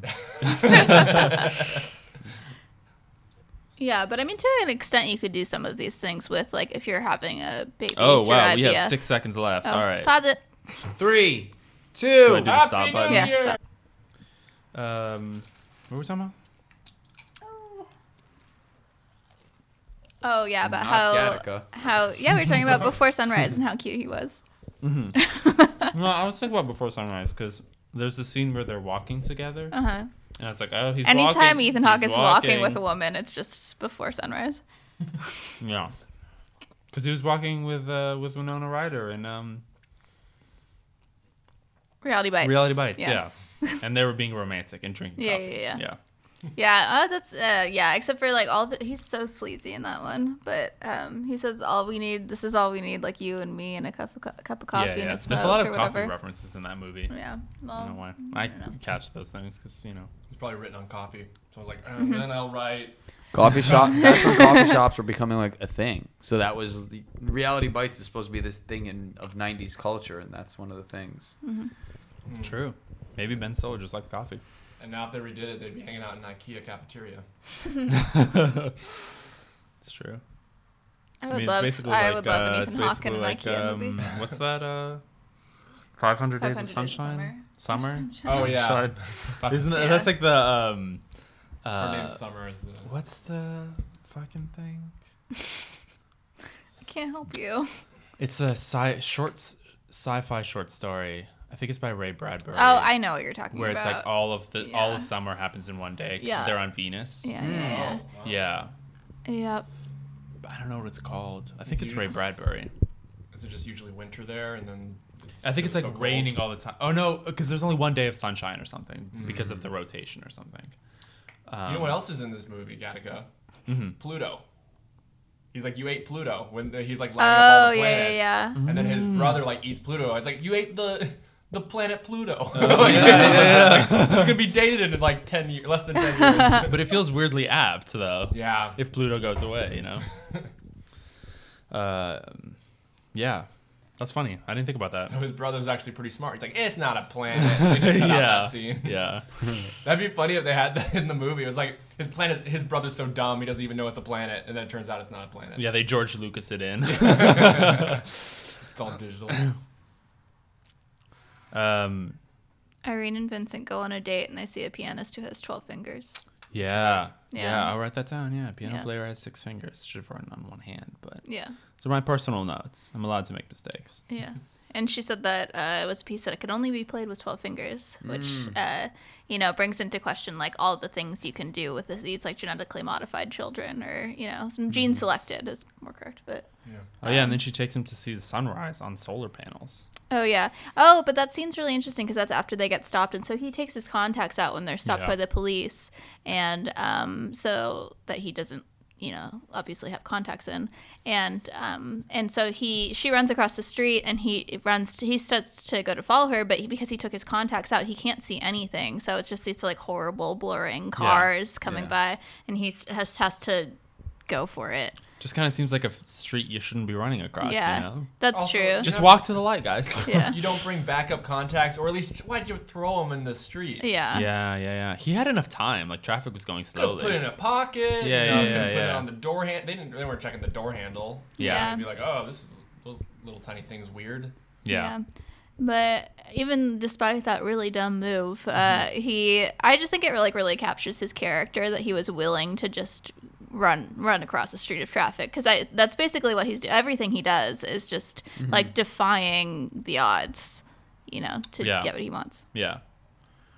yeah, but I mean, to an extent, you could do some of these things with like if you're having a baby.
Oh
through
wow,
IVF.
we have six seconds left.
Oh,
All right.
Pause it.
Three,
Do I
two.
do the stop button?
Oh, Yeah. stop.
Um, what were we talking about?
Oh yeah, but
Not
how
Gattaca.
how yeah we were talking about before sunrise and how cute he was.
No, I was thinking about Before Sunrise because there's a scene where they're walking together,
Uh huh.
and I was like, oh, he's
Anytime
walking,
Ethan Hawke
he's
is walking. with a woman, it's just before sunrise.
Yeah. Because he was walking with uh, with Winona Ryder and um,
Reality bites.
Reality Bites,
Yes.
yeah. and they were being romantic and drinking
Yeah,
coffee.
yeah, yeah.
yeah. yeah.
Yeah. Oh, that's uh, yeah. Except for like all of it, he's so sleazy in that one. But um, he says all we need. This is all we need. Like you and me and a cup of co- cup of coffee
yeah,
and
yeah.
a smoke
There's a lot
or
of coffee
whatever.
references in that movie.
Yeah.
I don't know
Well.
why. I,
don't know.
catch those things because you know.
It's probably written on coffee. So I was like, uh,
Mm-hmm.
then I'll write.
Coffee shop. That's when coffee shops were becoming like a thing. So that was the, reality bites is supposed to be this thing in of '90s culture, and that's one of the things.
True. Maybe Ben Stiller just liked coffee.
And now if they redid it, they'd be hanging out in IKEA cafeteria.
it's true.
I would love. I would love
uh,
an Ethan Hawke in an IKEA movie.
um, what's that? Uh, Five Hundred Days
500 Days
of
of
Sunshine. Summer.
Oh, yeah.
Sunshine. Isn't that,
Yeah.
that's like the um,
Her
uh,
name's Summer. Is, uh,
what's the fucking thing?
I can't help you.
It's a sci short s- sci-fi short story. I think it's by Ray Bradbury.
Oh, I know what you're talking
where it's
about.
like all of the all
yeah.
of summer happens in one day. 'cause
Yeah.
they're on Venus.
yeah,
Hmm.
yeah,
Yeah.
yeah. Yep.
But I don't know what it's called. I think
Is
it's
you-
Ray Bradbury.
Is it just usually winter there? And then
I think it's like
so cold?
raining all the time. Oh no, because there's only one day of sunshine or something because of the rotation or something. Um,
Hmm.
Mm-hmm.
You know what else is in this movie, Gattaca? Pluto. He's like, you ate Pluto when the, he's like lining up all
Oh,
the
yeah, yeah,
planets.
yeah.
And then his
Mm.
brother like eats Pluto. It's like you ate the the planet Pluto.
Oh,
it's gonna be dated in like ten years, less than ten years.
But it feels weirdly apt though.
yeah,
If Pluto goes away, you know. Um yeah, that's funny. I didn't think about that.
so his brother's actually pretty smart. He's like, it's not a planet. They just cut out
yeah.
that scene.
Yeah.
That'd be funny if they had that in the movie. It was like his planet. His brother's so dumb he doesn't even know it's a planet, and then it turns out it's not a planet.
Yeah, they George Lucas it in.
It's all digital.
um
Irene and Vincent go on a date and they see a pianist who has 12 fingers.
Yeah.
Yeah.
yeah. I'll write that down. Yeah. Piano
Yeah.
player has six fingers. Should have written on one hand, but
Yeah.
they're my personal notes. I'm allowed to make mistakes.
Yeah. And she said that uh, it was a piece that could only be played with 12 fingers, which, uh, you know, brings into question, like, all the things you can do with this, these, like, genetically modified children or, you know, some gene selected is more correct. But,
Oh yeah, and then she takes him to see the sunrise on solar panels.
oh, yeah. Oh, but that scene's really interesting because that's after they get stopped. And so he takes his contacts out when they're stopped
Yeah.
by the police. And um, so that he doesn't you know obviously have contacts in and um and so he she runs across the street and he runs to, he starts to go to follow her but he, because he took his contacts out he can't see anything so it's just it's like horrible blurring cars coming by and he has has to go for it
Just kind of seems like a f- street you shouldn't be running across.
yeah
You know?
that's
Also,
true
Just walk to the light, guys.
yeah
You don't bring backup contacts, or at least why'd you throw them in the street?
yeah
yeah, yeah, yeah. He had enough time. Like traffic was going
Could
slowly.
put it in a
Yeah,
pocket. you know,
yeah,
could Put
yeah,
it
yeah.
on the door hand. They didn't. They weren't checking the door handle.
Yeah.
They'd be like, oh, this is those little tiny things weird.
yeah.
But even despite that really dumb move,
Mm-hmm.
uh, he I just think it like really captures his character that he was willing to just run run across the street of traffic because I that's basically what he's do. Everything he does is just
Mm-hmm.
like defying the odds, you know, to
Yeah.
get what he wants.
Yeah.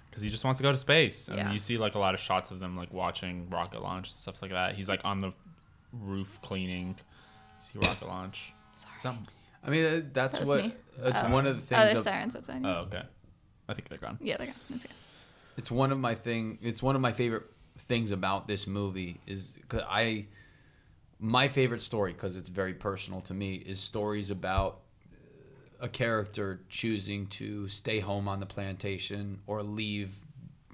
Because he just wants to go to space. And
Yeah.
you see like a lot of shots of them like watching rocket launch and stuff like that. He's like on the roof cleaning. You see rocket launch. Sorry.
I mean, uh, that's
That was
what.
me.
That's one of the
Oh, there's
things. of,
sirens outside.
Oh, okay. I think they're gone.
Yeah, they're gone. That's good.
it's one of my thing. It's one of my favorite things about this movie is 'cause I. My favorite story, because it's very personal to me, is stories about uh, a character choosing to stay home on the plantation or leave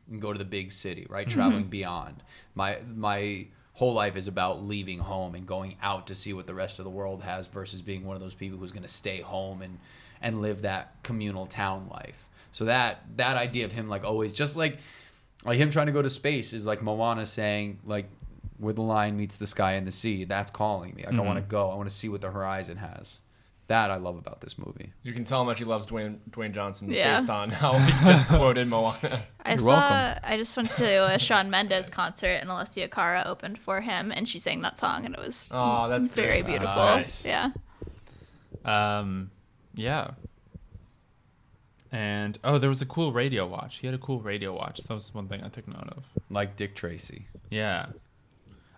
and go to the big city, right? Traveling beyond. My my whole life is about leaving home and going out to see what the rest of the world has versus being one of those people who's going to stay home and and live that communal town life. So that that idea of him like always just like like him trying to go to space is like Moana saying like where the line meets the sky and the sea, that's calling me. Like I want to go. I want to see what the horizon has. That I love about this movie.
You can tell how much he loves Dwayne Dwayne Johnson
Yeah.
based on how he just quoted Moana.
I
You're
saw.
welcome.
I just went to a Sean Mendes concert and Alessia Cara opened for him, and she sang that song, and it was
Oh, that's
very
great.
beautiful.
Nice.
Yeah.
Um, yeah. And oh, there was a cool radio watch. He had a cool radio watch. That was one thing I took note of.
Like Dick Tracy.
Yeah.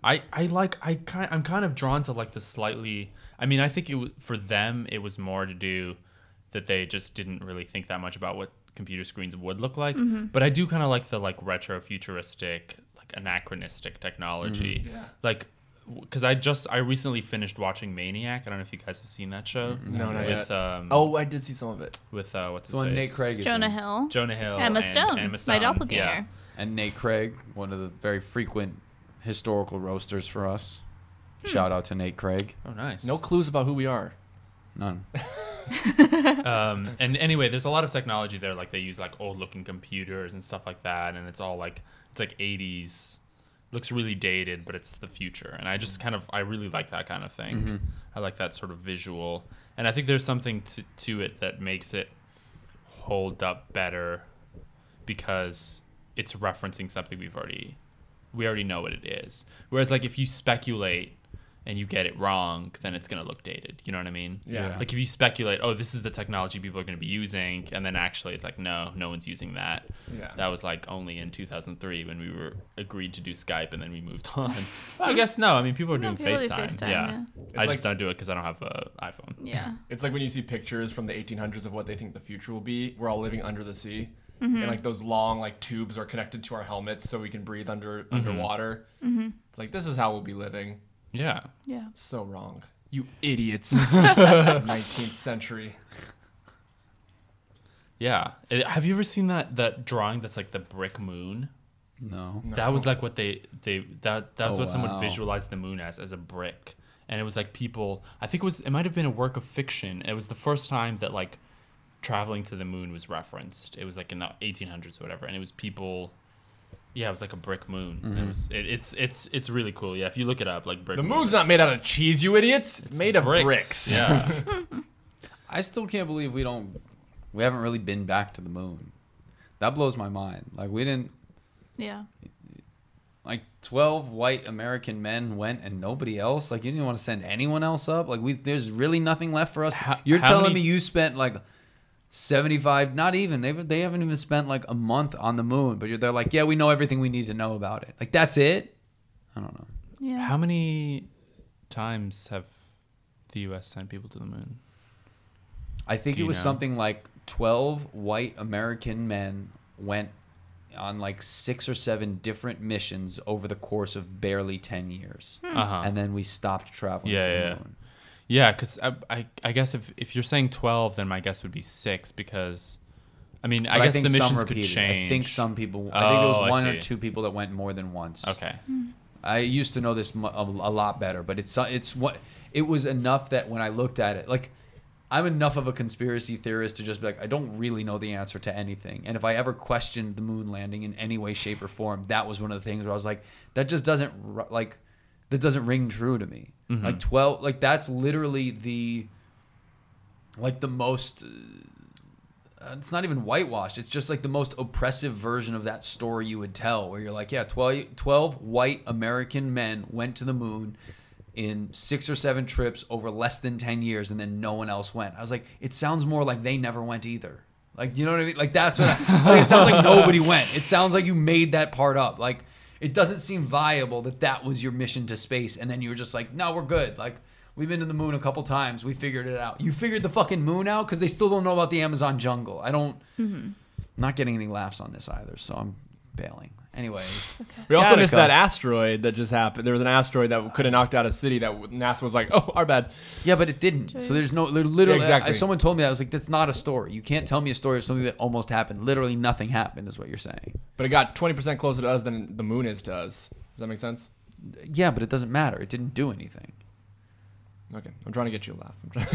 I I like I kind I'm kind of drawn to like the slightly I mean I think it wa- for them it was more to do that they just didn't really think that much about what computer screens would look like
Mm-hmm.
but I do kind of like the like retro futuristic like anachronistic technology
Mm-hmm.
Yeah.
like because I just I recently finished watching Maniac I don't know if you guys have seen that show
No, not
with um
Oh, I did see some of it.
with uh what's
It's
his
one
face
Nate Craig is
Jonah
in.
Hill.
Jonah Hill
Emma
Oh, and
Stone,
Emma Stone
my doppelganger.
and Nate Craig, one of the very frequent historical roasters for us.
Hmm.
Shout out to Nate Craig.
yeah. oh nice
No clues about who we are.
None.
um, and anyway, there's a lot of technology there. Like they use like old looking computers and stuff like that, and it's all like it's like 80s. Looks really dated, but it's the future. And I just kind of I really like that kind of thing. I like that sort of visual, and I think there's something to to it that makes it hold up better because it's referencing something we've already we already know what it is. Whereas like if you speculate and you get it wrong, then it's gonna look dated. You know what I mean?
Yeah.
Like if you speculate, oh, this is the technology people are gonna be using, and then actually it's like, no, no one's using that.
Yeah.
That was like only in 2003 when we were agreed to do Skype, and then we moved on. well, I guess no. I mean, people are
No,
doing
people do
FaceTime.
FaceTime,
Yeah. I
It's
just
like-
don't do it because I don't have an iPhone.
Yeah.
It's like when you see pictures from the 1800s of what they think the future will be. We're all living under the sea, and like those long like tubes are connected to our helmets so we can breathe under underwater. It's like this is how we'll be living.
Yeah.
Yeah.
So wrong, you idiots. 19th century.
Yeah. Uh, Have you ever seen that that drawing that's like the brick moon?
No.
That was like what they they that that was
Oh,
what someone
wow.
visualized the moon as as a brick, and it was like people. I think it was it might have been a work of fiction. It was the first time that like traveling to the moon was referenced. It was like in the 1800s or whatever, and it was people. Yeah, it was like a brick moon.
Mm-hmm.
It was it, it's it's it's really cool. Yeah, if you look it up, like brick.
The
moon,
moon's
it's-
not made out of cheese, you idiots. It's, made of bricks.
Yeah,
I still can't believe we don't we haven't really been back to the moon. That blows my mind. Like we didn't
Yeah.
like 12 white American men went and nobody else. Like you didn't want to send anyone else up. Like we there's really nothing left for us. to-
How-
You're
how
telling
many-
me you spent like 75 not even they they haven't even spent like a month on the moon, but you're they're like, "Yeah, we know everything we need to know about it." Like that's it? I don't know.
Yeah.
How many times have the U.S. sent people to the moon?
I think
Do
it
you
was
know?
something like 12 white American men went on like six or seven different missions over the course of barely 10 years.
Uh-huh.
And then we stopped traveling
Yeah,
to the
yeah.
moon.
Yeah, because I, I, I guess if, if you're saying 12, then my guess would be six because, I mean, I
But
guess the missions could
repeated.
change.
I think some people, I think
Oh,
it
I
was one
see.
or two people that went more than once.
Okay.
Hmm,
I used to know this mu- a, a lot better, but it's it's what it was enough that when I looked at it, like I'm enough of a conspiracy theorist to just be like, I don't really know the answer to anything. And if I ever questioned the moon landing in any way, shape, or form, that was one of the things where I was like, that just doesn't ru- like that doesn't ring true to me.
Mm-hmm.
Like twelve, like that's literally the like the most uh, it's not even whitewashed. It's just like the most oppressive version of that story you would tell, where you're like, yeah, 12, 12 white American men went to the moon in six or seven trips over less than 10 years, and then no one else went. I was like, it sounds more like they never went either. Like, you know what I mean? Like, that's what I, like, it sounds like nobody went. It sounds like you made that part up. Like, it doesn't seem viable that that was your mission to space, and then you were just like, no, we're good. Like, We've been to the moon a couple times. We figured it out. You figured the fucking moon out because they still don't know about the Amazon jungle. I don't. Not getting any laughs on this either, so I'm bailing. Anyways,
We also
Gattaca.
missed that asteroid that just happened. There was an asteroid that could have knocked out a city that NASA was like, "Oh, our bad."
yeah, but it didn't. So there's no. there Literally,
Yeah, exactly.
I- someone told me that. I was like, that's not a story. You can't tell me a story of something that almost happened. Literally, nothing happened, is what you're saying.
But it got 20% closer to us than the moon is to us. Does that make sense?
Yeah, but it doesn't matter. It didn't do anything.
Okay, I'm trying to get you a laugh. I'm trying-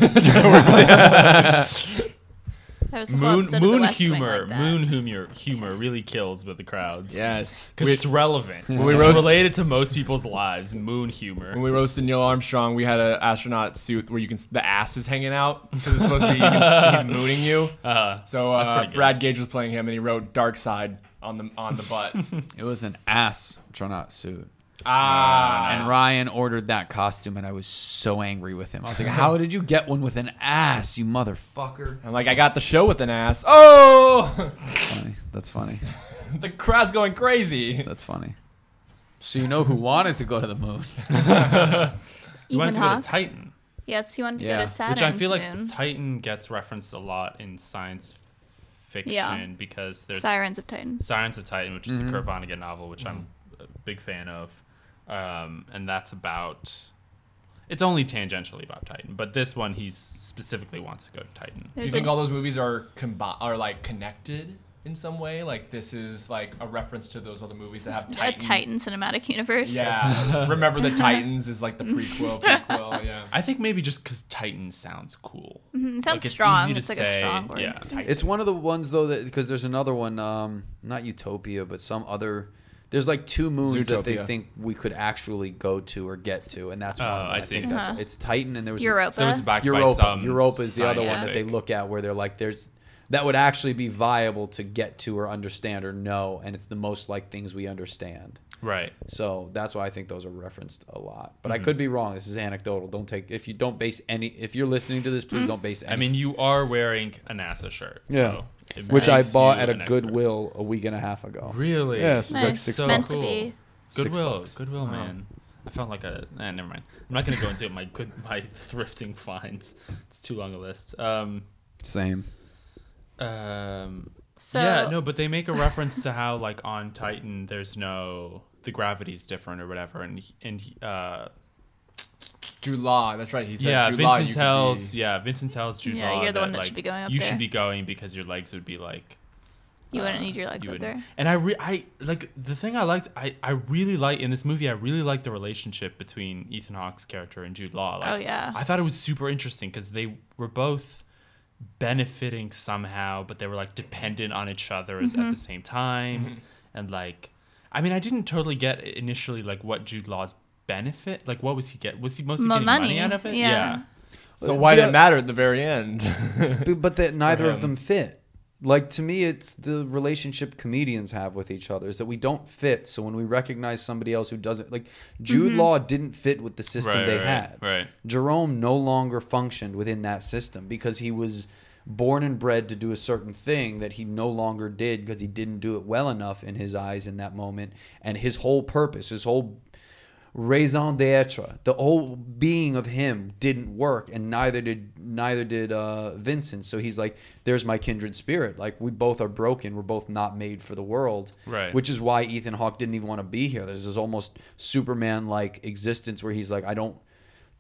That was a whole
Moon,
episode of The
moon
West Wing
humor,
like that.
moon humor, humor really kills with the crowds.
yes.
because
We-
it's relevant.
we
it's
roast-
related to most people's lives. Moon humor.
when we roasted Neil Armstrong, we had an astronaut suit where you can the ass is hanging out because it's supposed to be you can, he's mooning you.
uh,
So
That's
uh,
pretty good.
Brad Gage was playing him, and he wrote "Dark Side" on the on the butt.
It was an ass astronaut suit.
ah,
And Ryan ordered that costume, and I was so angry with him. I was like, "How did you get one with an ass, you motherfucker?"
I'm like, I got the show with an ass. Oh,
Funny. That's funny.
the crowd's going crazy.
That's funny. So you know who wanted to go to the moon?
you wanted to go
Ethan
to Titan,
Yes, he wanted to go
Yeah.
to
Which I
Saturn's
which I feel like
moon.
Titan gets referenced a lot in science fiction because there's
Sirens of Titan.
Sirens of Titan, which is the
Mm-hmm.
Kurt Vonnegut novel, which I'm a big fan of, um, and that's about. It's only tangentially about Titan, but this one he s- specifically wants to go to Titan.
Do you
There's
think
a-
all those movies are combi- are like connected in some way? Like this is like a reference to those other movies that have
a
Titan.
Titan cinematic universe.
Yeah, remember the Titans is like the prequel. prequel yeah.
I think maybe just because Titan sounds cool.
Mhm, It sounds
Like, it's
strong.
easy to
It's like a
say,
strong word.
yeah.
It's one of the ones though that because there's another one, um, not Utopia, but some other. There's like two moons that they
Zootopia.
think we could actually go to or get to, and that's one.
Oh,
of them.
I
I,
see.
think that's
Uh-huh.
it's Titan, and there was a-
Europa.
So it's backed by
Europa.
some.
Europa is the other one that they
scientific-
look at where they're like, there's that would actually be viable to get to or understand or know, and it's the most like things we understand.
Right.
So that's why I think those are referenced a lot. But
Mm-hmm.
I could be wrong. This is anecdotal. Don't take if you don't base any if you're listening to this, please don't base any
Mm-hmm. I mean, you are wearing a NASA shirt. So
Yeah.
it
which I
makes
bought
you
at a
an expert.
Goodwill a week and a half ago.
Really?
Yeah, it's
Nice.
like six
So
meant
bucks.
to
cool.
be.
Six
Goodwill,
bucks.
Goodwill, man. I found like a. Eh, never mind. I'm not gonna go into my good my thrifting finds. It's too long a list. Um,
Same.
um,
So
yeah, no, but they make a reference to how like on Titan there's no the gravity's different or whatever, and he- and he- uh,
July. That's right. He said
yeah,
July.
Vincent tells yeah Vincent tells Jude
Yeah,
Law
you're the
that,
one that
like,
should be going up
you
there.
should be going because your legs would be like
you wouldn't
uh,
need your legs
you
up
wouldn't-
there.
And I, re- I like the thing I liked. I, I really like in this movie. I really liked the relationship between Ethan Hawke's character and Jude Law. Like,
Oh, yeah.
I thought it was super interesting because they were both benefiting somehow, but they were like dependent on each other as
Mm-hmm.
at the same time. And like, I mean, I didn't totally get initially like what Jude Law's benefit. Like, what was he get? Was he mostly
Mo-
getting money,
money,
out of it?
yeah.
So why did
Yeah.
it matter at the very end?
But, but that neither of
him.
them fit.
like to me it's the relationship comedians have with each other is that we don't fit so when we recognize somebody else who doesn't like jude law didn't fit with the system
Right,
they
right,
had
right.
jerome no longer functioned within that system because he was born and bred to do a certain thing that he no longer did because he didn't do it well enough in his eyes in that moment and his whole purpose his whole raison d'etre the whole being of him didn't work and neither did neither did uh, vincent so he's like there's my kindred spirit like we both are broken we're both not made for the world
Right.
which is why ethan hawke didn't even want to be here there's this almost superman like existence where he's like i don't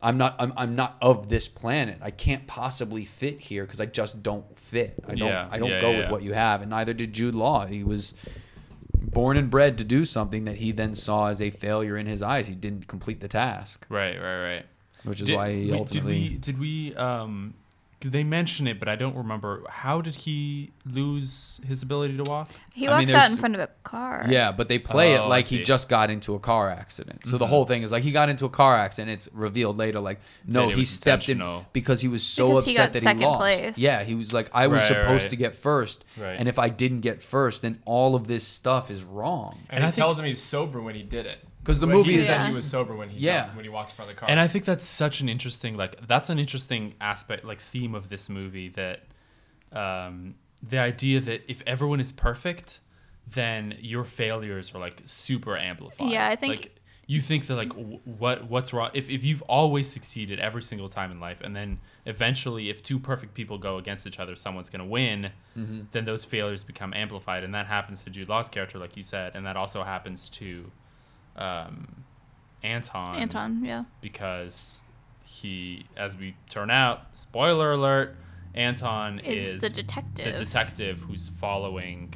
i'm not i'm, I'm not of this planet i can't possibly fit here because i just don't fit i don't
Yeah,
i don't
yeah,
go
yeah,
with
yeah.
what you have and neither did jude law he was born and bred to do something that he then saw as a failure in his eyes. He didn't complete the task,
Right, right, right.
which is why he
we-
ultimately.
Did we? Did we? Um, did they mention it? But I don't remember. How did he lose his ability to walk?
He
I mean,
walks out in
there's-
front of a car.
Yeah, but they play
Oh,
it
I
like he
see. Mm-hmm.
just got into a car accident. So the whole thing is like he got into a car accident. It's revealed later, like no,
That it
he
was
stepped in
intentional.
because he was so
Because he
upset
got
that
second
he lost.
place.
Yeah, he was like, I was
Right,
supposed
right.
to get first,
Right.
and if I didn't get first, then all of this stuff is wrong.
And,
And
it
I think-
tells him he's sober when he did it.
'Cause the
When
movie
he
is-
said
Yeah.
he was sober when he
Yeah.
when he walked in front of the car.
And I think that's such an interesting like that's an interesting aspect like theme of this movie that um, the idea that if everyone is perfect, then your failures are like super amplified.
Yeah, I think-
like, you think that like w- what what's wrong if if you've always succeeded every single time in life, and then eventually if two perfect people go against each other, someone's gonna win. Then those failures become amplified, and that happens to Jude Law's character, like you said, and that also happens to. Um, Anton
Anton, yeah.
because he, as we turn out, spoiler alert, Anton
Is
is,
the detective.
The detective who's following,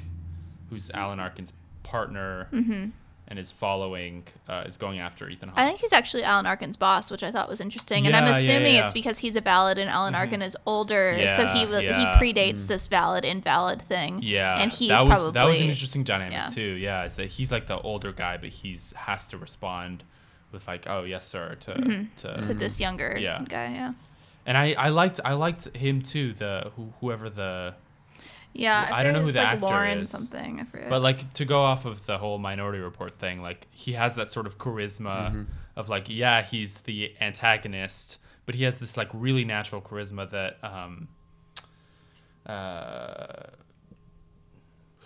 who's Alan Arkin's partner,
Mm-hmm.
and is following, uh, is going after Ethan Hawke.
I think he's actually Alan Arkin's boss, which I thought was interesting. and I'm
Yeah, yeah,
assuming
yeah. Mm-hmm.
it's because he's a valid and Alan Arkin is older, so he
Yeah,
wa-
yeah. Mm.
he predates this valid invalid thing.
yeah,
and he's
that was
probably
that was an interesting dynamic
yeah.
too. Yeah, is that he's like the older guy, but he's has to respond with like, "Oh yes, sir," to to,
Mm-hmm. to this younger
Yeah.
guy. Yeah,
and I I liked I liked him too. The who, whoever the
yeah.
I
forget
don't know who
it's
the
like
actor
Lauren
is,
Something. I forget.
But like to go off of the whole Minority Report thing, like he has that sort of charisma
Mm-hmm.
of like, yeah, he's the antagonist, but he has this like really natural charisma that um, uh,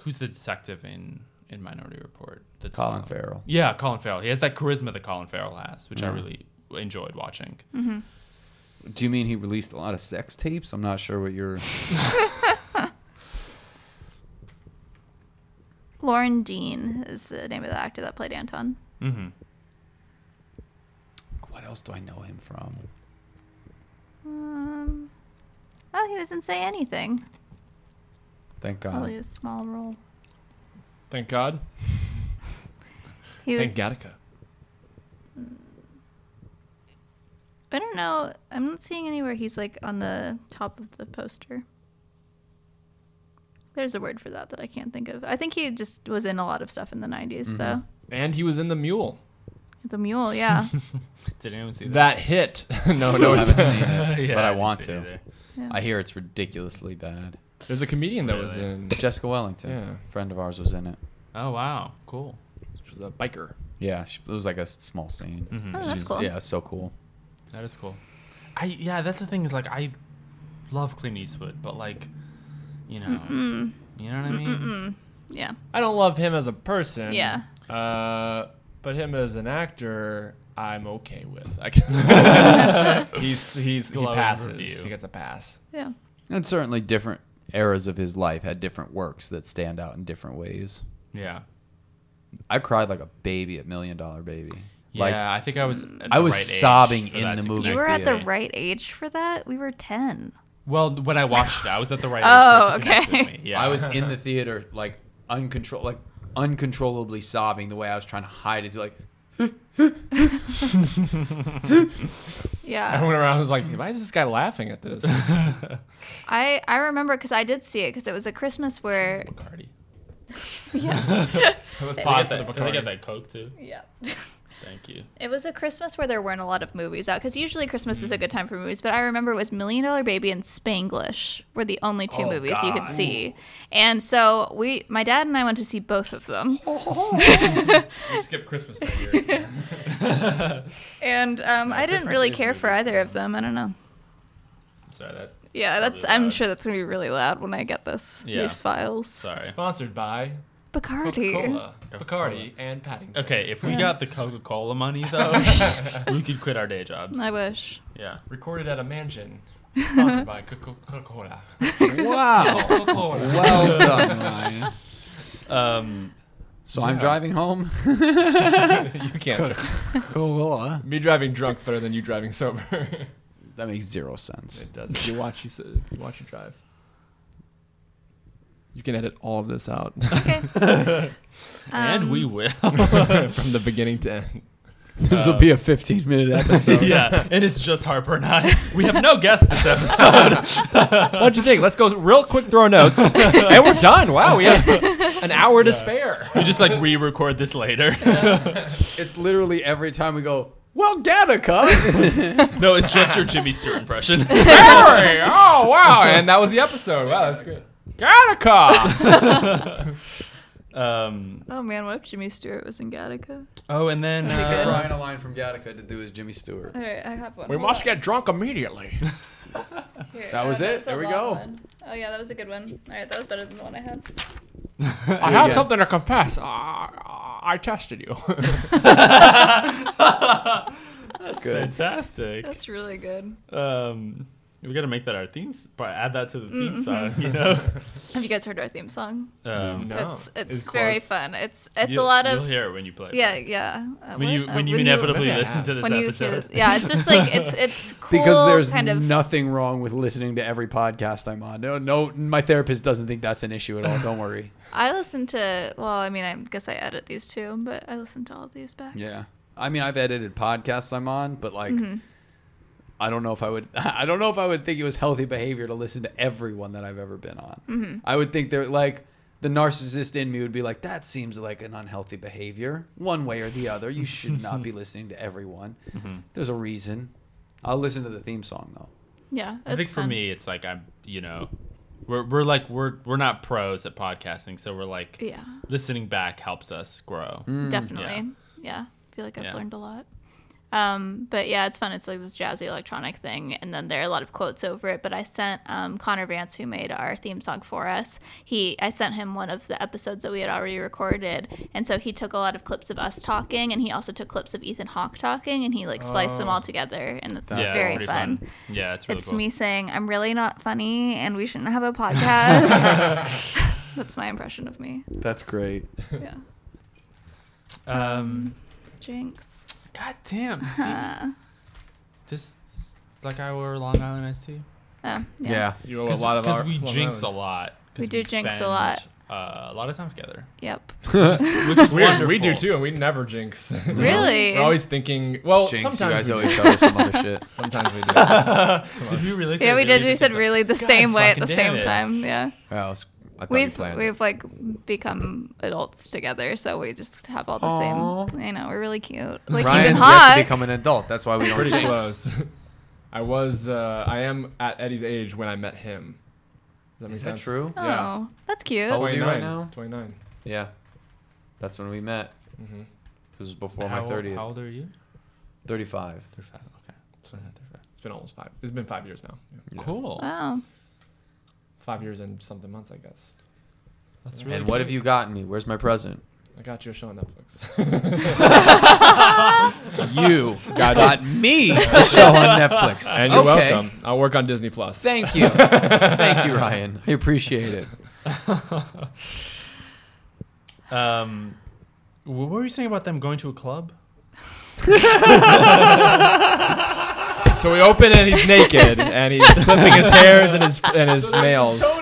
who's the detective in in Minority Report? That's
Colin
not-
Farrell.
Yeah, Colin Farrell. He has that charisma that Colin Farrell has, which I really enjoyed watching.
Do you mean he released a lot of sex tapes? I'm not sure what you're.
Lauren Dean is the name of the actor that played Anton.
Mm-hmm.
What else do I know him from?
Um, oh, he was in Say Anything.
Thank God.
Probably a small role.
Thank God.
He was.
Thank Gattaca.
I don't know. I'm not seeing anywhere he's like on the top of the poster. There's a word for that that I can't think of. I think he just was in a lot of stuff in the 90s, though.
And he was in the Mule.
The Mule, yeah.
Did anyone see that?
That hit. no, no.
I
it's-
haven't seen it,
Yeah,
but I
didn't
want
see it
to.
either.
I hear it's ridiculously bad.
There's a comedian that was
Really?
in.
Jessica Wellington,
Yeah.
friend of ours, was in it.
Oh wow, cool.
She was a biker.
Yeah, she, it was like a s- small scene.
Oh, that's cool.
Yeah, so cool.
That is cool. I yeah, that's the thing is like I love Clint Eastwood, but like, you know, you know what I mean.
yeah.
I don't love him as a person.
Yeah.
Uh, but him as an actor, I'm okay with. I can- he's he's he
Glowing
passes.
review.
He gets a pass.
Yeah.
And certainly different eras of his life had different works that stand out in different ways.
Yeah.
I cried like a baby at Million Dollar Baby.
Yeah,
Like
I think I was. at the
I was
right age
sobbing
for
in
that
the
to
movie.
connect.
You were at the
theater.
right age for that? We were 10.
Well, when I watched it, I was at the right
Oh,
age. for it to connect
okay.
With me. Yeah.
I was in the theater like uncontrol like uncontrollably sobbing the way I was trying to hide it. Like
Yeah.
I went around. I was like, why is this guy laughing at this?
I, I remember because I did see it because it was a Christmas where.
Bacardi.
Yes.
Let's
Did they
pause
get
for the
that- did they
Bacardi.
get that Coke too?
yeah.
Thank you.
It was a Christmas where there weren't a lot of movies out because usually Christmas is a good time for movies, but I remember it was Million Dollar Baby and Spanglish were the only two movies you could see, and so we, my dad and I, went to see both of them,
We skipped Christmas that year.
and um, I didn't
Christmas
really
is
care
really
for
good
either of them. I don't know.
Sorry that.
Yeah, that's.
probably
I'm
loud.
sure that's gonna be really loud when I get this
Yeah.
these files.
Sorry.
Sponsored by
Bacardi.
Coca-Cola,
Coca-Cola.
Bacardi, and Paddington.
Okay, if we got the Coca Cola money though, we could quit our day jobs.
I wish.
Yeah.
Recorded at a mansion. Sponsored by Coca- Coca-Cola.
Wow.
Coca-Cola.
well done, Ryan.
Um,
So I'm driving home.
you can't.
Cool.
Me driving drunk's better than you driving sober.
That makes zero sense.
It does. If you watch, you, s- if you watch, you drive. You can edit all of this out
Okay.
and we will.
from the beginning to end.
This will be a 15 minute episode.
yeah, and it's just Harper and I. We have no guests this episode.
What'd you think? Let's go real quick throw notes, and we're done. Wow, we have an hour to spare.
We just like re-record this later.
It's literally every time we go, well, Gattaca. Uh,
no, it's just your Jimmy Stewart impression.
Barry! Oh wow! And that was the episode. Wow, that's great. Gattaca.
Um,
oh man, what if Jimmy Stewart was in Gattaca?
oh, and then
That'd be
uh,
good.
Ryan a line from Gattaca to do as Jimmy Stewart.
All right, I have one.
We
Hold
must
on.
get drunk immediately.
Here,
That
oh,
was
that's
it.
a
There we
long
go.
one. Oh yeah, that was a good one. All right, that was better than the one I had.
I have something to confess. Uh, I tested you.
that's
good.
uh, fantastic.
That's really good.
Um, we got to make that our theme. s- But add that to the
Mm-hmm.
theme song. You know.
Have you guys heard our theme song?
Um,
No.
It's it's,
It's
very
quite-
fun. It's it's
you'll-
a lot
You'll
of
hear it when you play.
yeah yeah. Uh,
When you
what? Uh,
when you inevitably
Yeah.
listen to this
when you
episode.
hear this- yeah, it's just like it's it's cool
Because there's
kind of
nothing wrong with listening to every podcast I'm on. No, no, my therapist doesn't think that's an issue at all. Don't worry.
I listen to well, I mean, I guess I edit these too, but I listen to all these back.
Yeah. I mean, I've edited podcasts I'm on, but like,
Mm-hmm.
I don't know if I would. I don't know if I would think it was healthy behavior to listen to everyone that I've ever been on.
Mm-hmm.
I would think they're like the narcissist in me would be like, that seems like an unhealthy behavior, one way or the other. You should not be listening to everyone.
Mm-hmm.
There's a reason. I'll listen to the theme song though.
Yeah,
I think
it's
for
fun.
me, it's like I'm, you know, we're, we're like we're we're not pros at podcasting, so we're like
yeah, Mm.
listening back helps us grow.
definitely, yeah. I feel like I've
Mm, Yeah.
learned a lot. Um, but yeah, it's fun. It's like this jazzy electronic thing, and then there are a lot of quotes over it. But I sent um, Connor Vance, who made our theme song for us, he I sent him one of the episodes that we had already recorded, and so he took a lot of clips of us talking, and he also took clips of Ethan Hawke talking, and he like spliced them all together, and it's very
Yeah, it's Oh. pretty
fun.
fun. Yeah, it's really
it's
cool.
me saying I'm really not funny and we shouldn't have a podcast. That's my impression of me.
That's great.
Yeah.
Um,
Jinx.
God damn, see,
Uh,
this is like I were Long Island iced tea.
oh, yeah.
You owe a
Because
lot of our
we
Long
jinx a
Islands.
lot. 'cause
We do jinx a
spend,
lot.
Uh, a lot of time together,
Yep.
which is
We,
wonderful.
we do too, and we never jinx.
Really?
We're always thinking. Well,
Jinx, you guys
sometimes we
owe
do.
each other some other shit.
Sometimes we do.
Did we really? say
Yeah, we did.
really
We
the
said really the same
same God
way at
fucking
the
damn
same
it.
time. Yeah.
Well, I was- I thought you
We've
planned it.
we've like become adults together, so we just have all the same. I know we're really cute. Like
Ryan's
Ethan
yet to
Hawke.
become an adult. That's why we don't
Pretty
jinx.
close. I was. Uh, I am at Eddie's age when I met him. Does that make
Is that
sense?
true?
oh,
Yeah.
that's cute.
How old are you right
29.
now?
29.
Yeah. That's when we met.
Mhm.
This was before
How
my
old-
30th.
How old are you?
35.
Thirty-five. Okay.
So, It's been almost five. It's been five years now. Yeah.
Cool.
Wow.
Five years and something months, I guess.
That's
And
really.
what have you
cute.
gotten me? Where's my present?
I got you a show on Netflix.
You got, me a show on Netflix.
and you're
Okay.
welcome. I'll work on Disney Plus.
Thank you. Thank you, Ryan. I appreciate it.
Um, wh- what were you saying about them going to a club?
so we open and he's naked and he's clipping his hairs and his and his nails.
All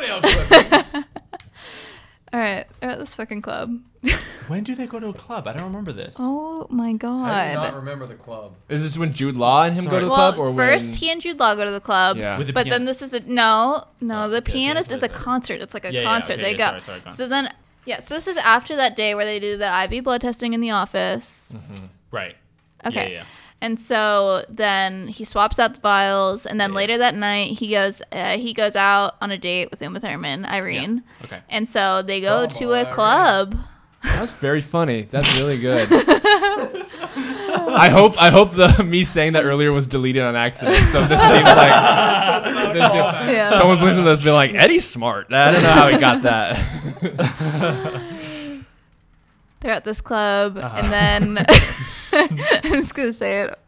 right. We're at this fucking club.
When do they go to a club? I don't remember this.
Oh my
I do not
god.
remember the club.
Is this when Jude Law and him go
Sorry.
to the
Well,
club or
first
when?
he and Jude Law go to the club.
yeah.
With the
But
piano.
then this is a no, no.
Oh,
the
okay,
pianist
piano
is a
plays it.
concert. It's like a
Yeah, yeah,
concert.
okay,
they
yeah,
go.
sorry, sorry, go on.
so then, yeah. So this is after that day where they do the IV blood testing in the office,
right.
Okay.
Mm. yeah.
And so then he swaps out the vials, and then later that night he goes uh, he goes out on a date with Uma Thurman, Irene.
Okay.
And so they go to a club.
That's very funny. That's really good. I hope I hope the me saying that earlier was deleted on accident. So this seems like this seems-
Yeah.
someone's listening to this being like Eddie's smart. I don't know how he got that.
They're at this club,
Uh-huh.
and then I'm just gonna say it.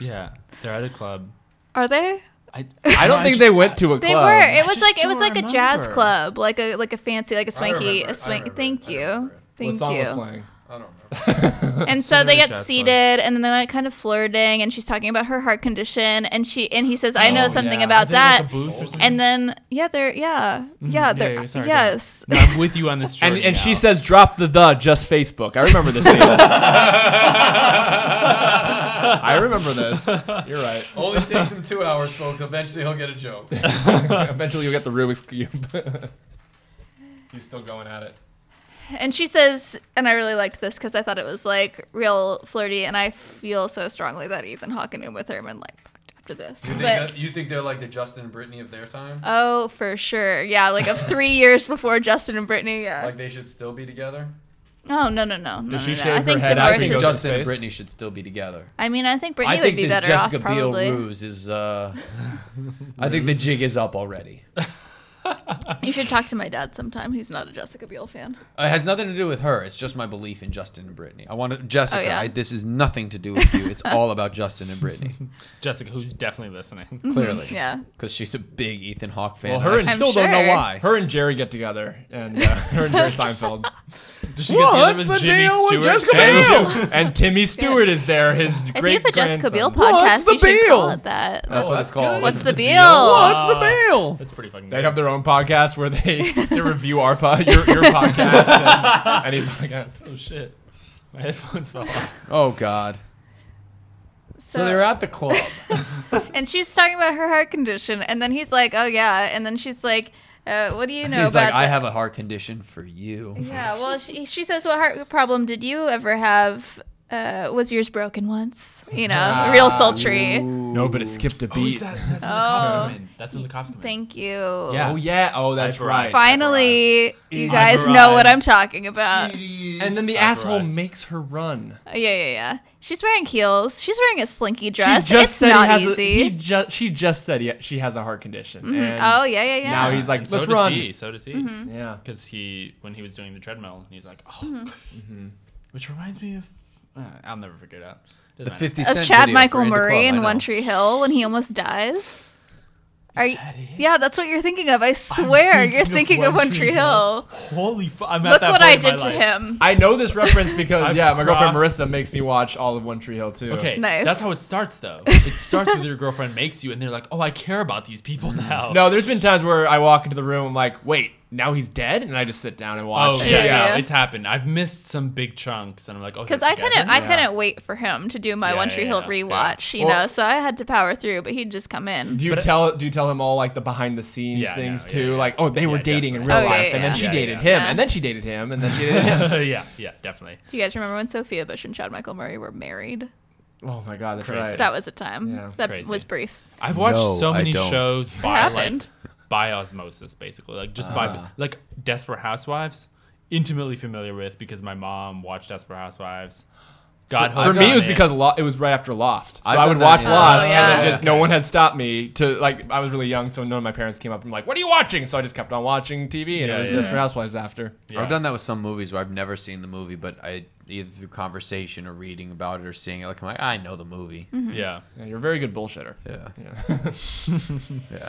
Yeah. They're at a club.
Are they?
I,
I don't think they went to a club.
They were. It was
just
like it
don't
was like a jazz
remember.
club, like a like a fancy, like a swanky,
remember, I
a swank.
remember,
Thank
I
you.
remember.
What
Thank
song was
you.
playing?
I don't know.
And so they
Similar
get
jazz club.
seated, and then they're like kind of flirting, and she's talking about her heart condition, and she and he says, "I know
Oh,
something
yeah.
Are
about
they at,
that."
like, a booth or something?
And then yeah, they're yeah, yeah, they're
yeah, sorry, go ahead.
yes.
No, I'm with you on this.
And
Jordan
and she
now.
says drop the the just Facebook. I remember this scene. I remember this. You're right.
Only takes him two hours, folks. Eventually, he'll get a joke.
Eventually you'll get the Rubik's cube. He's still going at it.
And she says, and I really liked this because I thought it was like real flirty, and I feel so strongly that Ethan Hawke and Uma Thurman like fucked after this.
You think,
But
that, you think they're like the Justin and Brittany of their time?
oh, for sure, yeah, like of three years before Justin and Brittany. Yeah.
Like they should still be together?
oh no no no no
Does she
no, no.
shave
I
her
think
head after
divorce is.
he goes to
Justin and
space?
Brittany should still be together.
I mean, I think Brittany
I think
would be
this
better
Jessica
off
Biel
probably.
ruse is. Uh, I think the jig is up already.
You should talk to my dad sometime. He's not a Jessica Biel fan.
It has nothing to do with her. It's just my belief in Justin and Brittany. I want to, Jessica.
Oh, yeah.
I, this is nothing to do with you. It's all about Justin and Brittany.
Jessica, who's definitely listening.
Mm-hmm.
Clearly,
Yeah.
because she's a big Ethan Hawke fan.
Well,
Well,
her
her
and-
I still don't know
sure.
why.
Her and Jerry get together, and uh, her and Jerry Seinfeld.
Does she get together with Jimmy Stewart?
And, and Timmy Stewart is there, his
If you
great
have a Jessica Biel
grandson.
podcast,
the
you should
Biel?
call
Oh,
it that.
That's what it's called.
What's the Biel?
What's the bail?
That's pretty fucking.
They
good.
have their own podcast where they, they review our po- your, your podcast and any podcast.
oh shit. My headphones fell off.
Oh God!
So,
So they're at the club.
and she's talking about her heart condition, and then he's like, "Oh yeah," and then she's like, uh, "What do you know
He's
about?"
like, I
the-"
have a heart condition for you.
yeah. Well, she she says, "What heart problem did you ever have? Uh, was yours broken once? You know,
Ah,
real sultry."
No, but it skipped a beat.
Oh, That's when
Oh.
That's when the cops come in.
Thank you.
Yeah.
Oh yeah. Oh, that's
I've
right.
Finally, you
I've
guys know what
arrived.
I'm talking about. Yeah,
And then the
I've
asshole
arrived.
makes her run.
yeah, yeah. She's wearing heels. She's wearing a slinky dress.
she just
it's
said
not
he has
easy.
A, he Mm-hmm. ju- she just said he, she has a heart condition. And
oh yeah, yeah, yeah.
Now he's like,
And
let's
so
run.
Does he, so does he.
Mm-hmm.
Yeah.
Because he, when he was doing the treadmill, he's like, oh. Which reminds me of. Uh, I'll never figure it out.
The fifty
of
cent
Chad
video
Michael
for In the Club,
Murray
I
in
know.
One Tree Hill when he almost dies. Are you, yeah, that's what you're thinking of. I swear, you're thinking of One Tree Hill.
Holy fuck! I'm
Look what I did to him.
I know this reference because
I've
yeah, my girlfriend
crossed-
Marissa makes me watch all of One Tree Hill too.
Okay,
Nice.
that's how it starts though. It starts with your girlfriend makes you, and they're like, "Oh, I care about these people now."
No, there's been times where I walk into the room, I'm like, wait, now he's dead, and I just sit down and watch.
Oh yeah,
it.
yeah,
yeah.
it's happened. I've missed some big chunks, and I'm like, oh,
Because
they're
I couldn't,
together?
I couldn't wait for him to do my
Yeah,
One Tree
yeah,
Hill
yeah,
rewatch, you
Well-
know. So I had to power through, but he'd just come in.
Do you
But-
tell do you tell him all like the behind the scenes
Yeah,
things
no, yeah,
too?
yeah.
Like, oh, they were
Yeah,
dating in
definitely.
real
Oh, yeah,
life,
yeah,
and then
yeah.
she
Yeah,
dated
yeah.
him,
Yeah.
and then she dated him, and then she dated him.
yeah, yeah, definitely.
Do you guys remember when Sophia Bush and Chad Michael Murray were married?
Oh my god, that's
Crazy.
right.
That was a time.
Yeah.
that
Crazy.
was brief.
I've watched
No,
so
I
many
don't.
shows by like
happened?
by osmosis, basically, like just by like Desperate Housewives, intimately familiar with because my mom watched Desperate Housewives. Got
for
hooked
me,
on
it was because lo- it was right after Lost, so
I've
I would
done that,
watch
yeah.
Lost,
Oh,
and
yeah.
then just no one had stopped me to like. I was really young, so none of my parents came up and like, "What are you watching?" So I just kept on watching TV, and
Yeah,
it was
yeah.
Desperate Housewives after.
Yeah.
I've done that with some movies where I've never seen the movie, but I either through conversation or reading about it or seeing it, like I'm like, I know the movie.
Mm-hmm.
yeah.
Yeah, you're a very good bullshitter.
Yeah,
Yeah.
yeah.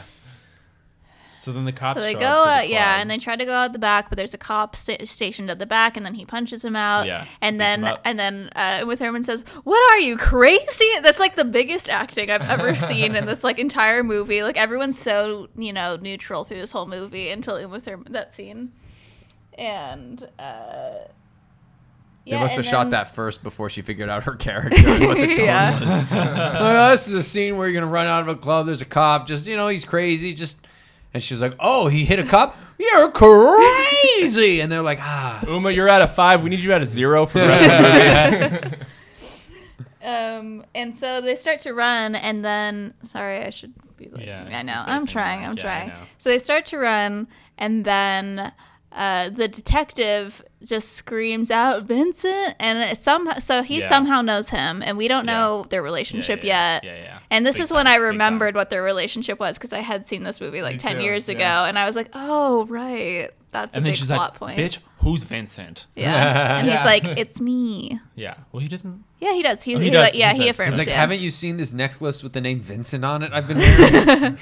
So then the cops.
so they
show
go
up to the
out, yeah,
club.
and they try to go out the back, but there's a cop sta- stationed at the back, and then he punches him out,
Yeah,
and
beats him
then
up.
and then uh, with Herman says, "What are you crazy?" That's like the biggest acting I've ever seen in this like entire movie. Like everyone's so you know neutral through this whole movie until Uma Thurman that scene, and uh,
They
yeah,
must have
and
shot
then-
that first before she figured out her character and what the tone
Yeah.
was. Well, this is a scene where you're gonna run out of a club. There's a cop. Just you know, he's crazy. Just and she's like, oh, he hit a cop. You're crazy. and they're like, ah,
Uma, you're at a five. We need you at a zero for the rest of the movie.
Um, and so they start to run, and then sorry, I should be like,
Yeah,
I know,
you're
I'm
facing
trying,
back.
I'm
Yeah, I
trying.
know.
So they start to run, and then uh, the detective just screams out Vincent, and it some so he
Yeah.
somehow knows him, and we don't
Yeah.
know their relationship
yeah,
yet.
yeah, yeah.
And this
Big
is when
time,
I
big time.
remembered what their relationship was because I had seen this movie like
Me
ten
too,
years
yeah.
ago, and I was like, oh right, that's a
and then
big
she's
plot
like,
point.
"Bitch, who's Vincent?"
Yeah, and
Yeah.
he's like, it's me.
Yeah. Well, he doesn't.
Yeah, he does. He,
Oh, he
he
does.
like- yeah,
He
he,
says-
affirms.
It's like,
yeah.
haven't you seen this necklace with the name Vincent on it? I've been wearing.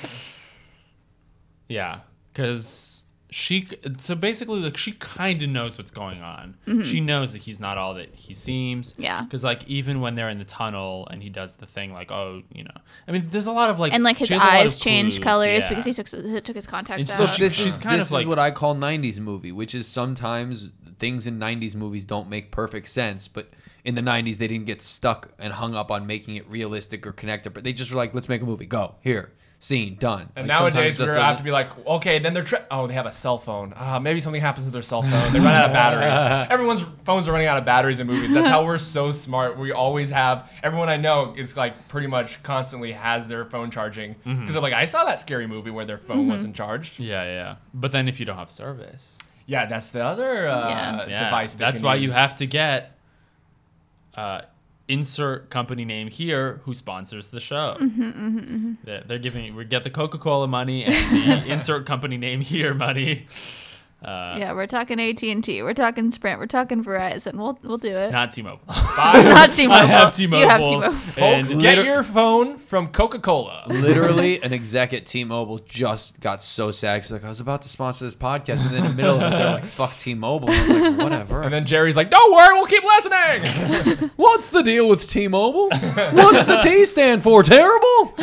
Yeah, because she. So basically, like she kind of knows what's going on. She knows that he's not all that he seems.
Mm-hmm. Yeah.
Because like even when they're in the tunnel and he does the thing like oh you know I mean there's a lot of like
and like his
she has a lot of
eyes changed
clues,
colors
yeah.
because he took he took his contacts
And
out.
so
This
she-
is-
she's kind
this
of like
is what I call '90s movie, which is sometimes things in '90s movies don't make perfect sense, but in the '90s they didn't get stuck and hung up on making it realistic or connected, but they just were like, "Let's make a movie. Go here, scene done."
And
Like, sometimes
nowadays
it just
we're have
doesn't-
to be like, okay, then they're tra- oh they have a cell phone. Ah, maybe something happens to their cell phone. They run out of batteries. Everyone's phones are running out of batteries in movies. That's how we're so smart. We always have everyone I know is like pretty much constantly has their phone charging because they're like, I saw that scary movie where their phone wasn't charged.
yeah yeah but then if you don't have service
Yeah, that's the other uh,
Yeah.
yeah,
device. they
That's
can
why you
use.
have to get uh, insert company name here who sponsors the show.
Mm-hmm,
They're, they're giving we get the Coca Cola money and the insert company name here money. Uh,
yeah, we're talking AT and T, we're talking Sprint, we're talking Verizon. We'll we'll do it.
Not T-Mobile.
Not T-Mobile.
I have
You
T-Mobile.
have T-Mobile.
And
Folks, get your phone from Coca Cola.
Literally, an exec at T-Mobile just got so sad. She's like, "I was about to sponsor this podcast," and then in the middle of it, they're like, "Fuck T-Mobile." And I was like, "Whatever."
And then Jerry's like, don't worry, we'll keep listening.
What's the deal with T-Mobile? What's the T stand for? Terrible.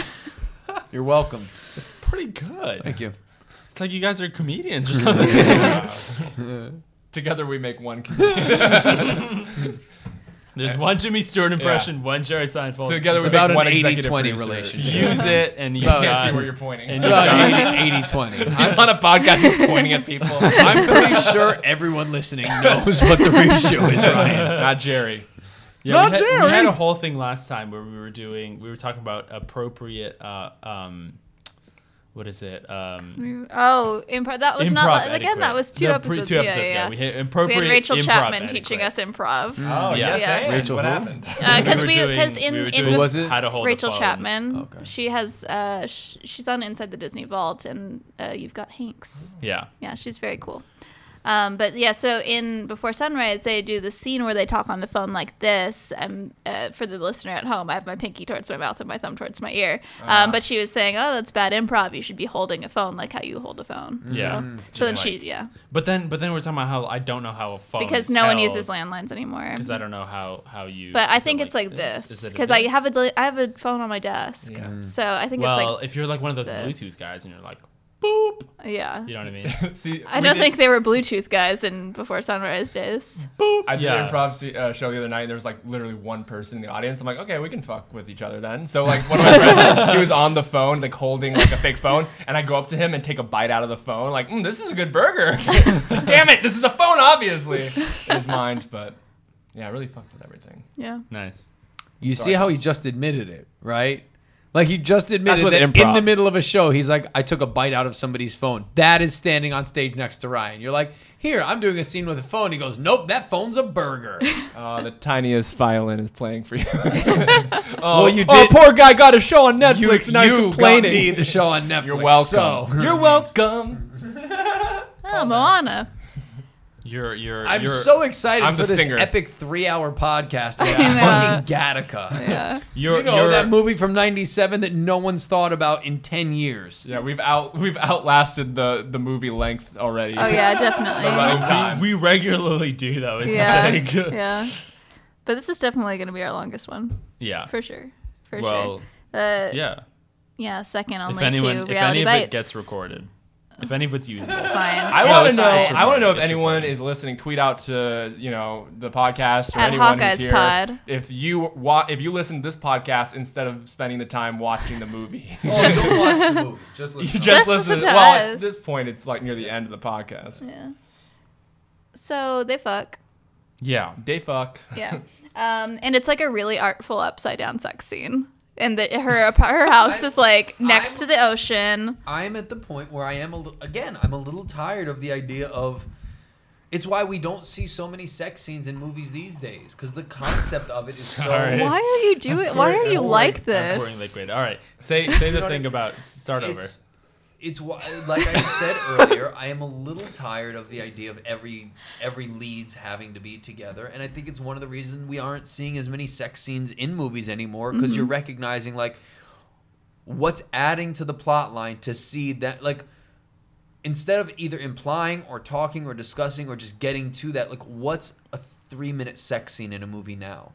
You're welcome.
pretty good.
Thank you.
It's like you guys are comedians or something.
Together we make one. community.
There's one Jimmy Stewart impression, one Jerry Seinfeld.
Together
It's
we
about
make one
an
executive
80-20
producer.
relationship.
use it, and you
You can't
got-
see where you're pointing.
and
He's
you
About 80, 20.
on a podcast. He's pointing at people.
I'm pretty sure everyone listening knows what the ratio is, Ryan.
Not Jerry.
Yeah,
Not
we had, we
Jerry.
had a whole thing last time where we were doing we were talking about appropriate uh, um, what is it um,
Oh, improv. That was
improv
not
etiquette.
again. That was two
The pre-
episodes.
two
yeah,
episodes
yeah.
ago. We had
We
appropriate
had Rachel
improv
Chapman
etiquette.
teaching us improv
Mm-hmm.
Oh
Yeah.
Yeah.
and
Rachel
what
who?
happened?
because
were
we
doing-
because
we were
in
doing
in
was it?
How to hold a
Rachel
phone.
Chapman,
Okay.
she has uh sh- she's on Inside the Disney Vault, and uh, you've got Hanks.
Yeah,
Yeah, she's very cool. Um, but yeah, so in Before Sunrise, they do the scene where they talk on the phone like this. And uh, for the listener at home, I have my pinky towards my mouth and my thumb towards my ear.
Ah.
Um, but she was saying, "Oh, that's bad improv. You should be holding a phone like how you hold a phone."
Yeah.
So,
Mm.
so then
Just
she,
like-
yeah,
but then but then we're talking about how I don't know how a phone
because
is
no one
held,
uses landlines anymore.
'cause I don't know how how you.
But I
is it
think it's like
Is
this
it
because I
this?
have a deli- I have a phone on my desk.
Mm.
So I think
well,
it's
if you're like one of those
this.
Bluetooth guys and you're like boop,
like yeah.
you know what I mean?
See,
I
we
don't
did-
think they were Bluetooth guys in Before Sunrise days.
boop.
I did
yeah.
an improv se- uh, show the other night, and there was like literally one person in the audience. I'm like, okay, we can fuck with each other then. So like one of my friends, he was on the phone, like holding like a fake phone, and I go up to him and take a bite out of the phone, like, mm, this is a good burger. It's like, Damn it, this is a phone, obviously. In his mind, but yeah, I really fucked with everything.
Yeah.
Nice.
You see how he just admitted it, right? Like he just admitted
what
that
improv-
in the middle of a show, he's like, "I took a bite out of somebody's phone." That is standing on stage next to Ryan. You're like, "Here, I'm doing a scene with a phone." He goes, "Nope, that phone's a burger."
Uh, the tiniest violin is playing for you.
well, you
Oh,
did.
poor guy got a show on
you
Netflix. now
you
he's
got
complaining.
me the show on Netflix.
You're welcome.
So.
You're welcome.
Oh, Moana.
You're you're.
I'm
you're,
so excited
I'm
for
the
this
singer.
epic three-hour podcast about
know.
fucking Gattaca.
You're,
You know
you're,
that movie from '97 that no one's thought about in ten years.
Yeah, we've out we've outlasted the the movie length already.
Oh yeah, definitely.
running
that
time.
we, we regularly do though. It's
yeah.
like
yeah. But this is definitely going to be our longest one
yeah.
for sure. For
Well,
sure. Uh, yeah.
yeah.
second
If
only
anyone,
to
if
reality
any of
bites.
it gets recorded, if any of it's usable,
Fine.
I
It's
want
fine.
to know.
fine.
I want to know if
It's your
anyone
problem.
is listening. Tweet out to you know the podcast or
At
anyone
Hawkeyes
who's here.
Pod.
If you wa- if you listen to this podcast instead of spending the time watching the movie, you
Oh, don't watch the movie. Just listen.
just,
Just
listen.
listen
to,
to
well,
us.
at this point, it's like near the end of the podcast.
Yeah. So they fuck.
yeah.
Day fuck.
Yeah. Um, and it's like a really artful upside down sex scene. And the, her ap- her house is like next to the ocean.
I'm at the point where I am a little, again, I'm a little tired of the idea of it's why we don't see so many sex scenes in movies these days cuz the concept of it is
Sorry.
Why are you doing? Why are you like
I'm pouring
this?
liquid. All right, say say the
what I
thing
mean?
about start
so
over.
it's it's why, like I said earlier, I am a little tired of the idea of every every leads having to be together, and I think it's one of the reasons we aren't seeing as many sex scenes in movies anymore because you're recognizing like what's adding to the plot line to see that like instead of either implying or talking or discussing or just getting to that like what's a three minute sex scene in a movie now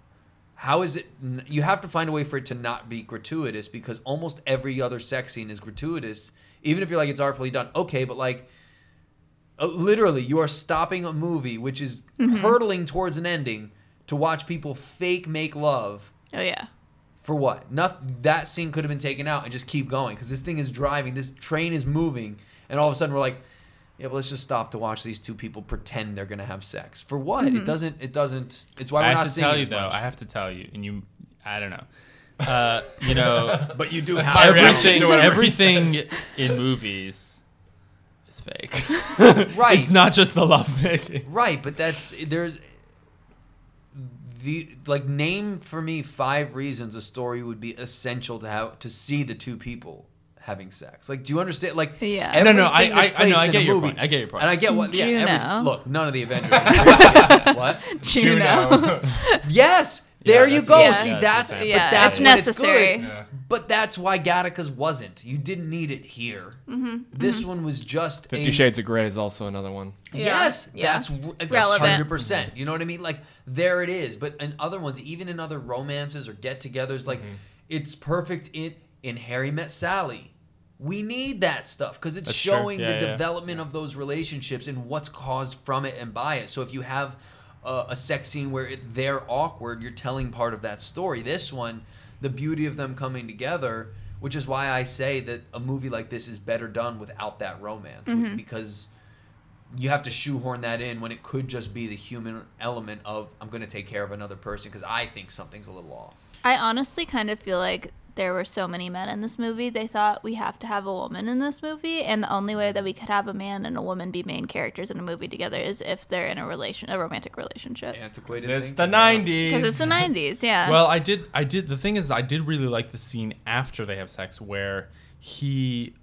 how is it n- you have to find a way for it to not be gratuitous because almost every other sex scene is gratuitous even if you're like it's artfully done okay but like uh, literally you are stopping a movie which is hurtling towards an ending to watch people fake make love
Oh yeah.
for what? Not, that scene could have been taken out and just keep going because this thing is driving, this train is moving, and all of a sudden we're like, yeah, but let's just stop to watch these two people pretend they're gonna have sex for what? It doesn't. It doesn't. It's why we're
I
not
have to
seeing
tell
it
you
as
though.
much.
I have to tell you, and you, I don't know. Uh, you know,
But you do
my
have
reaction
everything,
to whatever he
everything in movies is fake.
Right.
It's not just the lovemaking.
Right, but that's there's the like name for me five reasons a story would be essential to have to see the two people having sex. Like, do you understand? Like,
Yeah.
everything
No, no, I-
that's
I- I know,
placed
I
in
get
a
your
movie-
point, I get your point.
and I get what. Yeah, every-
Juno.
look, none of the Avengers. are- what?
Juno.
Yes, there
Yeah,
you
that's
go.
a- yeah,
See,
that's a
that's
fact.
Yeah,
but that's
it's
when
necessary.
good. But that's why Gattaca's wasn't. You didn't need it here.
Mm-hmm.
This one was just
Fifty
a
Shades of Grey is also another one.
Yeah,
Yes,
yeah.
that's r- like
Relevant.
Hundred percent. You know what I mean? Like there it is. But in other ones, even in other romances or get-togethers, like it's perfect in in Harry Met Sally. We need that stuff because it's
That's true.
showing
Yeah,
the
yeah.
development of those relationships and what's caused from it and by it. So if you have a, a sex scene where it, they're awkward, you're telling part of that story. This one, the beauty of them coming together, which is why I say that a movie like this is better done without that romance because you have to shoehorn that in when it could just be the human element of I'm going to take care of another person because I think something's a little off.
I honestly kind of feel like there were so many men in this movie. They thought we have to have a woman in this movie, and the only way that we could have a man and a woman be main characters in a movie together is if they're in a relation, a romantic relationship.
Antiquated.
It's
thinking.
the '90s.
Because it's the '90s, yeah.
Well, I did. I did. The thing is, I did really like the scene after they have sex where he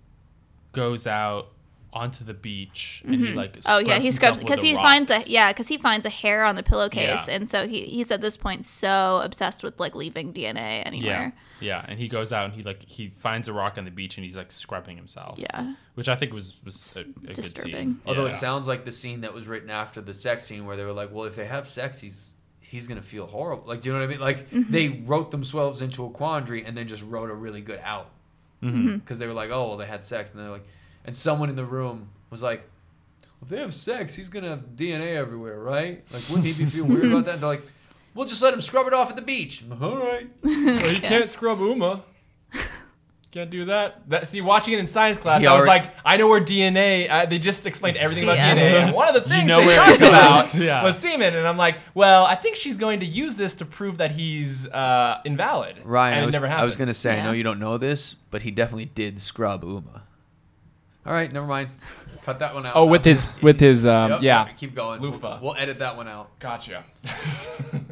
goes out onto the beach and he like.
oh yeah,
scrubs
he
himself
scrubs
with
because
the
he finds a
rocks.
yeah because he finds a hair on the pillowcase,
Yeah.
and so he he's at this point so obsessed with like leaving DNA
Yeah.
anywhere.
Yeah, and he goes out and he like he finds a rock on the beach and he's like scrubbing himself.
Yeah.
which I think was was a, a
Disturbing.
good scene.
Although
Yeah.
it sounds like the scene that was written after the sex scene where they were like, well, if they have sex, he's he's going to feel horrible. Like, do you know what I mean? Like, they wrote themselves into a quandary and then just wrote a really good out. Because they were like, oh, well, they had sex. And they're like, and someone in the room was like, if they have sex, he's going to have DNA everywhere, right? Like, wouldn't he be feeling weird about that? And they're like, we'll just let him scrub it off at the beach. All right.
Well, you can't scrub Uma. Can't do that. That see, watching it in science class,
He
I was
already-
like, I know where DNA. Uh, they just explained everything about
Yeah.
DNA, and one of the things
know
they
where it
talked
goes,
about
yeah.
was semen. And I'm like, well, I think she's going to use this to prove that he's uh, invalid.
Ryan,
and
I
it
was,
never happened.
I was going to say, I know
Yeah.
you don't know this, but he definitely did scrub Uma. All right, never mind. Cut that one out.
Oh, with
That was-
his, with his, um,
Yep,
yeah.
Keep going.
Loofah.
We'll, we'll edit that one out.
Gotcha.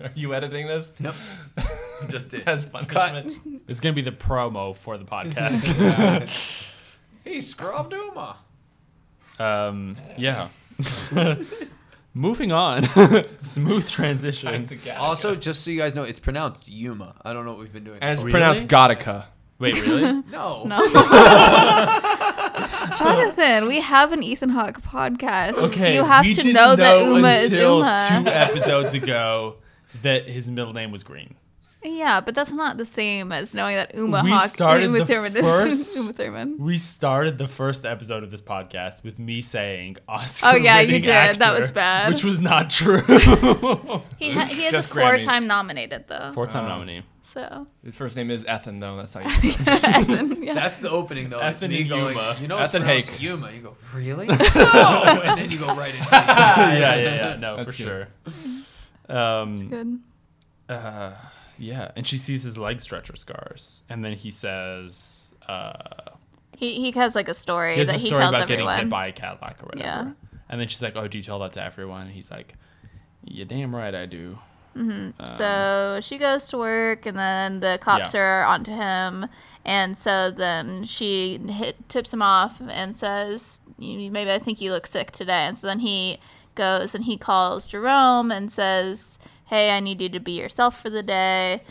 Are you editing this?
Yep. Just did.
As punishment.
It's gonna be the promo for the podcast.
He scrubbed Uma.
Um, yeah. Moving on. Smooth transition.
Also, just so you guys know, it's pronounced Yuma. I don't know what we've been doing.
And it's
Really?
pronounced Gotica.
Wait, really?
no.
Jonathan, we have an Ethan Hawke podcast.
Okay.
you have
we
to
didn't
know, that Uma is
until
Uma.
Two episodes ago that his middle name was Green.
Yeah, but that's not the same as knowing that Uma
We
Hawk
started
Uma
the
Thurman is
first-
Uma Thurman.
We started the first episode of this podcast with me saying Oscar.
Oh, yeah, you
winning
did. That
actor,
was bad.
Which was not true.
He ha- he is a
Just
four
Grammys.
time nominated though.
Four time nominee.
So
His first name is Ethan, though. That's how you.
Ethan, yeah.
That's the opening, though. It's
Ethan
me
and
going,
Yuma.
you know, it's
Ethan
pronounced
Hake.
Yuma. You go, really? no. And then you go right into
yeah, yeah, yeah. No, for
That's
sure.
good.
Um,
Good.
uh, yeah, and she sees his leg stretcher scars, and then he says, uh,
He he has like a story
he has
that
a
he
story
tells
about
everyone.
getting hit by a Cadillac or whatever.
Yeah.
And then she's like, "Oh, do you tell that to everyone?" And he's like, "You damn right I do."
So she goes to work, and then the cops
Yeah.
are onto him. And so then she hit, tips him off and says, "You- "Maybe I think you look sick today." And so then he goes and he calls Jerome and says, "Hey, I need you to be yourself for the day."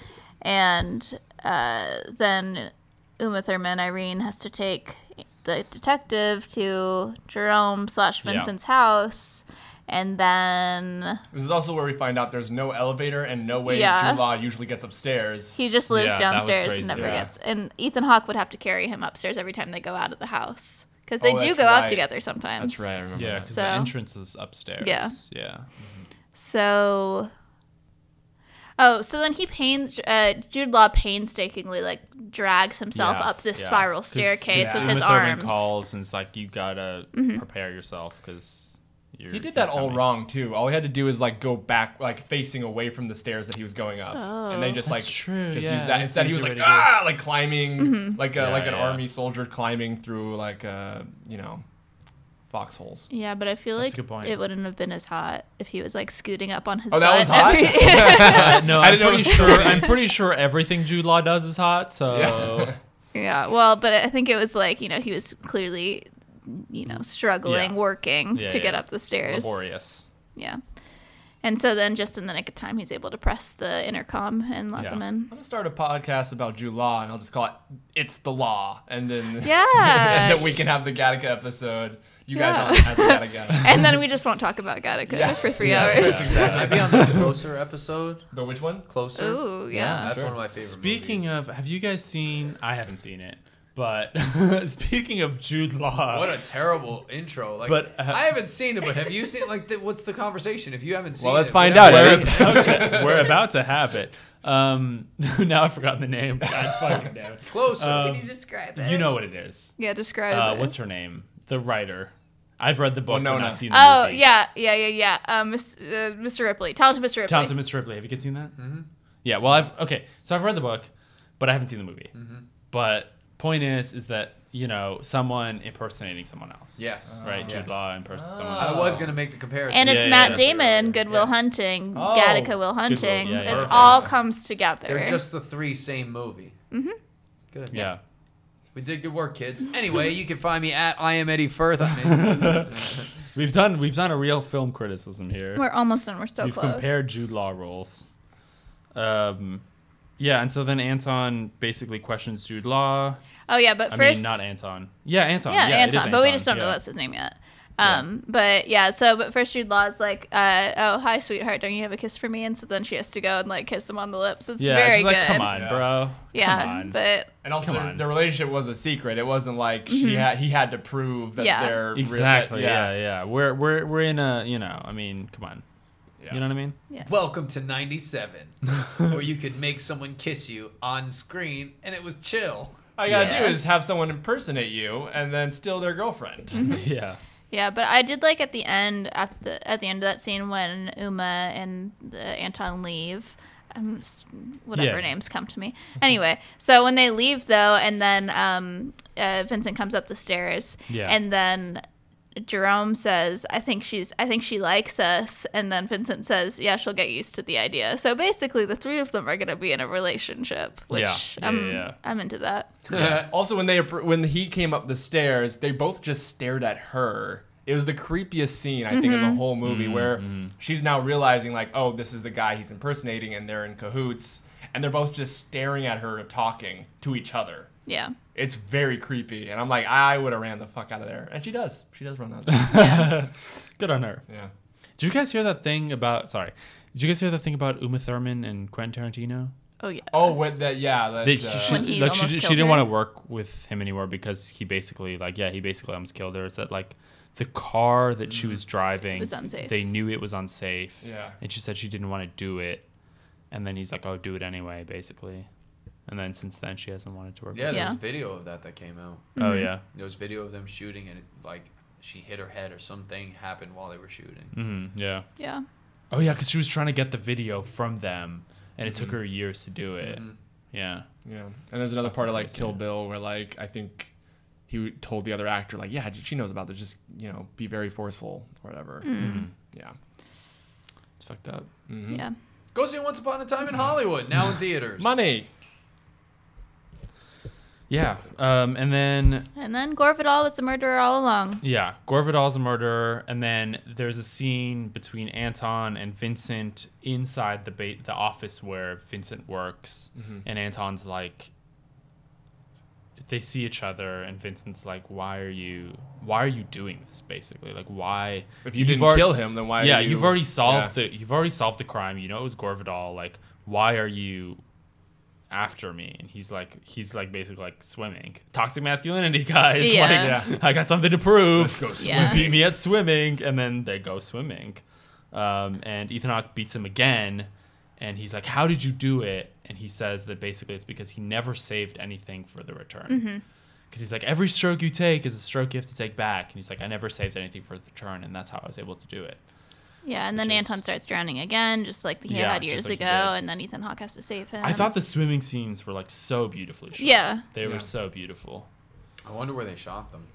And uh, then Uma Thurman Irene has to take the detective to Jerome slash
Yeah.
Vincent's house, and then.
This is also where we find out there's no elevator and no way
Yeah.
Jude Law usually gets upstairs.
He just lives
Yeah, that was
downstairs
crazy.
and never
Yeah.
gets. And Ethan Hawke would have to carry him upstairs every time they go out of the house because they
Oh,
do
that's
go out
right.
together sometimes.
That's right. I remember.
Yeah,
Yeah.
because
So-
the entrance is upstairs.
Yeah.
Yeah.
So. Oh, so then he pains uh, Jude Law painstakingly like drags himself
Yeah,
up this
yeah.
spiral
'Cause-
staircase
'cause
with his
Uma Thurman
arms. Mm-hmm.
calls and it's like you gotta prepare yourself because
He did that all wrong too. All he had to do is like go back, like facing away from the stairs that he was going up,
Oh.
and they just
That's
like
true,
just
yeah,
use that.
that's
Instead, he
an
was
easy
like
way to do it.
ah, like climbing,
Mm-hmm.
like a,
Yeah,
like an
yeah.
army soldier climbing through like uh, you know, foxholes.
Yeah, but I feel
That's a good
like
point.
it wouldn't have been as hot if he was like scooting up on his.
Oh, that
butt
was hot?
every-
Uh, no, I'm
didn't know
pretty
it was
sure. I'm pretty sure everything Jude Law does is hot. So
Yeah.
yeah, well, but I think it was like you know he was clearly, you know, struggling,
Yeah.
working
Yeah,
to get
yeah.
up the stairs.
laborious.
Yeah. And so then, just in the nick of time, he's able to press the intercom and let
Yeah.
them in.
I'm gonna start a podcast about Jude Law, and I'll just call it "It's the Law," and then and
Yeah.
then we can have the Gattaca episode. You
Yeah.
guys on the Gattaca.
and then we just won't talk about Gattaca
Yeah.
for three
Yeah.
hours.
Can I be on the closer episode?
The which one?
Closer.
Ooh, yeah.
That's one of my favorite.
Speaking
movies.
of, have you guys seen? I haven't seen it, but speaking of Jude Law,
What a terrible intro! Like,
Uh, But, uh,
I haven't seen it, but have you seen? Like, the, what's the conversation? If you haven't seen,
Well, let's
it,
find
whatever.
out,
we're,
Eric.
about to, we're about to have it. Um, now I've forgotten the name. God fucking damn it. Um,
Closer.
Uh,
Can you describe it?
You know what it is.
Yeah, describe
Uh,
it.
what's her name? The writer. I've read the book,
Winona.
but not seen the
Oh
movie.
yeah, yeah, yeah, yeah. Uh, Miss, uh, Mr. Ripley, tell us, Mr. Ripley.
Talented Mr. Ripley. Have you guys seen that? Mm-hmm. Yeah. Well, I've okay. So I've read the book, but I haven't seen the movie.
Mm-hmm.
But point is, is that you know someone impersonating someone else.
Yes.
Oh,
Right. Jude Law impersonates someone else.
I was gonna make the comparison.
and it's
Yeah,
Matt
yeah.
Damon, Goodwill Hunting,
Oh,
Gattaca Will Hunting.
yeah, yeah.
It's
Perfect.
all comes together.
They're just the three same movie. Mm-hmm. Good.
Yeah.
We did good work, kids. Anyway, you can find me at I am Eddie Firth. I mean,
We've done we've done a real film criticism here.
We're almost done. We're so
we've
close.
compared Jude Law roles. Um, yeah, and so then Anton basically questions Jude Law.
oh yeah, but
I
first,
mean, not Anton. Yeah, Anton.
Yeah,
Yeah, it is
Anton, but we
Anton,
just don't know
yeah.
that's his name yet. Um, but yeah, so but first Jude Law's like, uh, oh hi sweetheart, don't you have a kiss for me? And so then she has to go and like kiss him on the lips. It's
Yeah,
very
just like
good.
come on,
Yeah.
bro.
yeah,
come on.
but
And also,
Come
their,
on.
their relationship was a secret. It wasn't like she had, he had to prove that
Mm-hmm. Yeah.
they're real-
exactly.
yeah.
yeah. yeah, We're we're we're in a you know. I mean, come on. You know what I mean?
welcome to '97, where you could make someone kiss you on screen, and it was chill.
All you gotta
Yeah.
do is have someone impersonate you, and then steal their girlfriend.
Mm-hmm.
yeah.
yeah, but I did like at the end at the at the end of that scene when Uma and the Anton leave. I'm just, whatever
Yeah. Mm-hmm.
names come to me. Anyway, so when they leave though, and then um, uh, Vincent comes up the stairs,
Yeah.
and then Jerome says, "I think she's, I think she likes us," and then Vincent says, "Yeah, she'll get used to the idea." So basically, the three of them are gonna be in a relationship, which
Yeah. Yeah,
I'm,
yeah, yeah.
I'm into that.
also, when they appro- when he came up the stairs, they both just stared at her. It was the creepiest scene I think in
Mm-hmm.
the whole movie, where
Mm-hmm.
she's now realizing like, oh, this is the guy he's impersonating, and they're in cahoots, and they're both just staring at her, talking to each other.
Yeah,
It's very creepy, and I'm like, I would have ran the fuck out of there, and she does. She does run out. Of there.
Good on her.
yeah.
Did you guys hear that thing about? Sorry. Did you guys hear that thing about Uma Thurman and Quentin Tarantino?
oh yeah,
Oh, with that, yeah. That,
They, she,
uh,
she,
When he
like she,
almost
di- she
killed
didn't
her?
want to work with him anymore because he basically like yeah he basically almost killed her. It's that like the car that she was driving
was unsafe.
They knew it was unsafe.
Mm-hmm. Yeah.
and she said she didn't want to do it, and then he's like, "Oh, do it anyway," basically. And then since then, she hasn't wanted to work.
Yeah,
With
there
Yeah.
was video of that that came out.
Mm-hmm.
him. Oh yeah.
There was video of them shooting, and it, like she hit her head or something happened while they were shooting.
Mm-hmm. Yeah.
yeah.
Oh yeah, because she was trying to get the video from them, and it
Mm-hmm.
took her years to do it. Yeah.
Yeah, and there's another part of like Kill Bill where like I think he told the other actor like, yeah, she knows about this. Just you know, be very forceful or whatever.
Hmm.
Mm-hmm. Yeah,
It's fucked up.
Yeah.
Go see Once Upon a Time in Hollywood now in theaters.
money.
Yeah. Um, and then
And then Gore Vidal was the murderer all along.
yeah, Gore Vidal's a murderer, and then there's a scene between Anton and Vincent inside the ba- the office where Vincent works,
Mm-hmm.
and Anton's like. They see each other, and Vincent's like, "Why are you? Why are you doing this? Basically, like, why?
If you
you've
didn't
alre-
kill him, then why?
yeah,
are you,
have already solved
yeah.
the you've already solved the crime. You know it was Gore Vidal. Like, why are you after me? And he's like, he's like basically like swimming. Toxic masculinity, guys.
Yeah.
Like, I got something to prove.
Yeah.
Beat me at swimming, and then they go swimming. Um, and Ethan Hawke beats him again, and he's like, "How did you do it?" And he says that basically it's because he never saved anything for the return.
Mm-hmm.
Because he's like, every stroke you take is a stroke you have to take back. And he's like, I never saved anything for the return, and that's how I was able to do it.
Yeah, and then
Which is-
Anton starts drowning again, just like he
Yeah,
had
just
years
like he
ago,
did.
and then Ethan Hawke has to save him.
I thought the swimming scenes were like so beautifully shot.
Um, Yeah.
They
Yeah.
were so beautiful.
I wonder where they shot them.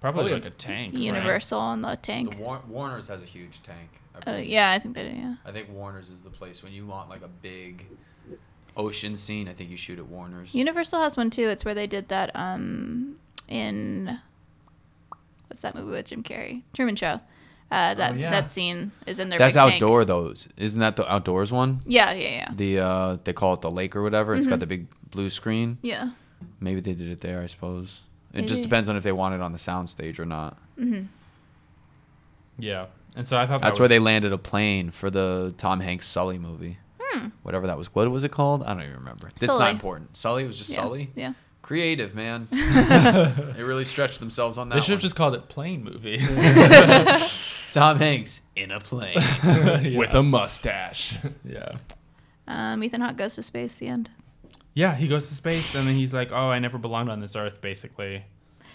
Probably
Probably
like a tank. right?
Universal on the tank.
The War- Warner's has a huge tank. I
Oh,
believe.
yeah, I think they do. Yeah.
I think Warner's is the place when you want like a big ocean scene. I think you shoot at Warner's.
Universal has one too. It's where they did that um in what's that movie with Jim Carrey? Truman Show.
Oh,
Uh, that
yeah.
that scene is in their
That's
big tank.
outdoor though. Isn't that the outdoors one?
Yeah, yeah, yeah. Mm-hmm.
The uh, they call it the lake or whatever. It's got the big blue screen.
Yeah.
Maybe they did it there. I suppose. It just
Maybe.
depends on if they want it on the soundstage or not.
Yeah. And so I thought that
That's where they
was-
landed a plane for the Tom Hanks Sully movie. Whatever that was. What was it called? I don't even remember.
It's
Hmm. Sully.
not important. Sully was just
yeah.
Sully.
Yeah.
Creative man. they really stretched themselves on that.
They should
one.
have just called it plane movie.
Tom Hanks in a plane.
with a mustache.
yeah.
Um, Ethan Hawke goes to space. The end.
Yeah, he goes to space and then he's like, "Oh, I never belonged on this earth," basically.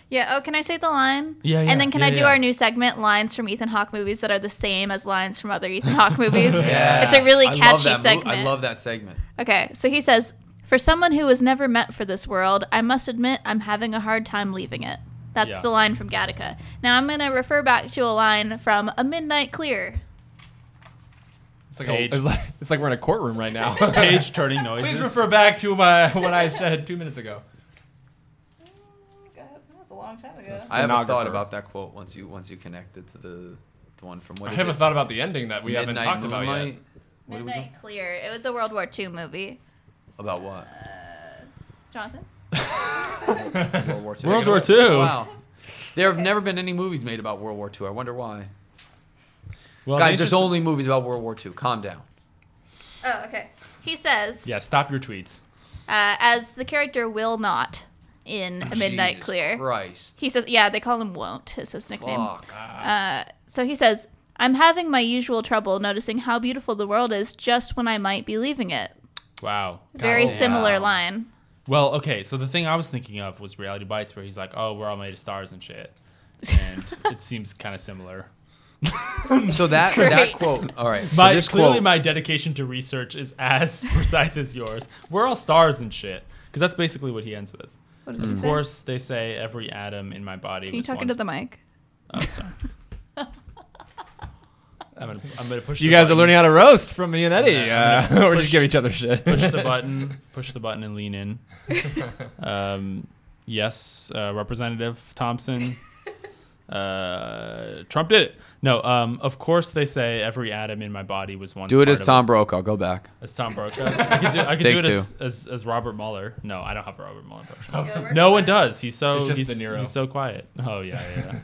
Yeah. Oh, can I say the line?
Yeah, yeah,
And then can I
yeah,
do
yeah.
our new segment, lines from Ethan Hawke movies that are the same as lines from other Ethan Hawke movies? It's a really
I love
catchy
that mo-
segment.
I love that segment.
Okay, so he says, For someone who was never meant for this world, I must admit I'm having a hard time leaving it. That's
Yeah.
the line from Gattaca. Now I'm going to refer back to a line from A Midnight Clear.
It's like, a,
Page.
it's like it's like we're in a courtroom right now.
Page turning noises.
Please refer back to my what I said two minutes ago.
That was a long time ago.
I haven't thought
Stenographer.
about that quote once you once you connect it to the, the one from
I
what is
haven't
it?
thought about the ending that we
Midnight
haven't talked about yet.
Moonlight? What do we
Midnight Clear. It was a World War II movie. Uh,
About what?
Jonathan?
World War II.
World War II.
Wow. There have never been any movies made about World War II. I wonder why.
Well,
Guys,
they
there's
just-
only movies about World War II. Calm down.
Oh, okay. He says,
Yeah, stop your tweets.
uh, as the character will not in A Midnight
Jesus
Clear.
Christ.
He says, yeah, they call him Won't, is his nickname.
Fuck.
Uh, so he says, I'm having my usual trouble noticing how beautiful the world is just when I might be leaving it.
Wow.
Very
damn.
similar
Wow.
line.
Well, okay, so the thing I was thinking of was Reality Bites, where he's like, "Oh, we're all made of stars and shit," and it seems kind of similar.
So that
Great.
that quote. All right. So
My
this
clearly
quote.
my dedication to research is as precise as yours. We're all stars and shit, because that's basically what he ends with.
What does
Of course, they say every atom in my body.
Can you
was
talk
once-
into the mic?
Oh, sorry. I'm gonna, I'm gonna push.
You
the
guys are
button,
learning how to roast from me and Eddie.
Yeah,
Uh, or
push-
just give each other shit.
push the button. Push the button and lean in. Um, yes, uh, Representative Thompson. Uh, Trump did it. No, um, of course they say every atom in my body was once.
Do it
part
as
of-
Tom Brokaw. Go back.
As Tom Brokaw. I could do, I could do
Take
it
two.
as, as, as Robert Mueller. No, I don't have a Robert Mueller impression. No one does. He's so
It's just
he's,
De Niro.
he's so quiet. Oh yeah, yeah.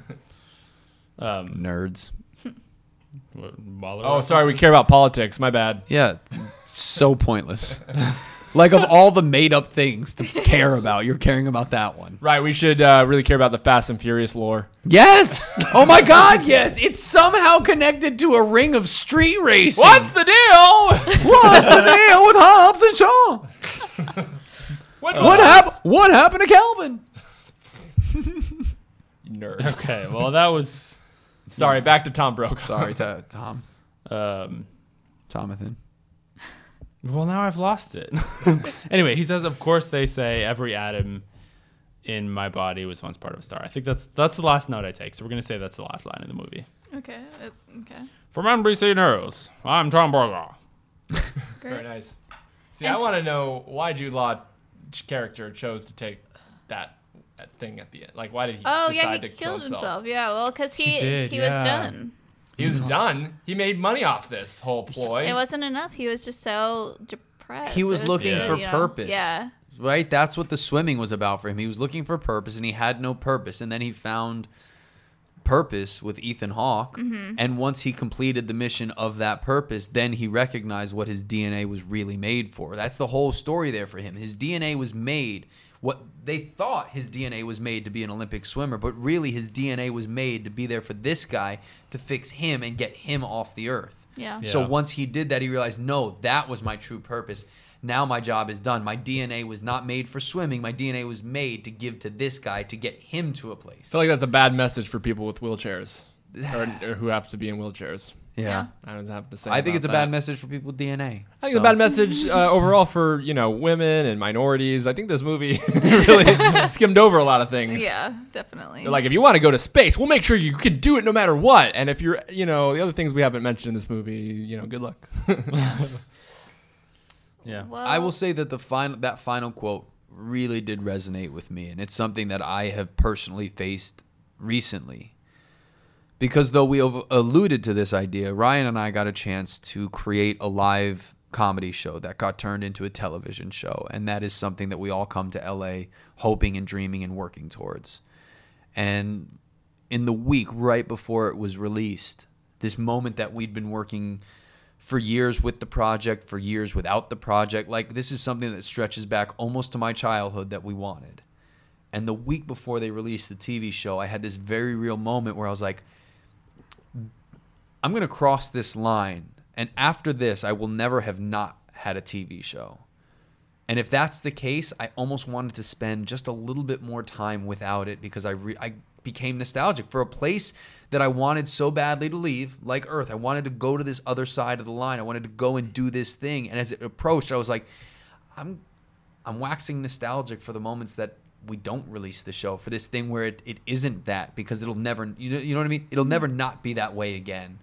yeah. um,
Nerds.
what, Mueller.
Oh, sorry, we care about politics. My bad.
Yeah. so pointless. like of all the made up things to care about, you're caring about that one.
Right, we should uh, really care about the Fast and Furious lore.
Yes. Oh my God. Yes. It's somehow connected to a ring of street racing.
What's the deal?
What's the deal with Hobbs and Shaw?
Which
What happened? What happened to Calvin?
Nerd.
Okay, well that was.
Sorry, back to Tom Brokaw.
Sorry, to Tom.
Um,
Tomathan.
Well, now I've lost it. anyway, he says, of course they say every atom in my body was once part of a star. I think that's that's the last note I take. So we're gonna say that's the last line of the movie.
Okay. uh, okay.
From NBC News, I'm Tom Brokaw.
Great.
Very nice. See,
And
I
s-
want to know why Jude Law ch- character chose to take that uh, thing at the end. Like, why did he
Oh yeah,
decide
he
to kill
killed
himself?
himself. Yeah, well, because he he,
did,
was
yeah.
done.
He was done. He made money off this whole ploy.
It wasn't enough. He was just so depressed.
He
It
was looking
you
for
know,
purpose.
Yeah.
Right? That's what the swimming was about for him. He was looking for purpose and he had no purpose. And then he found purpose with Ethan Hawke. And once he completed the mission of that purpose, then he recognized what his DNA was really made for. That's the whole story there for him. His DNA was made what they thought his DNA was made to be an Olympic swimmer, but really his DNA was made to be there for this guy to fix him and get him off the earth.
Yeah.
Yeah.
So once he did that, he realized, no, that was my true purpose. Now my job is done. My DNA was not made for swimming. My DNA was made to give to this guy to get him to a place.
I feel like that's a bad message for people with wheelchairs or, or who have to be in wheelchairs.
Yeah.
I don't have to say.
I think
about
it's a
that.
bad message for people with DNA.
I think it's a bad message uh, overall for you know women and minorities. I think this movie really skimmed over a lot of things.
Yeah, definitely.
They're like, if you want to go to space, we'll make sure you can do it no matter what. And if you're, you know, the other things we haven't mentioned in this movie, you know, good luck.
Yeah.
Well,
I will say that the final that final quote really did resonate with me, and it's something that I have personally faced recently. Because though we have alluded to this idea, Ryan and I got a chance to create a live comedy show that got turned into a television show, and that is something that we all come to LA hoping and dreaming and working towards. And in the week right before it was released, this moment that we'd been working for years with the project, for years without the project, like this is something that stretches back almost to my childhood that we wanted. And the week before they released the TV show, I had this very real moment where I was like, I'm going to cross this line. And after this, I will never have not had a TV show. And if that's the case, I almost wanted to spend just a little bit more time without it because I re- I became nostalgic for a place that I wanted so badly to leave, like Earth. I wanted to go to this other side of the line. I wanted to go and do this thing. And as it approached, I was like, I'm I'm waxing nostalgic for the moments that we don't release the show for this thing where it, it isn't that because it'll never you know, you know what I mean it'll never not be that way again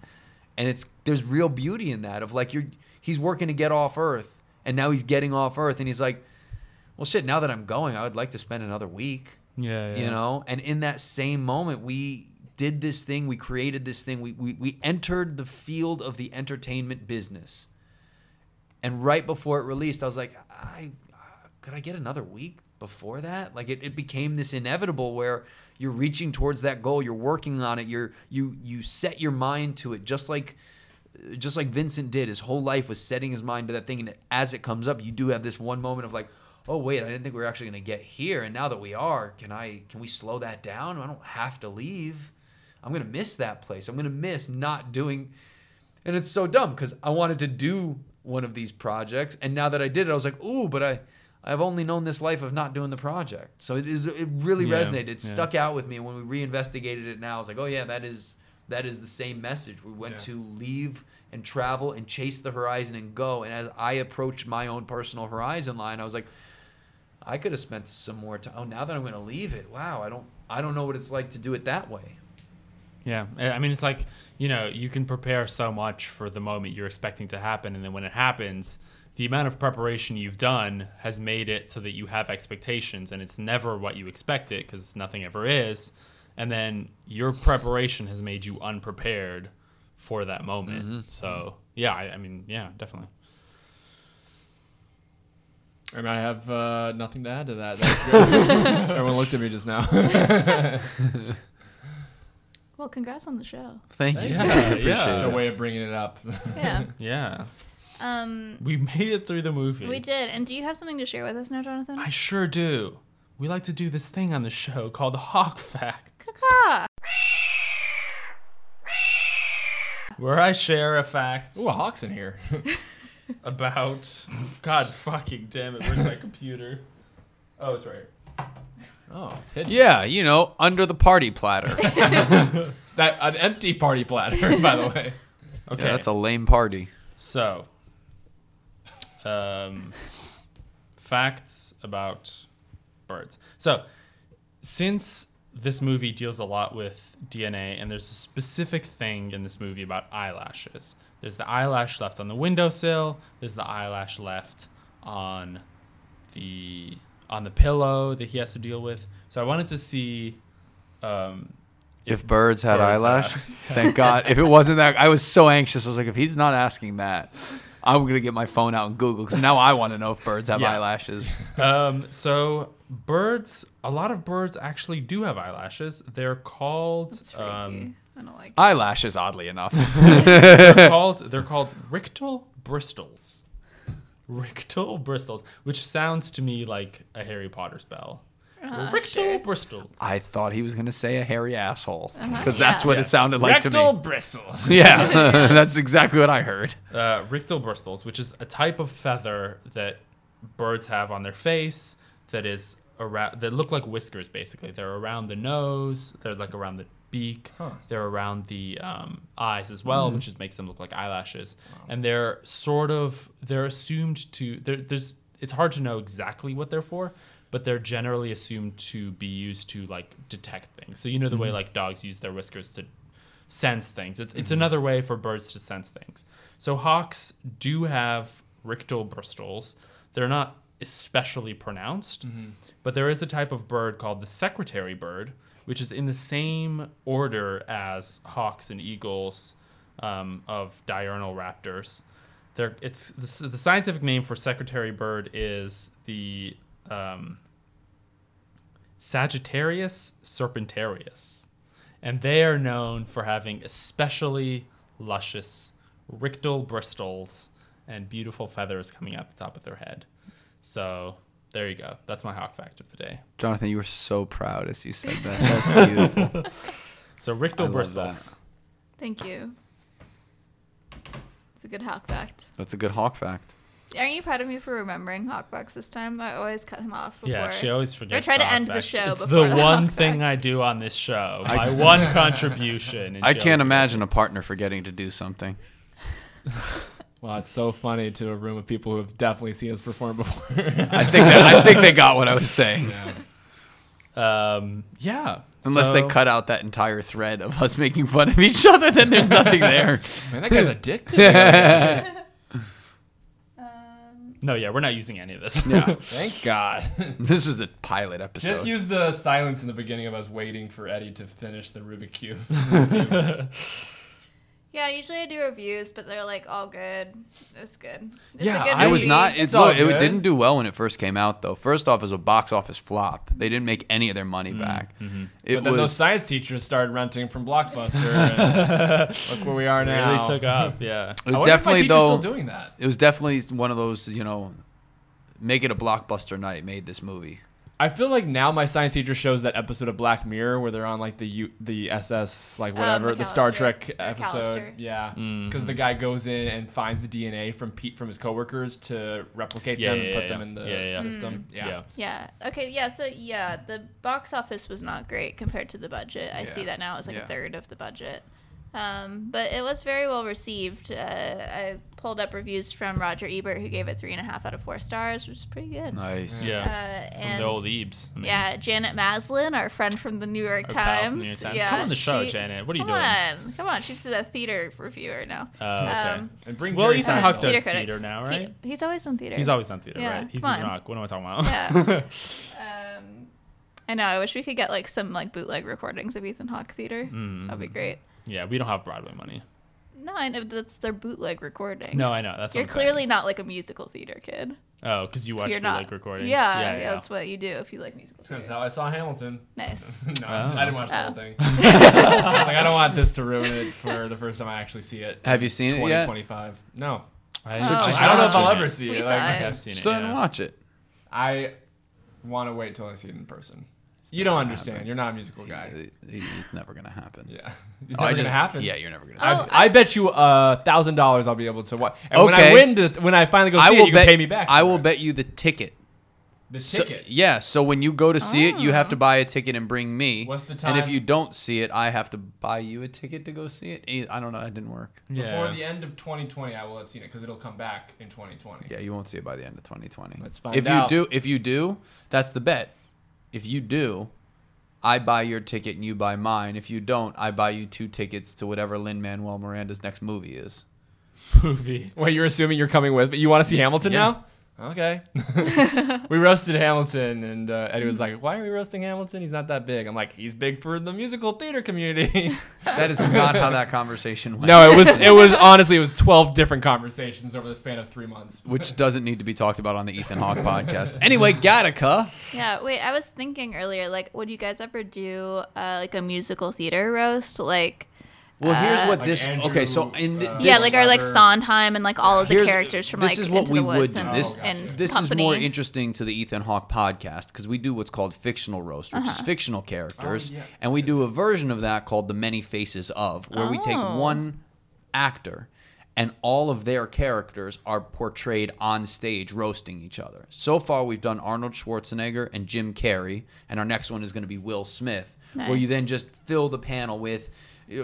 and it's there's real beauty in that of like you're he's working to get off earth and now he's getting off earth and he's like well shit now that I'm going I would like to spend another week
Yeah.
you know and in that same moment we did this thing we created this thing we, we, we entered the field of the entertainment business and right before it released i was like i uh, could i get another week before that like it, it became this inevitable where you're reaching towards that goal you're working on it you're you you set your mind to it just like just like Vincent did, his whole life was setting his mind to that thing. And as it comes up, you do have this one moment of like, oh wait, I didn't think we were actually going to get here, and now that we are, can I? Can we slow that down? I don't have to leave. I'm going to miss that place. I'm going to miss not doing. And it's so dumb because I wanted to do one of these projects, and now that I did it, I was like, ooh, but I. I've only known this life of not doing the project, so it is. It really
Yeah,
resonated. It
yeah.
stuck out with me. And when we reinvestigated it now, I was like, oh yeah, that is that is the same message. We went
Yeah.
to leave and travel and chase the horizon and go. And as I approached my own personal horizon line, I was like, I could have spent some more time. Oh, now that I'm going to leave it, wow, I don't, I don't know what it's like to do it that way.
Yeah, I I mean, it's like you know, you can prepare so much for the moment you're expecting to happen, and then when it happens, the amount of preparation you've done has made it so that you have expectations, and it's never what you expected because nothing ever is. And then your preparation has made you unprepared for that moment. So yeah, I, I mean, yeah, definitely.
and I have uh, nothing to add to that. That's great. Everyone looked at me just now.
well, congrats on the show.
Thank
you. Yeah, I appreciate
It's a
it.
way of bringing it up.
Yeah.
Yeah,
um,
we made it through the movie.
we did. And do you have something to share with us now, Jonathan?
I sure do. We like to do this thing on the show called Hawk Facts.
Ah,
where I share a fact
Ooh, a hawk's in here.
about God fucking damn it, where's my computer? Oh, it's right here.
Oh, it's hidden.
Yeah, you know, under the party platter.
That an empty party platter, by the way.
Okay.
Yeah, that's a lame party.
So, um, facts about birds. So, since this movie deals a lot with DNA, and there's a specific thing in this movie about eyelashes. There's the eyelash left on the windowsill. There's the eyelash left on the on the pillow that he has to deal with. So I wanted to see um,
If birds had
Birds
eyelash, thank God. If it wasn't that, I was so anxious. I was like, if he's not asking that, I'm gonna get my phone out and Google because now I want to know if birds have
Yeah.
eyelashes.
Um, so birds, a lot of birds actually do have eyelashes. They're called
It's freaky.
um,
I don't like.
Eyelashes, oddly enough.
they're called they're called rictal bristles. Rictal bristles, which sounds to me like a Harry Potter spell.
Ah,
rictal bristles.
I thought he was gonna say a hairy asshole because
Yeah.
that's what it
Yes.
sounded like
Rectal
to
bristles.
me. Yeah, that's exactly what I heard.
uh, rictal bristles, which is a type of feather that birds have on their face that is around that look like whiskers. Basically, they're around the nose. They're like around the beak. They're around the um, eyes as well, which just makes them look like eyelashes. And they're sort of they're assumed to there. There's it's hard to know exactly what they're for. But they're generally assumed to be used to like detect things. So you know the way like dogs use their whiskers to sense things. It's, it's another way for birds to sense things. So hawks do have rictal bristles. They're not especially pronounced, but there is a type of bird called the secretary bird, which is in the same order as hawks and eagles um, of diurnal raptors. They're, it's the, s- the scientific name for secretary bird is the um, Sagittarius serpentarius and they are known for having especially luscious rictal bristles and beautiful feathers coming out the top of their head. So there you go. That's my hawk fact of the day.
Jonathan, you were so proud as you said that. That's beautiful.
So
I
rictal
love
bristles.
Thank you. It's a good hawk fact.
That's a good hawk fact.
Aren't you proud of me for remembering hawk facts this time? I always cut him off. Before.
Yeah, she always forgets.
try
the
to
hawk
end the
facts.
show
It's
before
the
the
one
hawk
thing
fact.
I do on this show. My one contribution. and
I
she always
can't imagine a partner forgetting to do something.
Wow, it's so funny to a room of people who have definitely seen us perform before.
I think that, I think they got what I was saying.
forgets. Um, yeah.
Unless they
so-
cut out that entire thread of us making fun of each other, then there's nothing there.
Man, that guy's addicted.
No, yeah, we're not using any of this.
Thank God.
This is a pilot episode.
Just use the silence in the beginning of us waiting for Eddie to finish the Rubik Cube.
Yeah, usually I do reviews, but they're like all good. It's good. It's a
yeah,
good
I was
movie.
not. It's
It's all
look, it
good.
didn't do well when it first came out, though. First off, it was a box office flop. They didn't make any of their money back. It
Mm-hmm. But then those
was
science teachers started renting from Blockbuster. And look where we are now.
really took off. Yeah.
it
I
was
wonder if my
definitely
teacher's
though.
still doing that.
it was definitely one of those. You know, make it a blockbuster night. Made this movie.
I feel like now my science teacher shows that episode of Black Mirror where they're on like the U- the SS like whatever Um, the Star
McAllister.
Trek episode.
McAllister.
Yeah, because the guy goes in and finds the DNA from Pete from his coworkers to replicate
Yeah,
them and
yeah,
put
yeah.
them in the
Yeah, yeah.
system. Yeah.
Yeah.
Yeah. Okay. Yeah. So yeah, the box office was not great compared to the budget. I see
Yeah.
that now. It's like
Yeah.
a third of the budget. Um, but it was very well received. Uh, I pulled up reviews from Roger Ebert, who gave it three and a half out of four stars, which is pretty good.
Nice.
Yeah.
Uh,
From
and
the old Ebes. I mean,
yeah, Janet Maslin, our friend from the New York
our pal
Times.
from the New York Times.
Yeah,
Come on the show,
she-
Janet. What are you
Come
doing?
on, come on. She's a theater reviewer now.
Uh, okay.
Um,
And bring
well,
Jerry
Ethan
Seinfeld.
Hawke does
Theater critic.
theater now,
He-
right?
he's always on theater.
He's always on theater,
Yeah,
right? He's
come
Ethan
on.
Hawke. What am I talking about?
Yeah. um, I know. I wish we could get like some like bootleg recordings of Ethan Hawke theater. That'd be great.
Yeah, we don't have Broadway money.
No, I know that's their bootleg recordings.
No, I know, that's what
you're
I'm saying.
clearly not like a musical theater kid.
Oh, because you watch
you're
bootleg
not
recordings.
Yeah, yeah, that's what you do if you like musical
That's
theater.
how I saw Hamilton.
Nice.
No, I didn't watch the
Oh.
whole thing. I was like, I don't want this to ruin it for the first time I actually see it.
Have you seen it yet?
2025. No.
I,
So just
I don't know if I'll
I've
ever see
We
it.
saw
Like,
it.
I've seen it.
Just didn't
yeah.
watch it.
I want to wait till I see it in person. You don't understand. You're not a musical guy.
It- it- It's never gonna happen.
Yeah. It's
Oh, I
never
just-
gonna happen.
Yeah, you're never gonna.
Oh,
I, I bet you a thousand dollars I'll be able to watch. And when
Okay.
I win, the, when I finally go see it, you can pay me back.
I
for
will
it.
bet you the ticket
The
So-
ticket. Ah.
yeah, so when you go to see it, you have to buy a ticket and bring me.
What's the
And if
time?
you don't see it, I have to buy you a ticket to go see it. Eh, I don't know. That didn't work.
Before the end of 2020, I will have seen it because it'll come back in 2020.
Yeah, you won't see it by the end of 2020.
Let's find
if
out.
you do, if you do, that's the bet. If you do, I buy your ticket and you buy mine. If you don't, I buy you two tickets to whatever Lin Manuel Miranda's next movie is.
movie.
Wait, you're assuming you're coming with, but you want to see Hamilton
Yeah.
now? Okay. we roasted Hamilton, and uh, Eddie was like, "Why are we roasting Hamilton? He's not that big." I'm like, "He's big for the musical theater community."
That is not how that conversation went.
no, it was it was honestly it was 12 different conversations over the span of three months.
Which doesn't need to be talked about on the Ethan Hawke podcast. Anyway, Gattaca.
Yeah, wait, I was thinking earlier, like, would you guys ever do uh, like a musical theater roast? Like,
Well, here's what
Ah. Like
this.
Andrew,
okay, so in th-
uh,
this,
yeah, like, or like
Clever.
Sondheim and like all of the
Here's-
characters from
this
like
is what
Into
we
the
would
Woods
do.
and,
This-
Oh,
and
gotcha.
This
company.
is more interesting to the Ethan Hawke podcast because we do what's called fictional roast, which
Uh-huh.
is fictional characters,
Oh, yeah.
and we do a version of that called the Many Faces of, where we take
Oh.
one actor and all of their characters are portrayed on stage roasting each other. So far, we've done Arnold Schwarzenegger and Jim Carrey, and our next one is going to be Will Smith, where you then
Nice.
just fill the panel with.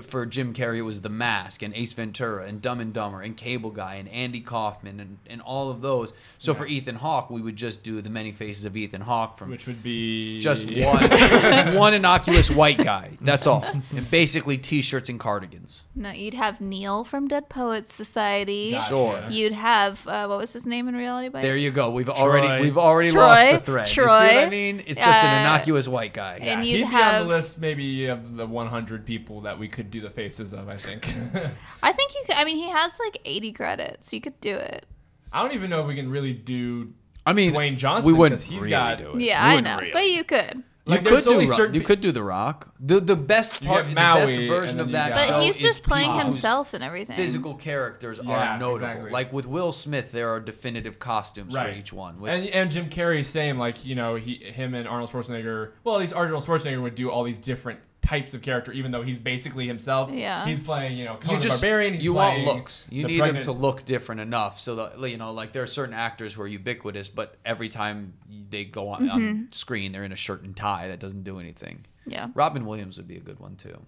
For Jim Carrey, it was The Mask and Ace Ventura and Dumb and Dumber and Cable Guy and Andy Kaufman and, and all of those. So for Ethan Hawke, we would just do the many faces of Ethan Hawke from
Which would be
just one one innocuous white guy. That's all. And basically t-shirts and cardigans.
No, you'd have Neil from Dead Poets Society.
Gotcha.
Sure.
You'd have uh, what was his name in Reality Bites?
There you go. We've already we've
Troy.
already lost
Troy.
the thread. You see
Troy.
what I mean? It's just
Uh,
an innocuous white guy.
Yeah. And
He'd
you'd
be on
have-
the list maybe of the 100 people that we could do the faces of. I think.
I think you. Could, I mean, he has like 80 credits. You could do it.
I don't even know if we can really do.
I mean,
Dwayne Johnson,
We wouldn't
'cause he's
really
got-
do it.
Yeah,
We
I
wouldn't
know,
really.
but you could.
You
Like,
could
there's only
do Rock.
certain
You
pe-
could do The Rock. The the best
You
part,
get
the best
Maui,
version
and
of
then
that
you
But
got-
show
he's
is
just playing
people's
himself and everything.
Physical characters
Yeah,
are notable.
exactly.
Like with Will Smith, there are definitive costumes for each one. With
and and Jim Carrey, same like you know he him and Arnold Schwarzenegger. Well, at least Arnold Schwarzenegger would do all these different types of character, even though he's basically himself.
Yeah.
he's playing you know
you
Conan the
just
Barbarian. He's
you want
playing
looks. You
the
need
pregnant-
them to look different enough so that you know, like there are certain actors who are ubiquitous, but every time they go on, on
Mm-hmm.
screen, they're in a shirt and tie. That doesn't do anything.
Yeah,
Robin Williams would be a good one too.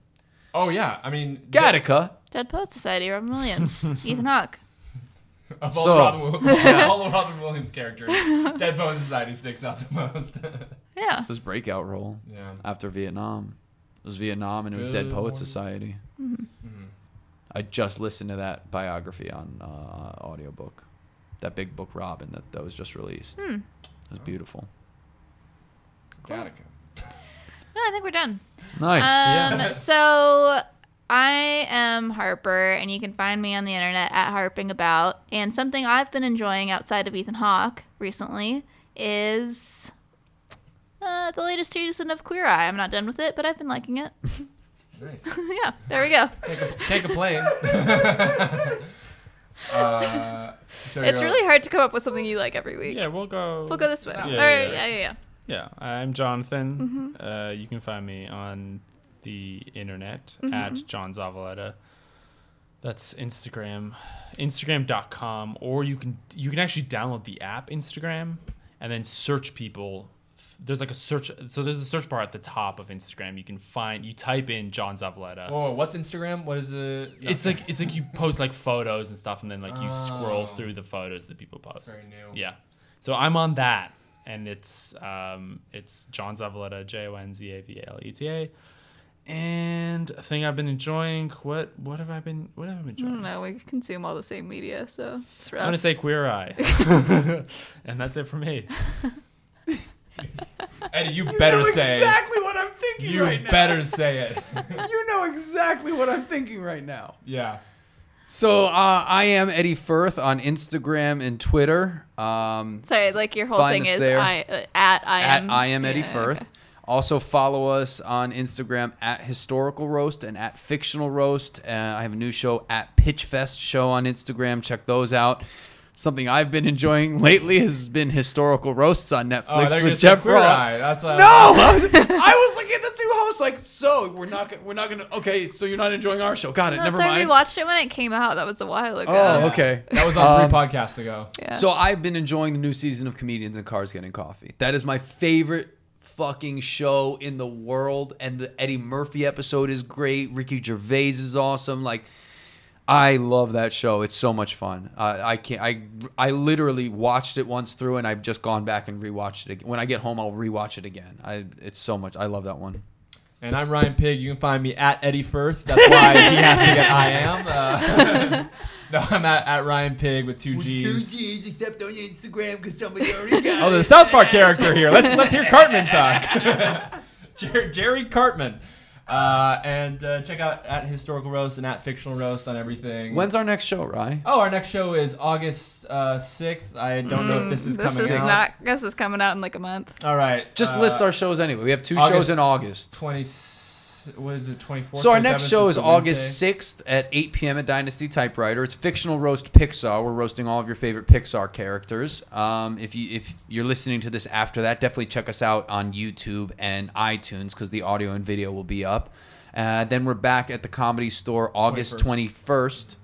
Oh yeah, I mean th-
Gattaca.
Dead Poets Society. Robin Williams, Ethan Hawke.
Of all,
So-
the Robin, Will- of all the Robin Williams characters, Dead Bone Society sticks out the most.
Yeah,
It's his breakout role
yeah.
after Vietnam. It was Vietnam and it was Dead
Good
Poets
one.
Society. Mm-hmm. I just listened to that biography on uh, audiobook. That big book, Robin, that, that was just released. It was beautiful.
Gattaca.
no, I think we're done.
Nice.
Um, so I am Harper, and you can find me on the internet at harping about. And something I've been enjoying outside of Ethan Hawke recently is uh, the latest season of Queer Eye. I'm not done with it, but I've been liking it.
Nice.
yeah, there we go.
Take a, take a plane. uh, so
It's
you're-
really hard to come up with something you like every week.
Yeah, we'll go.
We'll go this way.
Yeah,
All
yeah,
right, yeah,
yeah.
yeah, yeah.
Yeah, I'm Jonathan. Uh, you can find me on the internet at John Zavaleta. That's Instagram, Instagram.com, or you can you can actually download the app Instagram and then search people. There's like a search, so there's a search bar at the top of Instagram. You can find you type in John Zavaleta.
Oh, what's Instagram? What is it?
It's like it's like you post like photos and stuff, and then like you
Oh.
scroll through the photos that people post.
very new.
Yeah, so I'm on that, and it's um it's John Zavaleta, J O N Z A V A L E T A, and a thing I've been enjoying. What what have I been what have I been
I
enjoying?
don't know. We consume all the same media, so it's rough.
I'm gonna say Queer Eye, and that's it for me.
Eddie, you better say
what I'm thinking
You better say it.
You know exactly what I'm thinking right now.
yeah.
So uh, I am Eddie Firth on Instagram and Twitter. Um,
Sorry, like your whole
Find
thing
us
is
there.
I uh, at I am
at I am Eddie
yeah,
Firth.
okay.
Also follow us on Instagram at historical roast and at fictional roast. Uh, I have a new show at Pitch Fest show on Instagram. Check those out. Something I've been enjoying lately has been historical roasts on Netflix
Oh, they're gonna
with
say
Jeff
queer
Ross.
eye. That's what
No, I was, I was looking at the two almost like, so we're not gonna, we're not gonna. Okay, so you're not enjoying our show. Got it.
No,
never
sorry, we
mind.
watched it when it came out. That was a while ago.
Oh, okay.
That was on three podcasts ago.
Yeah.
So I've been enjoying the new season of Comedians and Cars Getting Coffee. That is my favorite fucking show in the world, and the Eddie Murphy episode is great. Ricky Gervais is awesome. Like, I love that show. It's so much fun. Uh, I can't. I I literally watched it once through, and I've just gone back and rewatched it. Again. When I get home, I'll rewatch it again. I it's so much. I love that one.
And I'm Ryan Pig. You can find me at Eddie Firth. That's why he has to get I am. Uh, no, I'm at, at Ryan Pig with two G's.
G's, except on your Instagram because somebody already got
Oh, the South Park character here. Let's let's hear Cartman talk. Jer- Jerry Cartman. Uh, and uh, check out at Historical Roast and at Fictional Roast on everything.
When's our next show, Rye?
Oh, our next show is August uh, 6th. I don't
Mm,
know if this is
this
coming
is
out.
not. This is coming out in like a month.
All right.
Just
uh,
list our shows anyway. We have two shows
August-
in August.
20. What is it? 24th.
So our next
27th
show is
the
August
Wednesday.
6th at 8 p.m. at Dynasty Typewriter. It's fictional roast Pixar. We're roasting all of your favorite Pixar characters. Um, if you if you're listening to this after that, definitely check us out on YouTube and iTunes because the audio and video will be up. Uh, then we're back at the Comedy Store August 21st.
21st.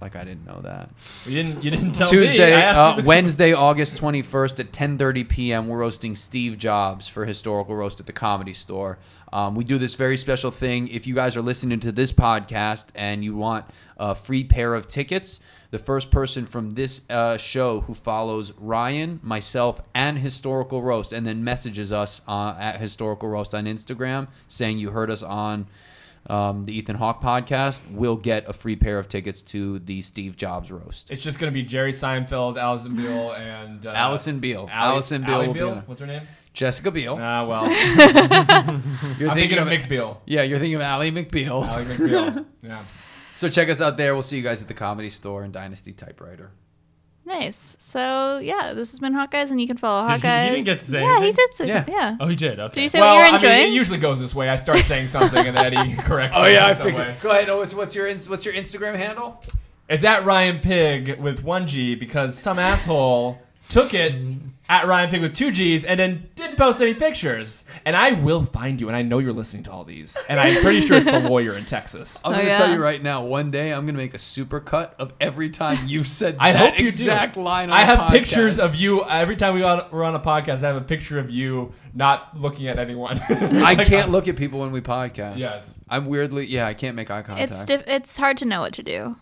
Like I didn't know that.
You didn't, you didn't tell
Tuesday,
me. I asked
uh,
you the-
Wednesday, August 21st at 10:30 p.m. We're roasting Steve Jobs for historical roast at the Comedy Store. Um, we do this very special thing. If you guys are listening to this podcast and you want a free pair of tickets, the first person from this uh, show who follows Ryan, myself, and historical roast, and then messages us uh, at historical roast on Instagram saying you heard us on um, the Ethan Hawke podcast, will get a free pair of tickets to the Steve Jobs roast.
It's just gonna be Jerry Seinfeld, Allison Beale, and uh,
Allison Beale.
Ally-
Allison Beale
Ally
will be on.
What's her name?
Jessica Biel.
Ah, well,
you're
I'm thinking of Mick Beale.
yeah, you're thinking of Ally McBeal.
Ally McBeal. Yeah.
So check us out there. We'll see you guys at the Comedy Store and Dynasty Typewriter.
Nice. So yeah, this has been Hawkeyes, and you can follow
Did he-
Hawkeyes.
he didn't get to say
yeah, he
anything?
did say
Yeah.
something. Yeah.
Oh, he did. Okay.
Did you say what
well,
you're
I mean,
enjoying?
it usually goes this way. I start saying something and then Eddie corrects.
Oh,
me in some way.
Go ahead. Owens, what's your ins- what's your Instagram handle?
It's at Ryan Pig with one G because some asshole took it at Ryan Pig with two G's and then didn't post any pictures. And I will find you, and I know you're listening to all these. And I'm pretty sure it's the lawyer in Texas.
I'm
Oh,
gonna tell
yeah.
you right now. One day I'm gonna make a super cut of every time you've said
I
that
hope you
exact
do.
line. On
I
a
have
podcast.
pictures of you every time we on, we're on a podcast. I have a picture of you not looking at anyone.
I can't look at people when we podcast.
Yes.
I'm weirdly yeah. I can't make eye contact.
It's diff- it's hard to know what to do.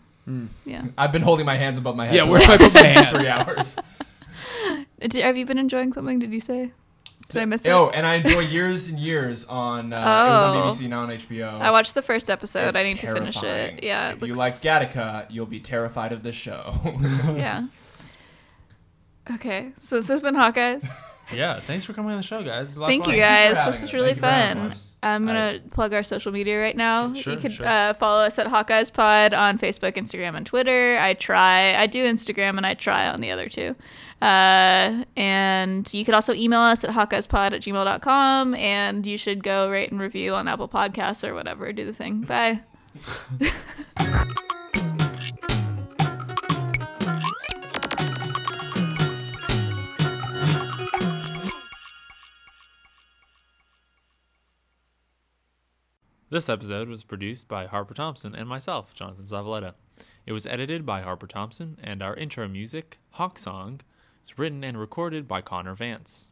Yeah.
I've been holding my hands above my head.
yeah,
for
where do I put my hand?
three hours.
Did- have you been enjoying something? Did you say? Did I miss it? Oh.
Oh, and I enjoy years and years on. Uh, It was on BBC, now on HBO.
I watched the first episode.
It's
I need to finish
terrifying.
it. Yeah. it
If you
looks-
like Gattaca, you'll be terrified of this show.
Yeah. Okay. So this has been Hawkeyes.
Yeah. Thanks for coming on the show, guys. It's a lot of
Thank
fun.
you guys.
having
This
us.
is really
Thank you for having
fun.
us.
I'm gonna plug our social media right now.
Sure,
you could
sure.
uh, follow us at Hawkeyes Pod on Facebook, Instagram, and Twitter. I try. I do Instagram and I try on the other two. Uh, and you could also email us at hawkeyespod at gmail.com. And you should go rate and review on Apple Podcasts or whatever. Do the thing. Bye.
This episode was produced by Harper Thompson and myself, Jonathan Zavaleta. It was edited by Harper Thompson, and our intro music, Hawk Song, was written and recorded by Connor Vance.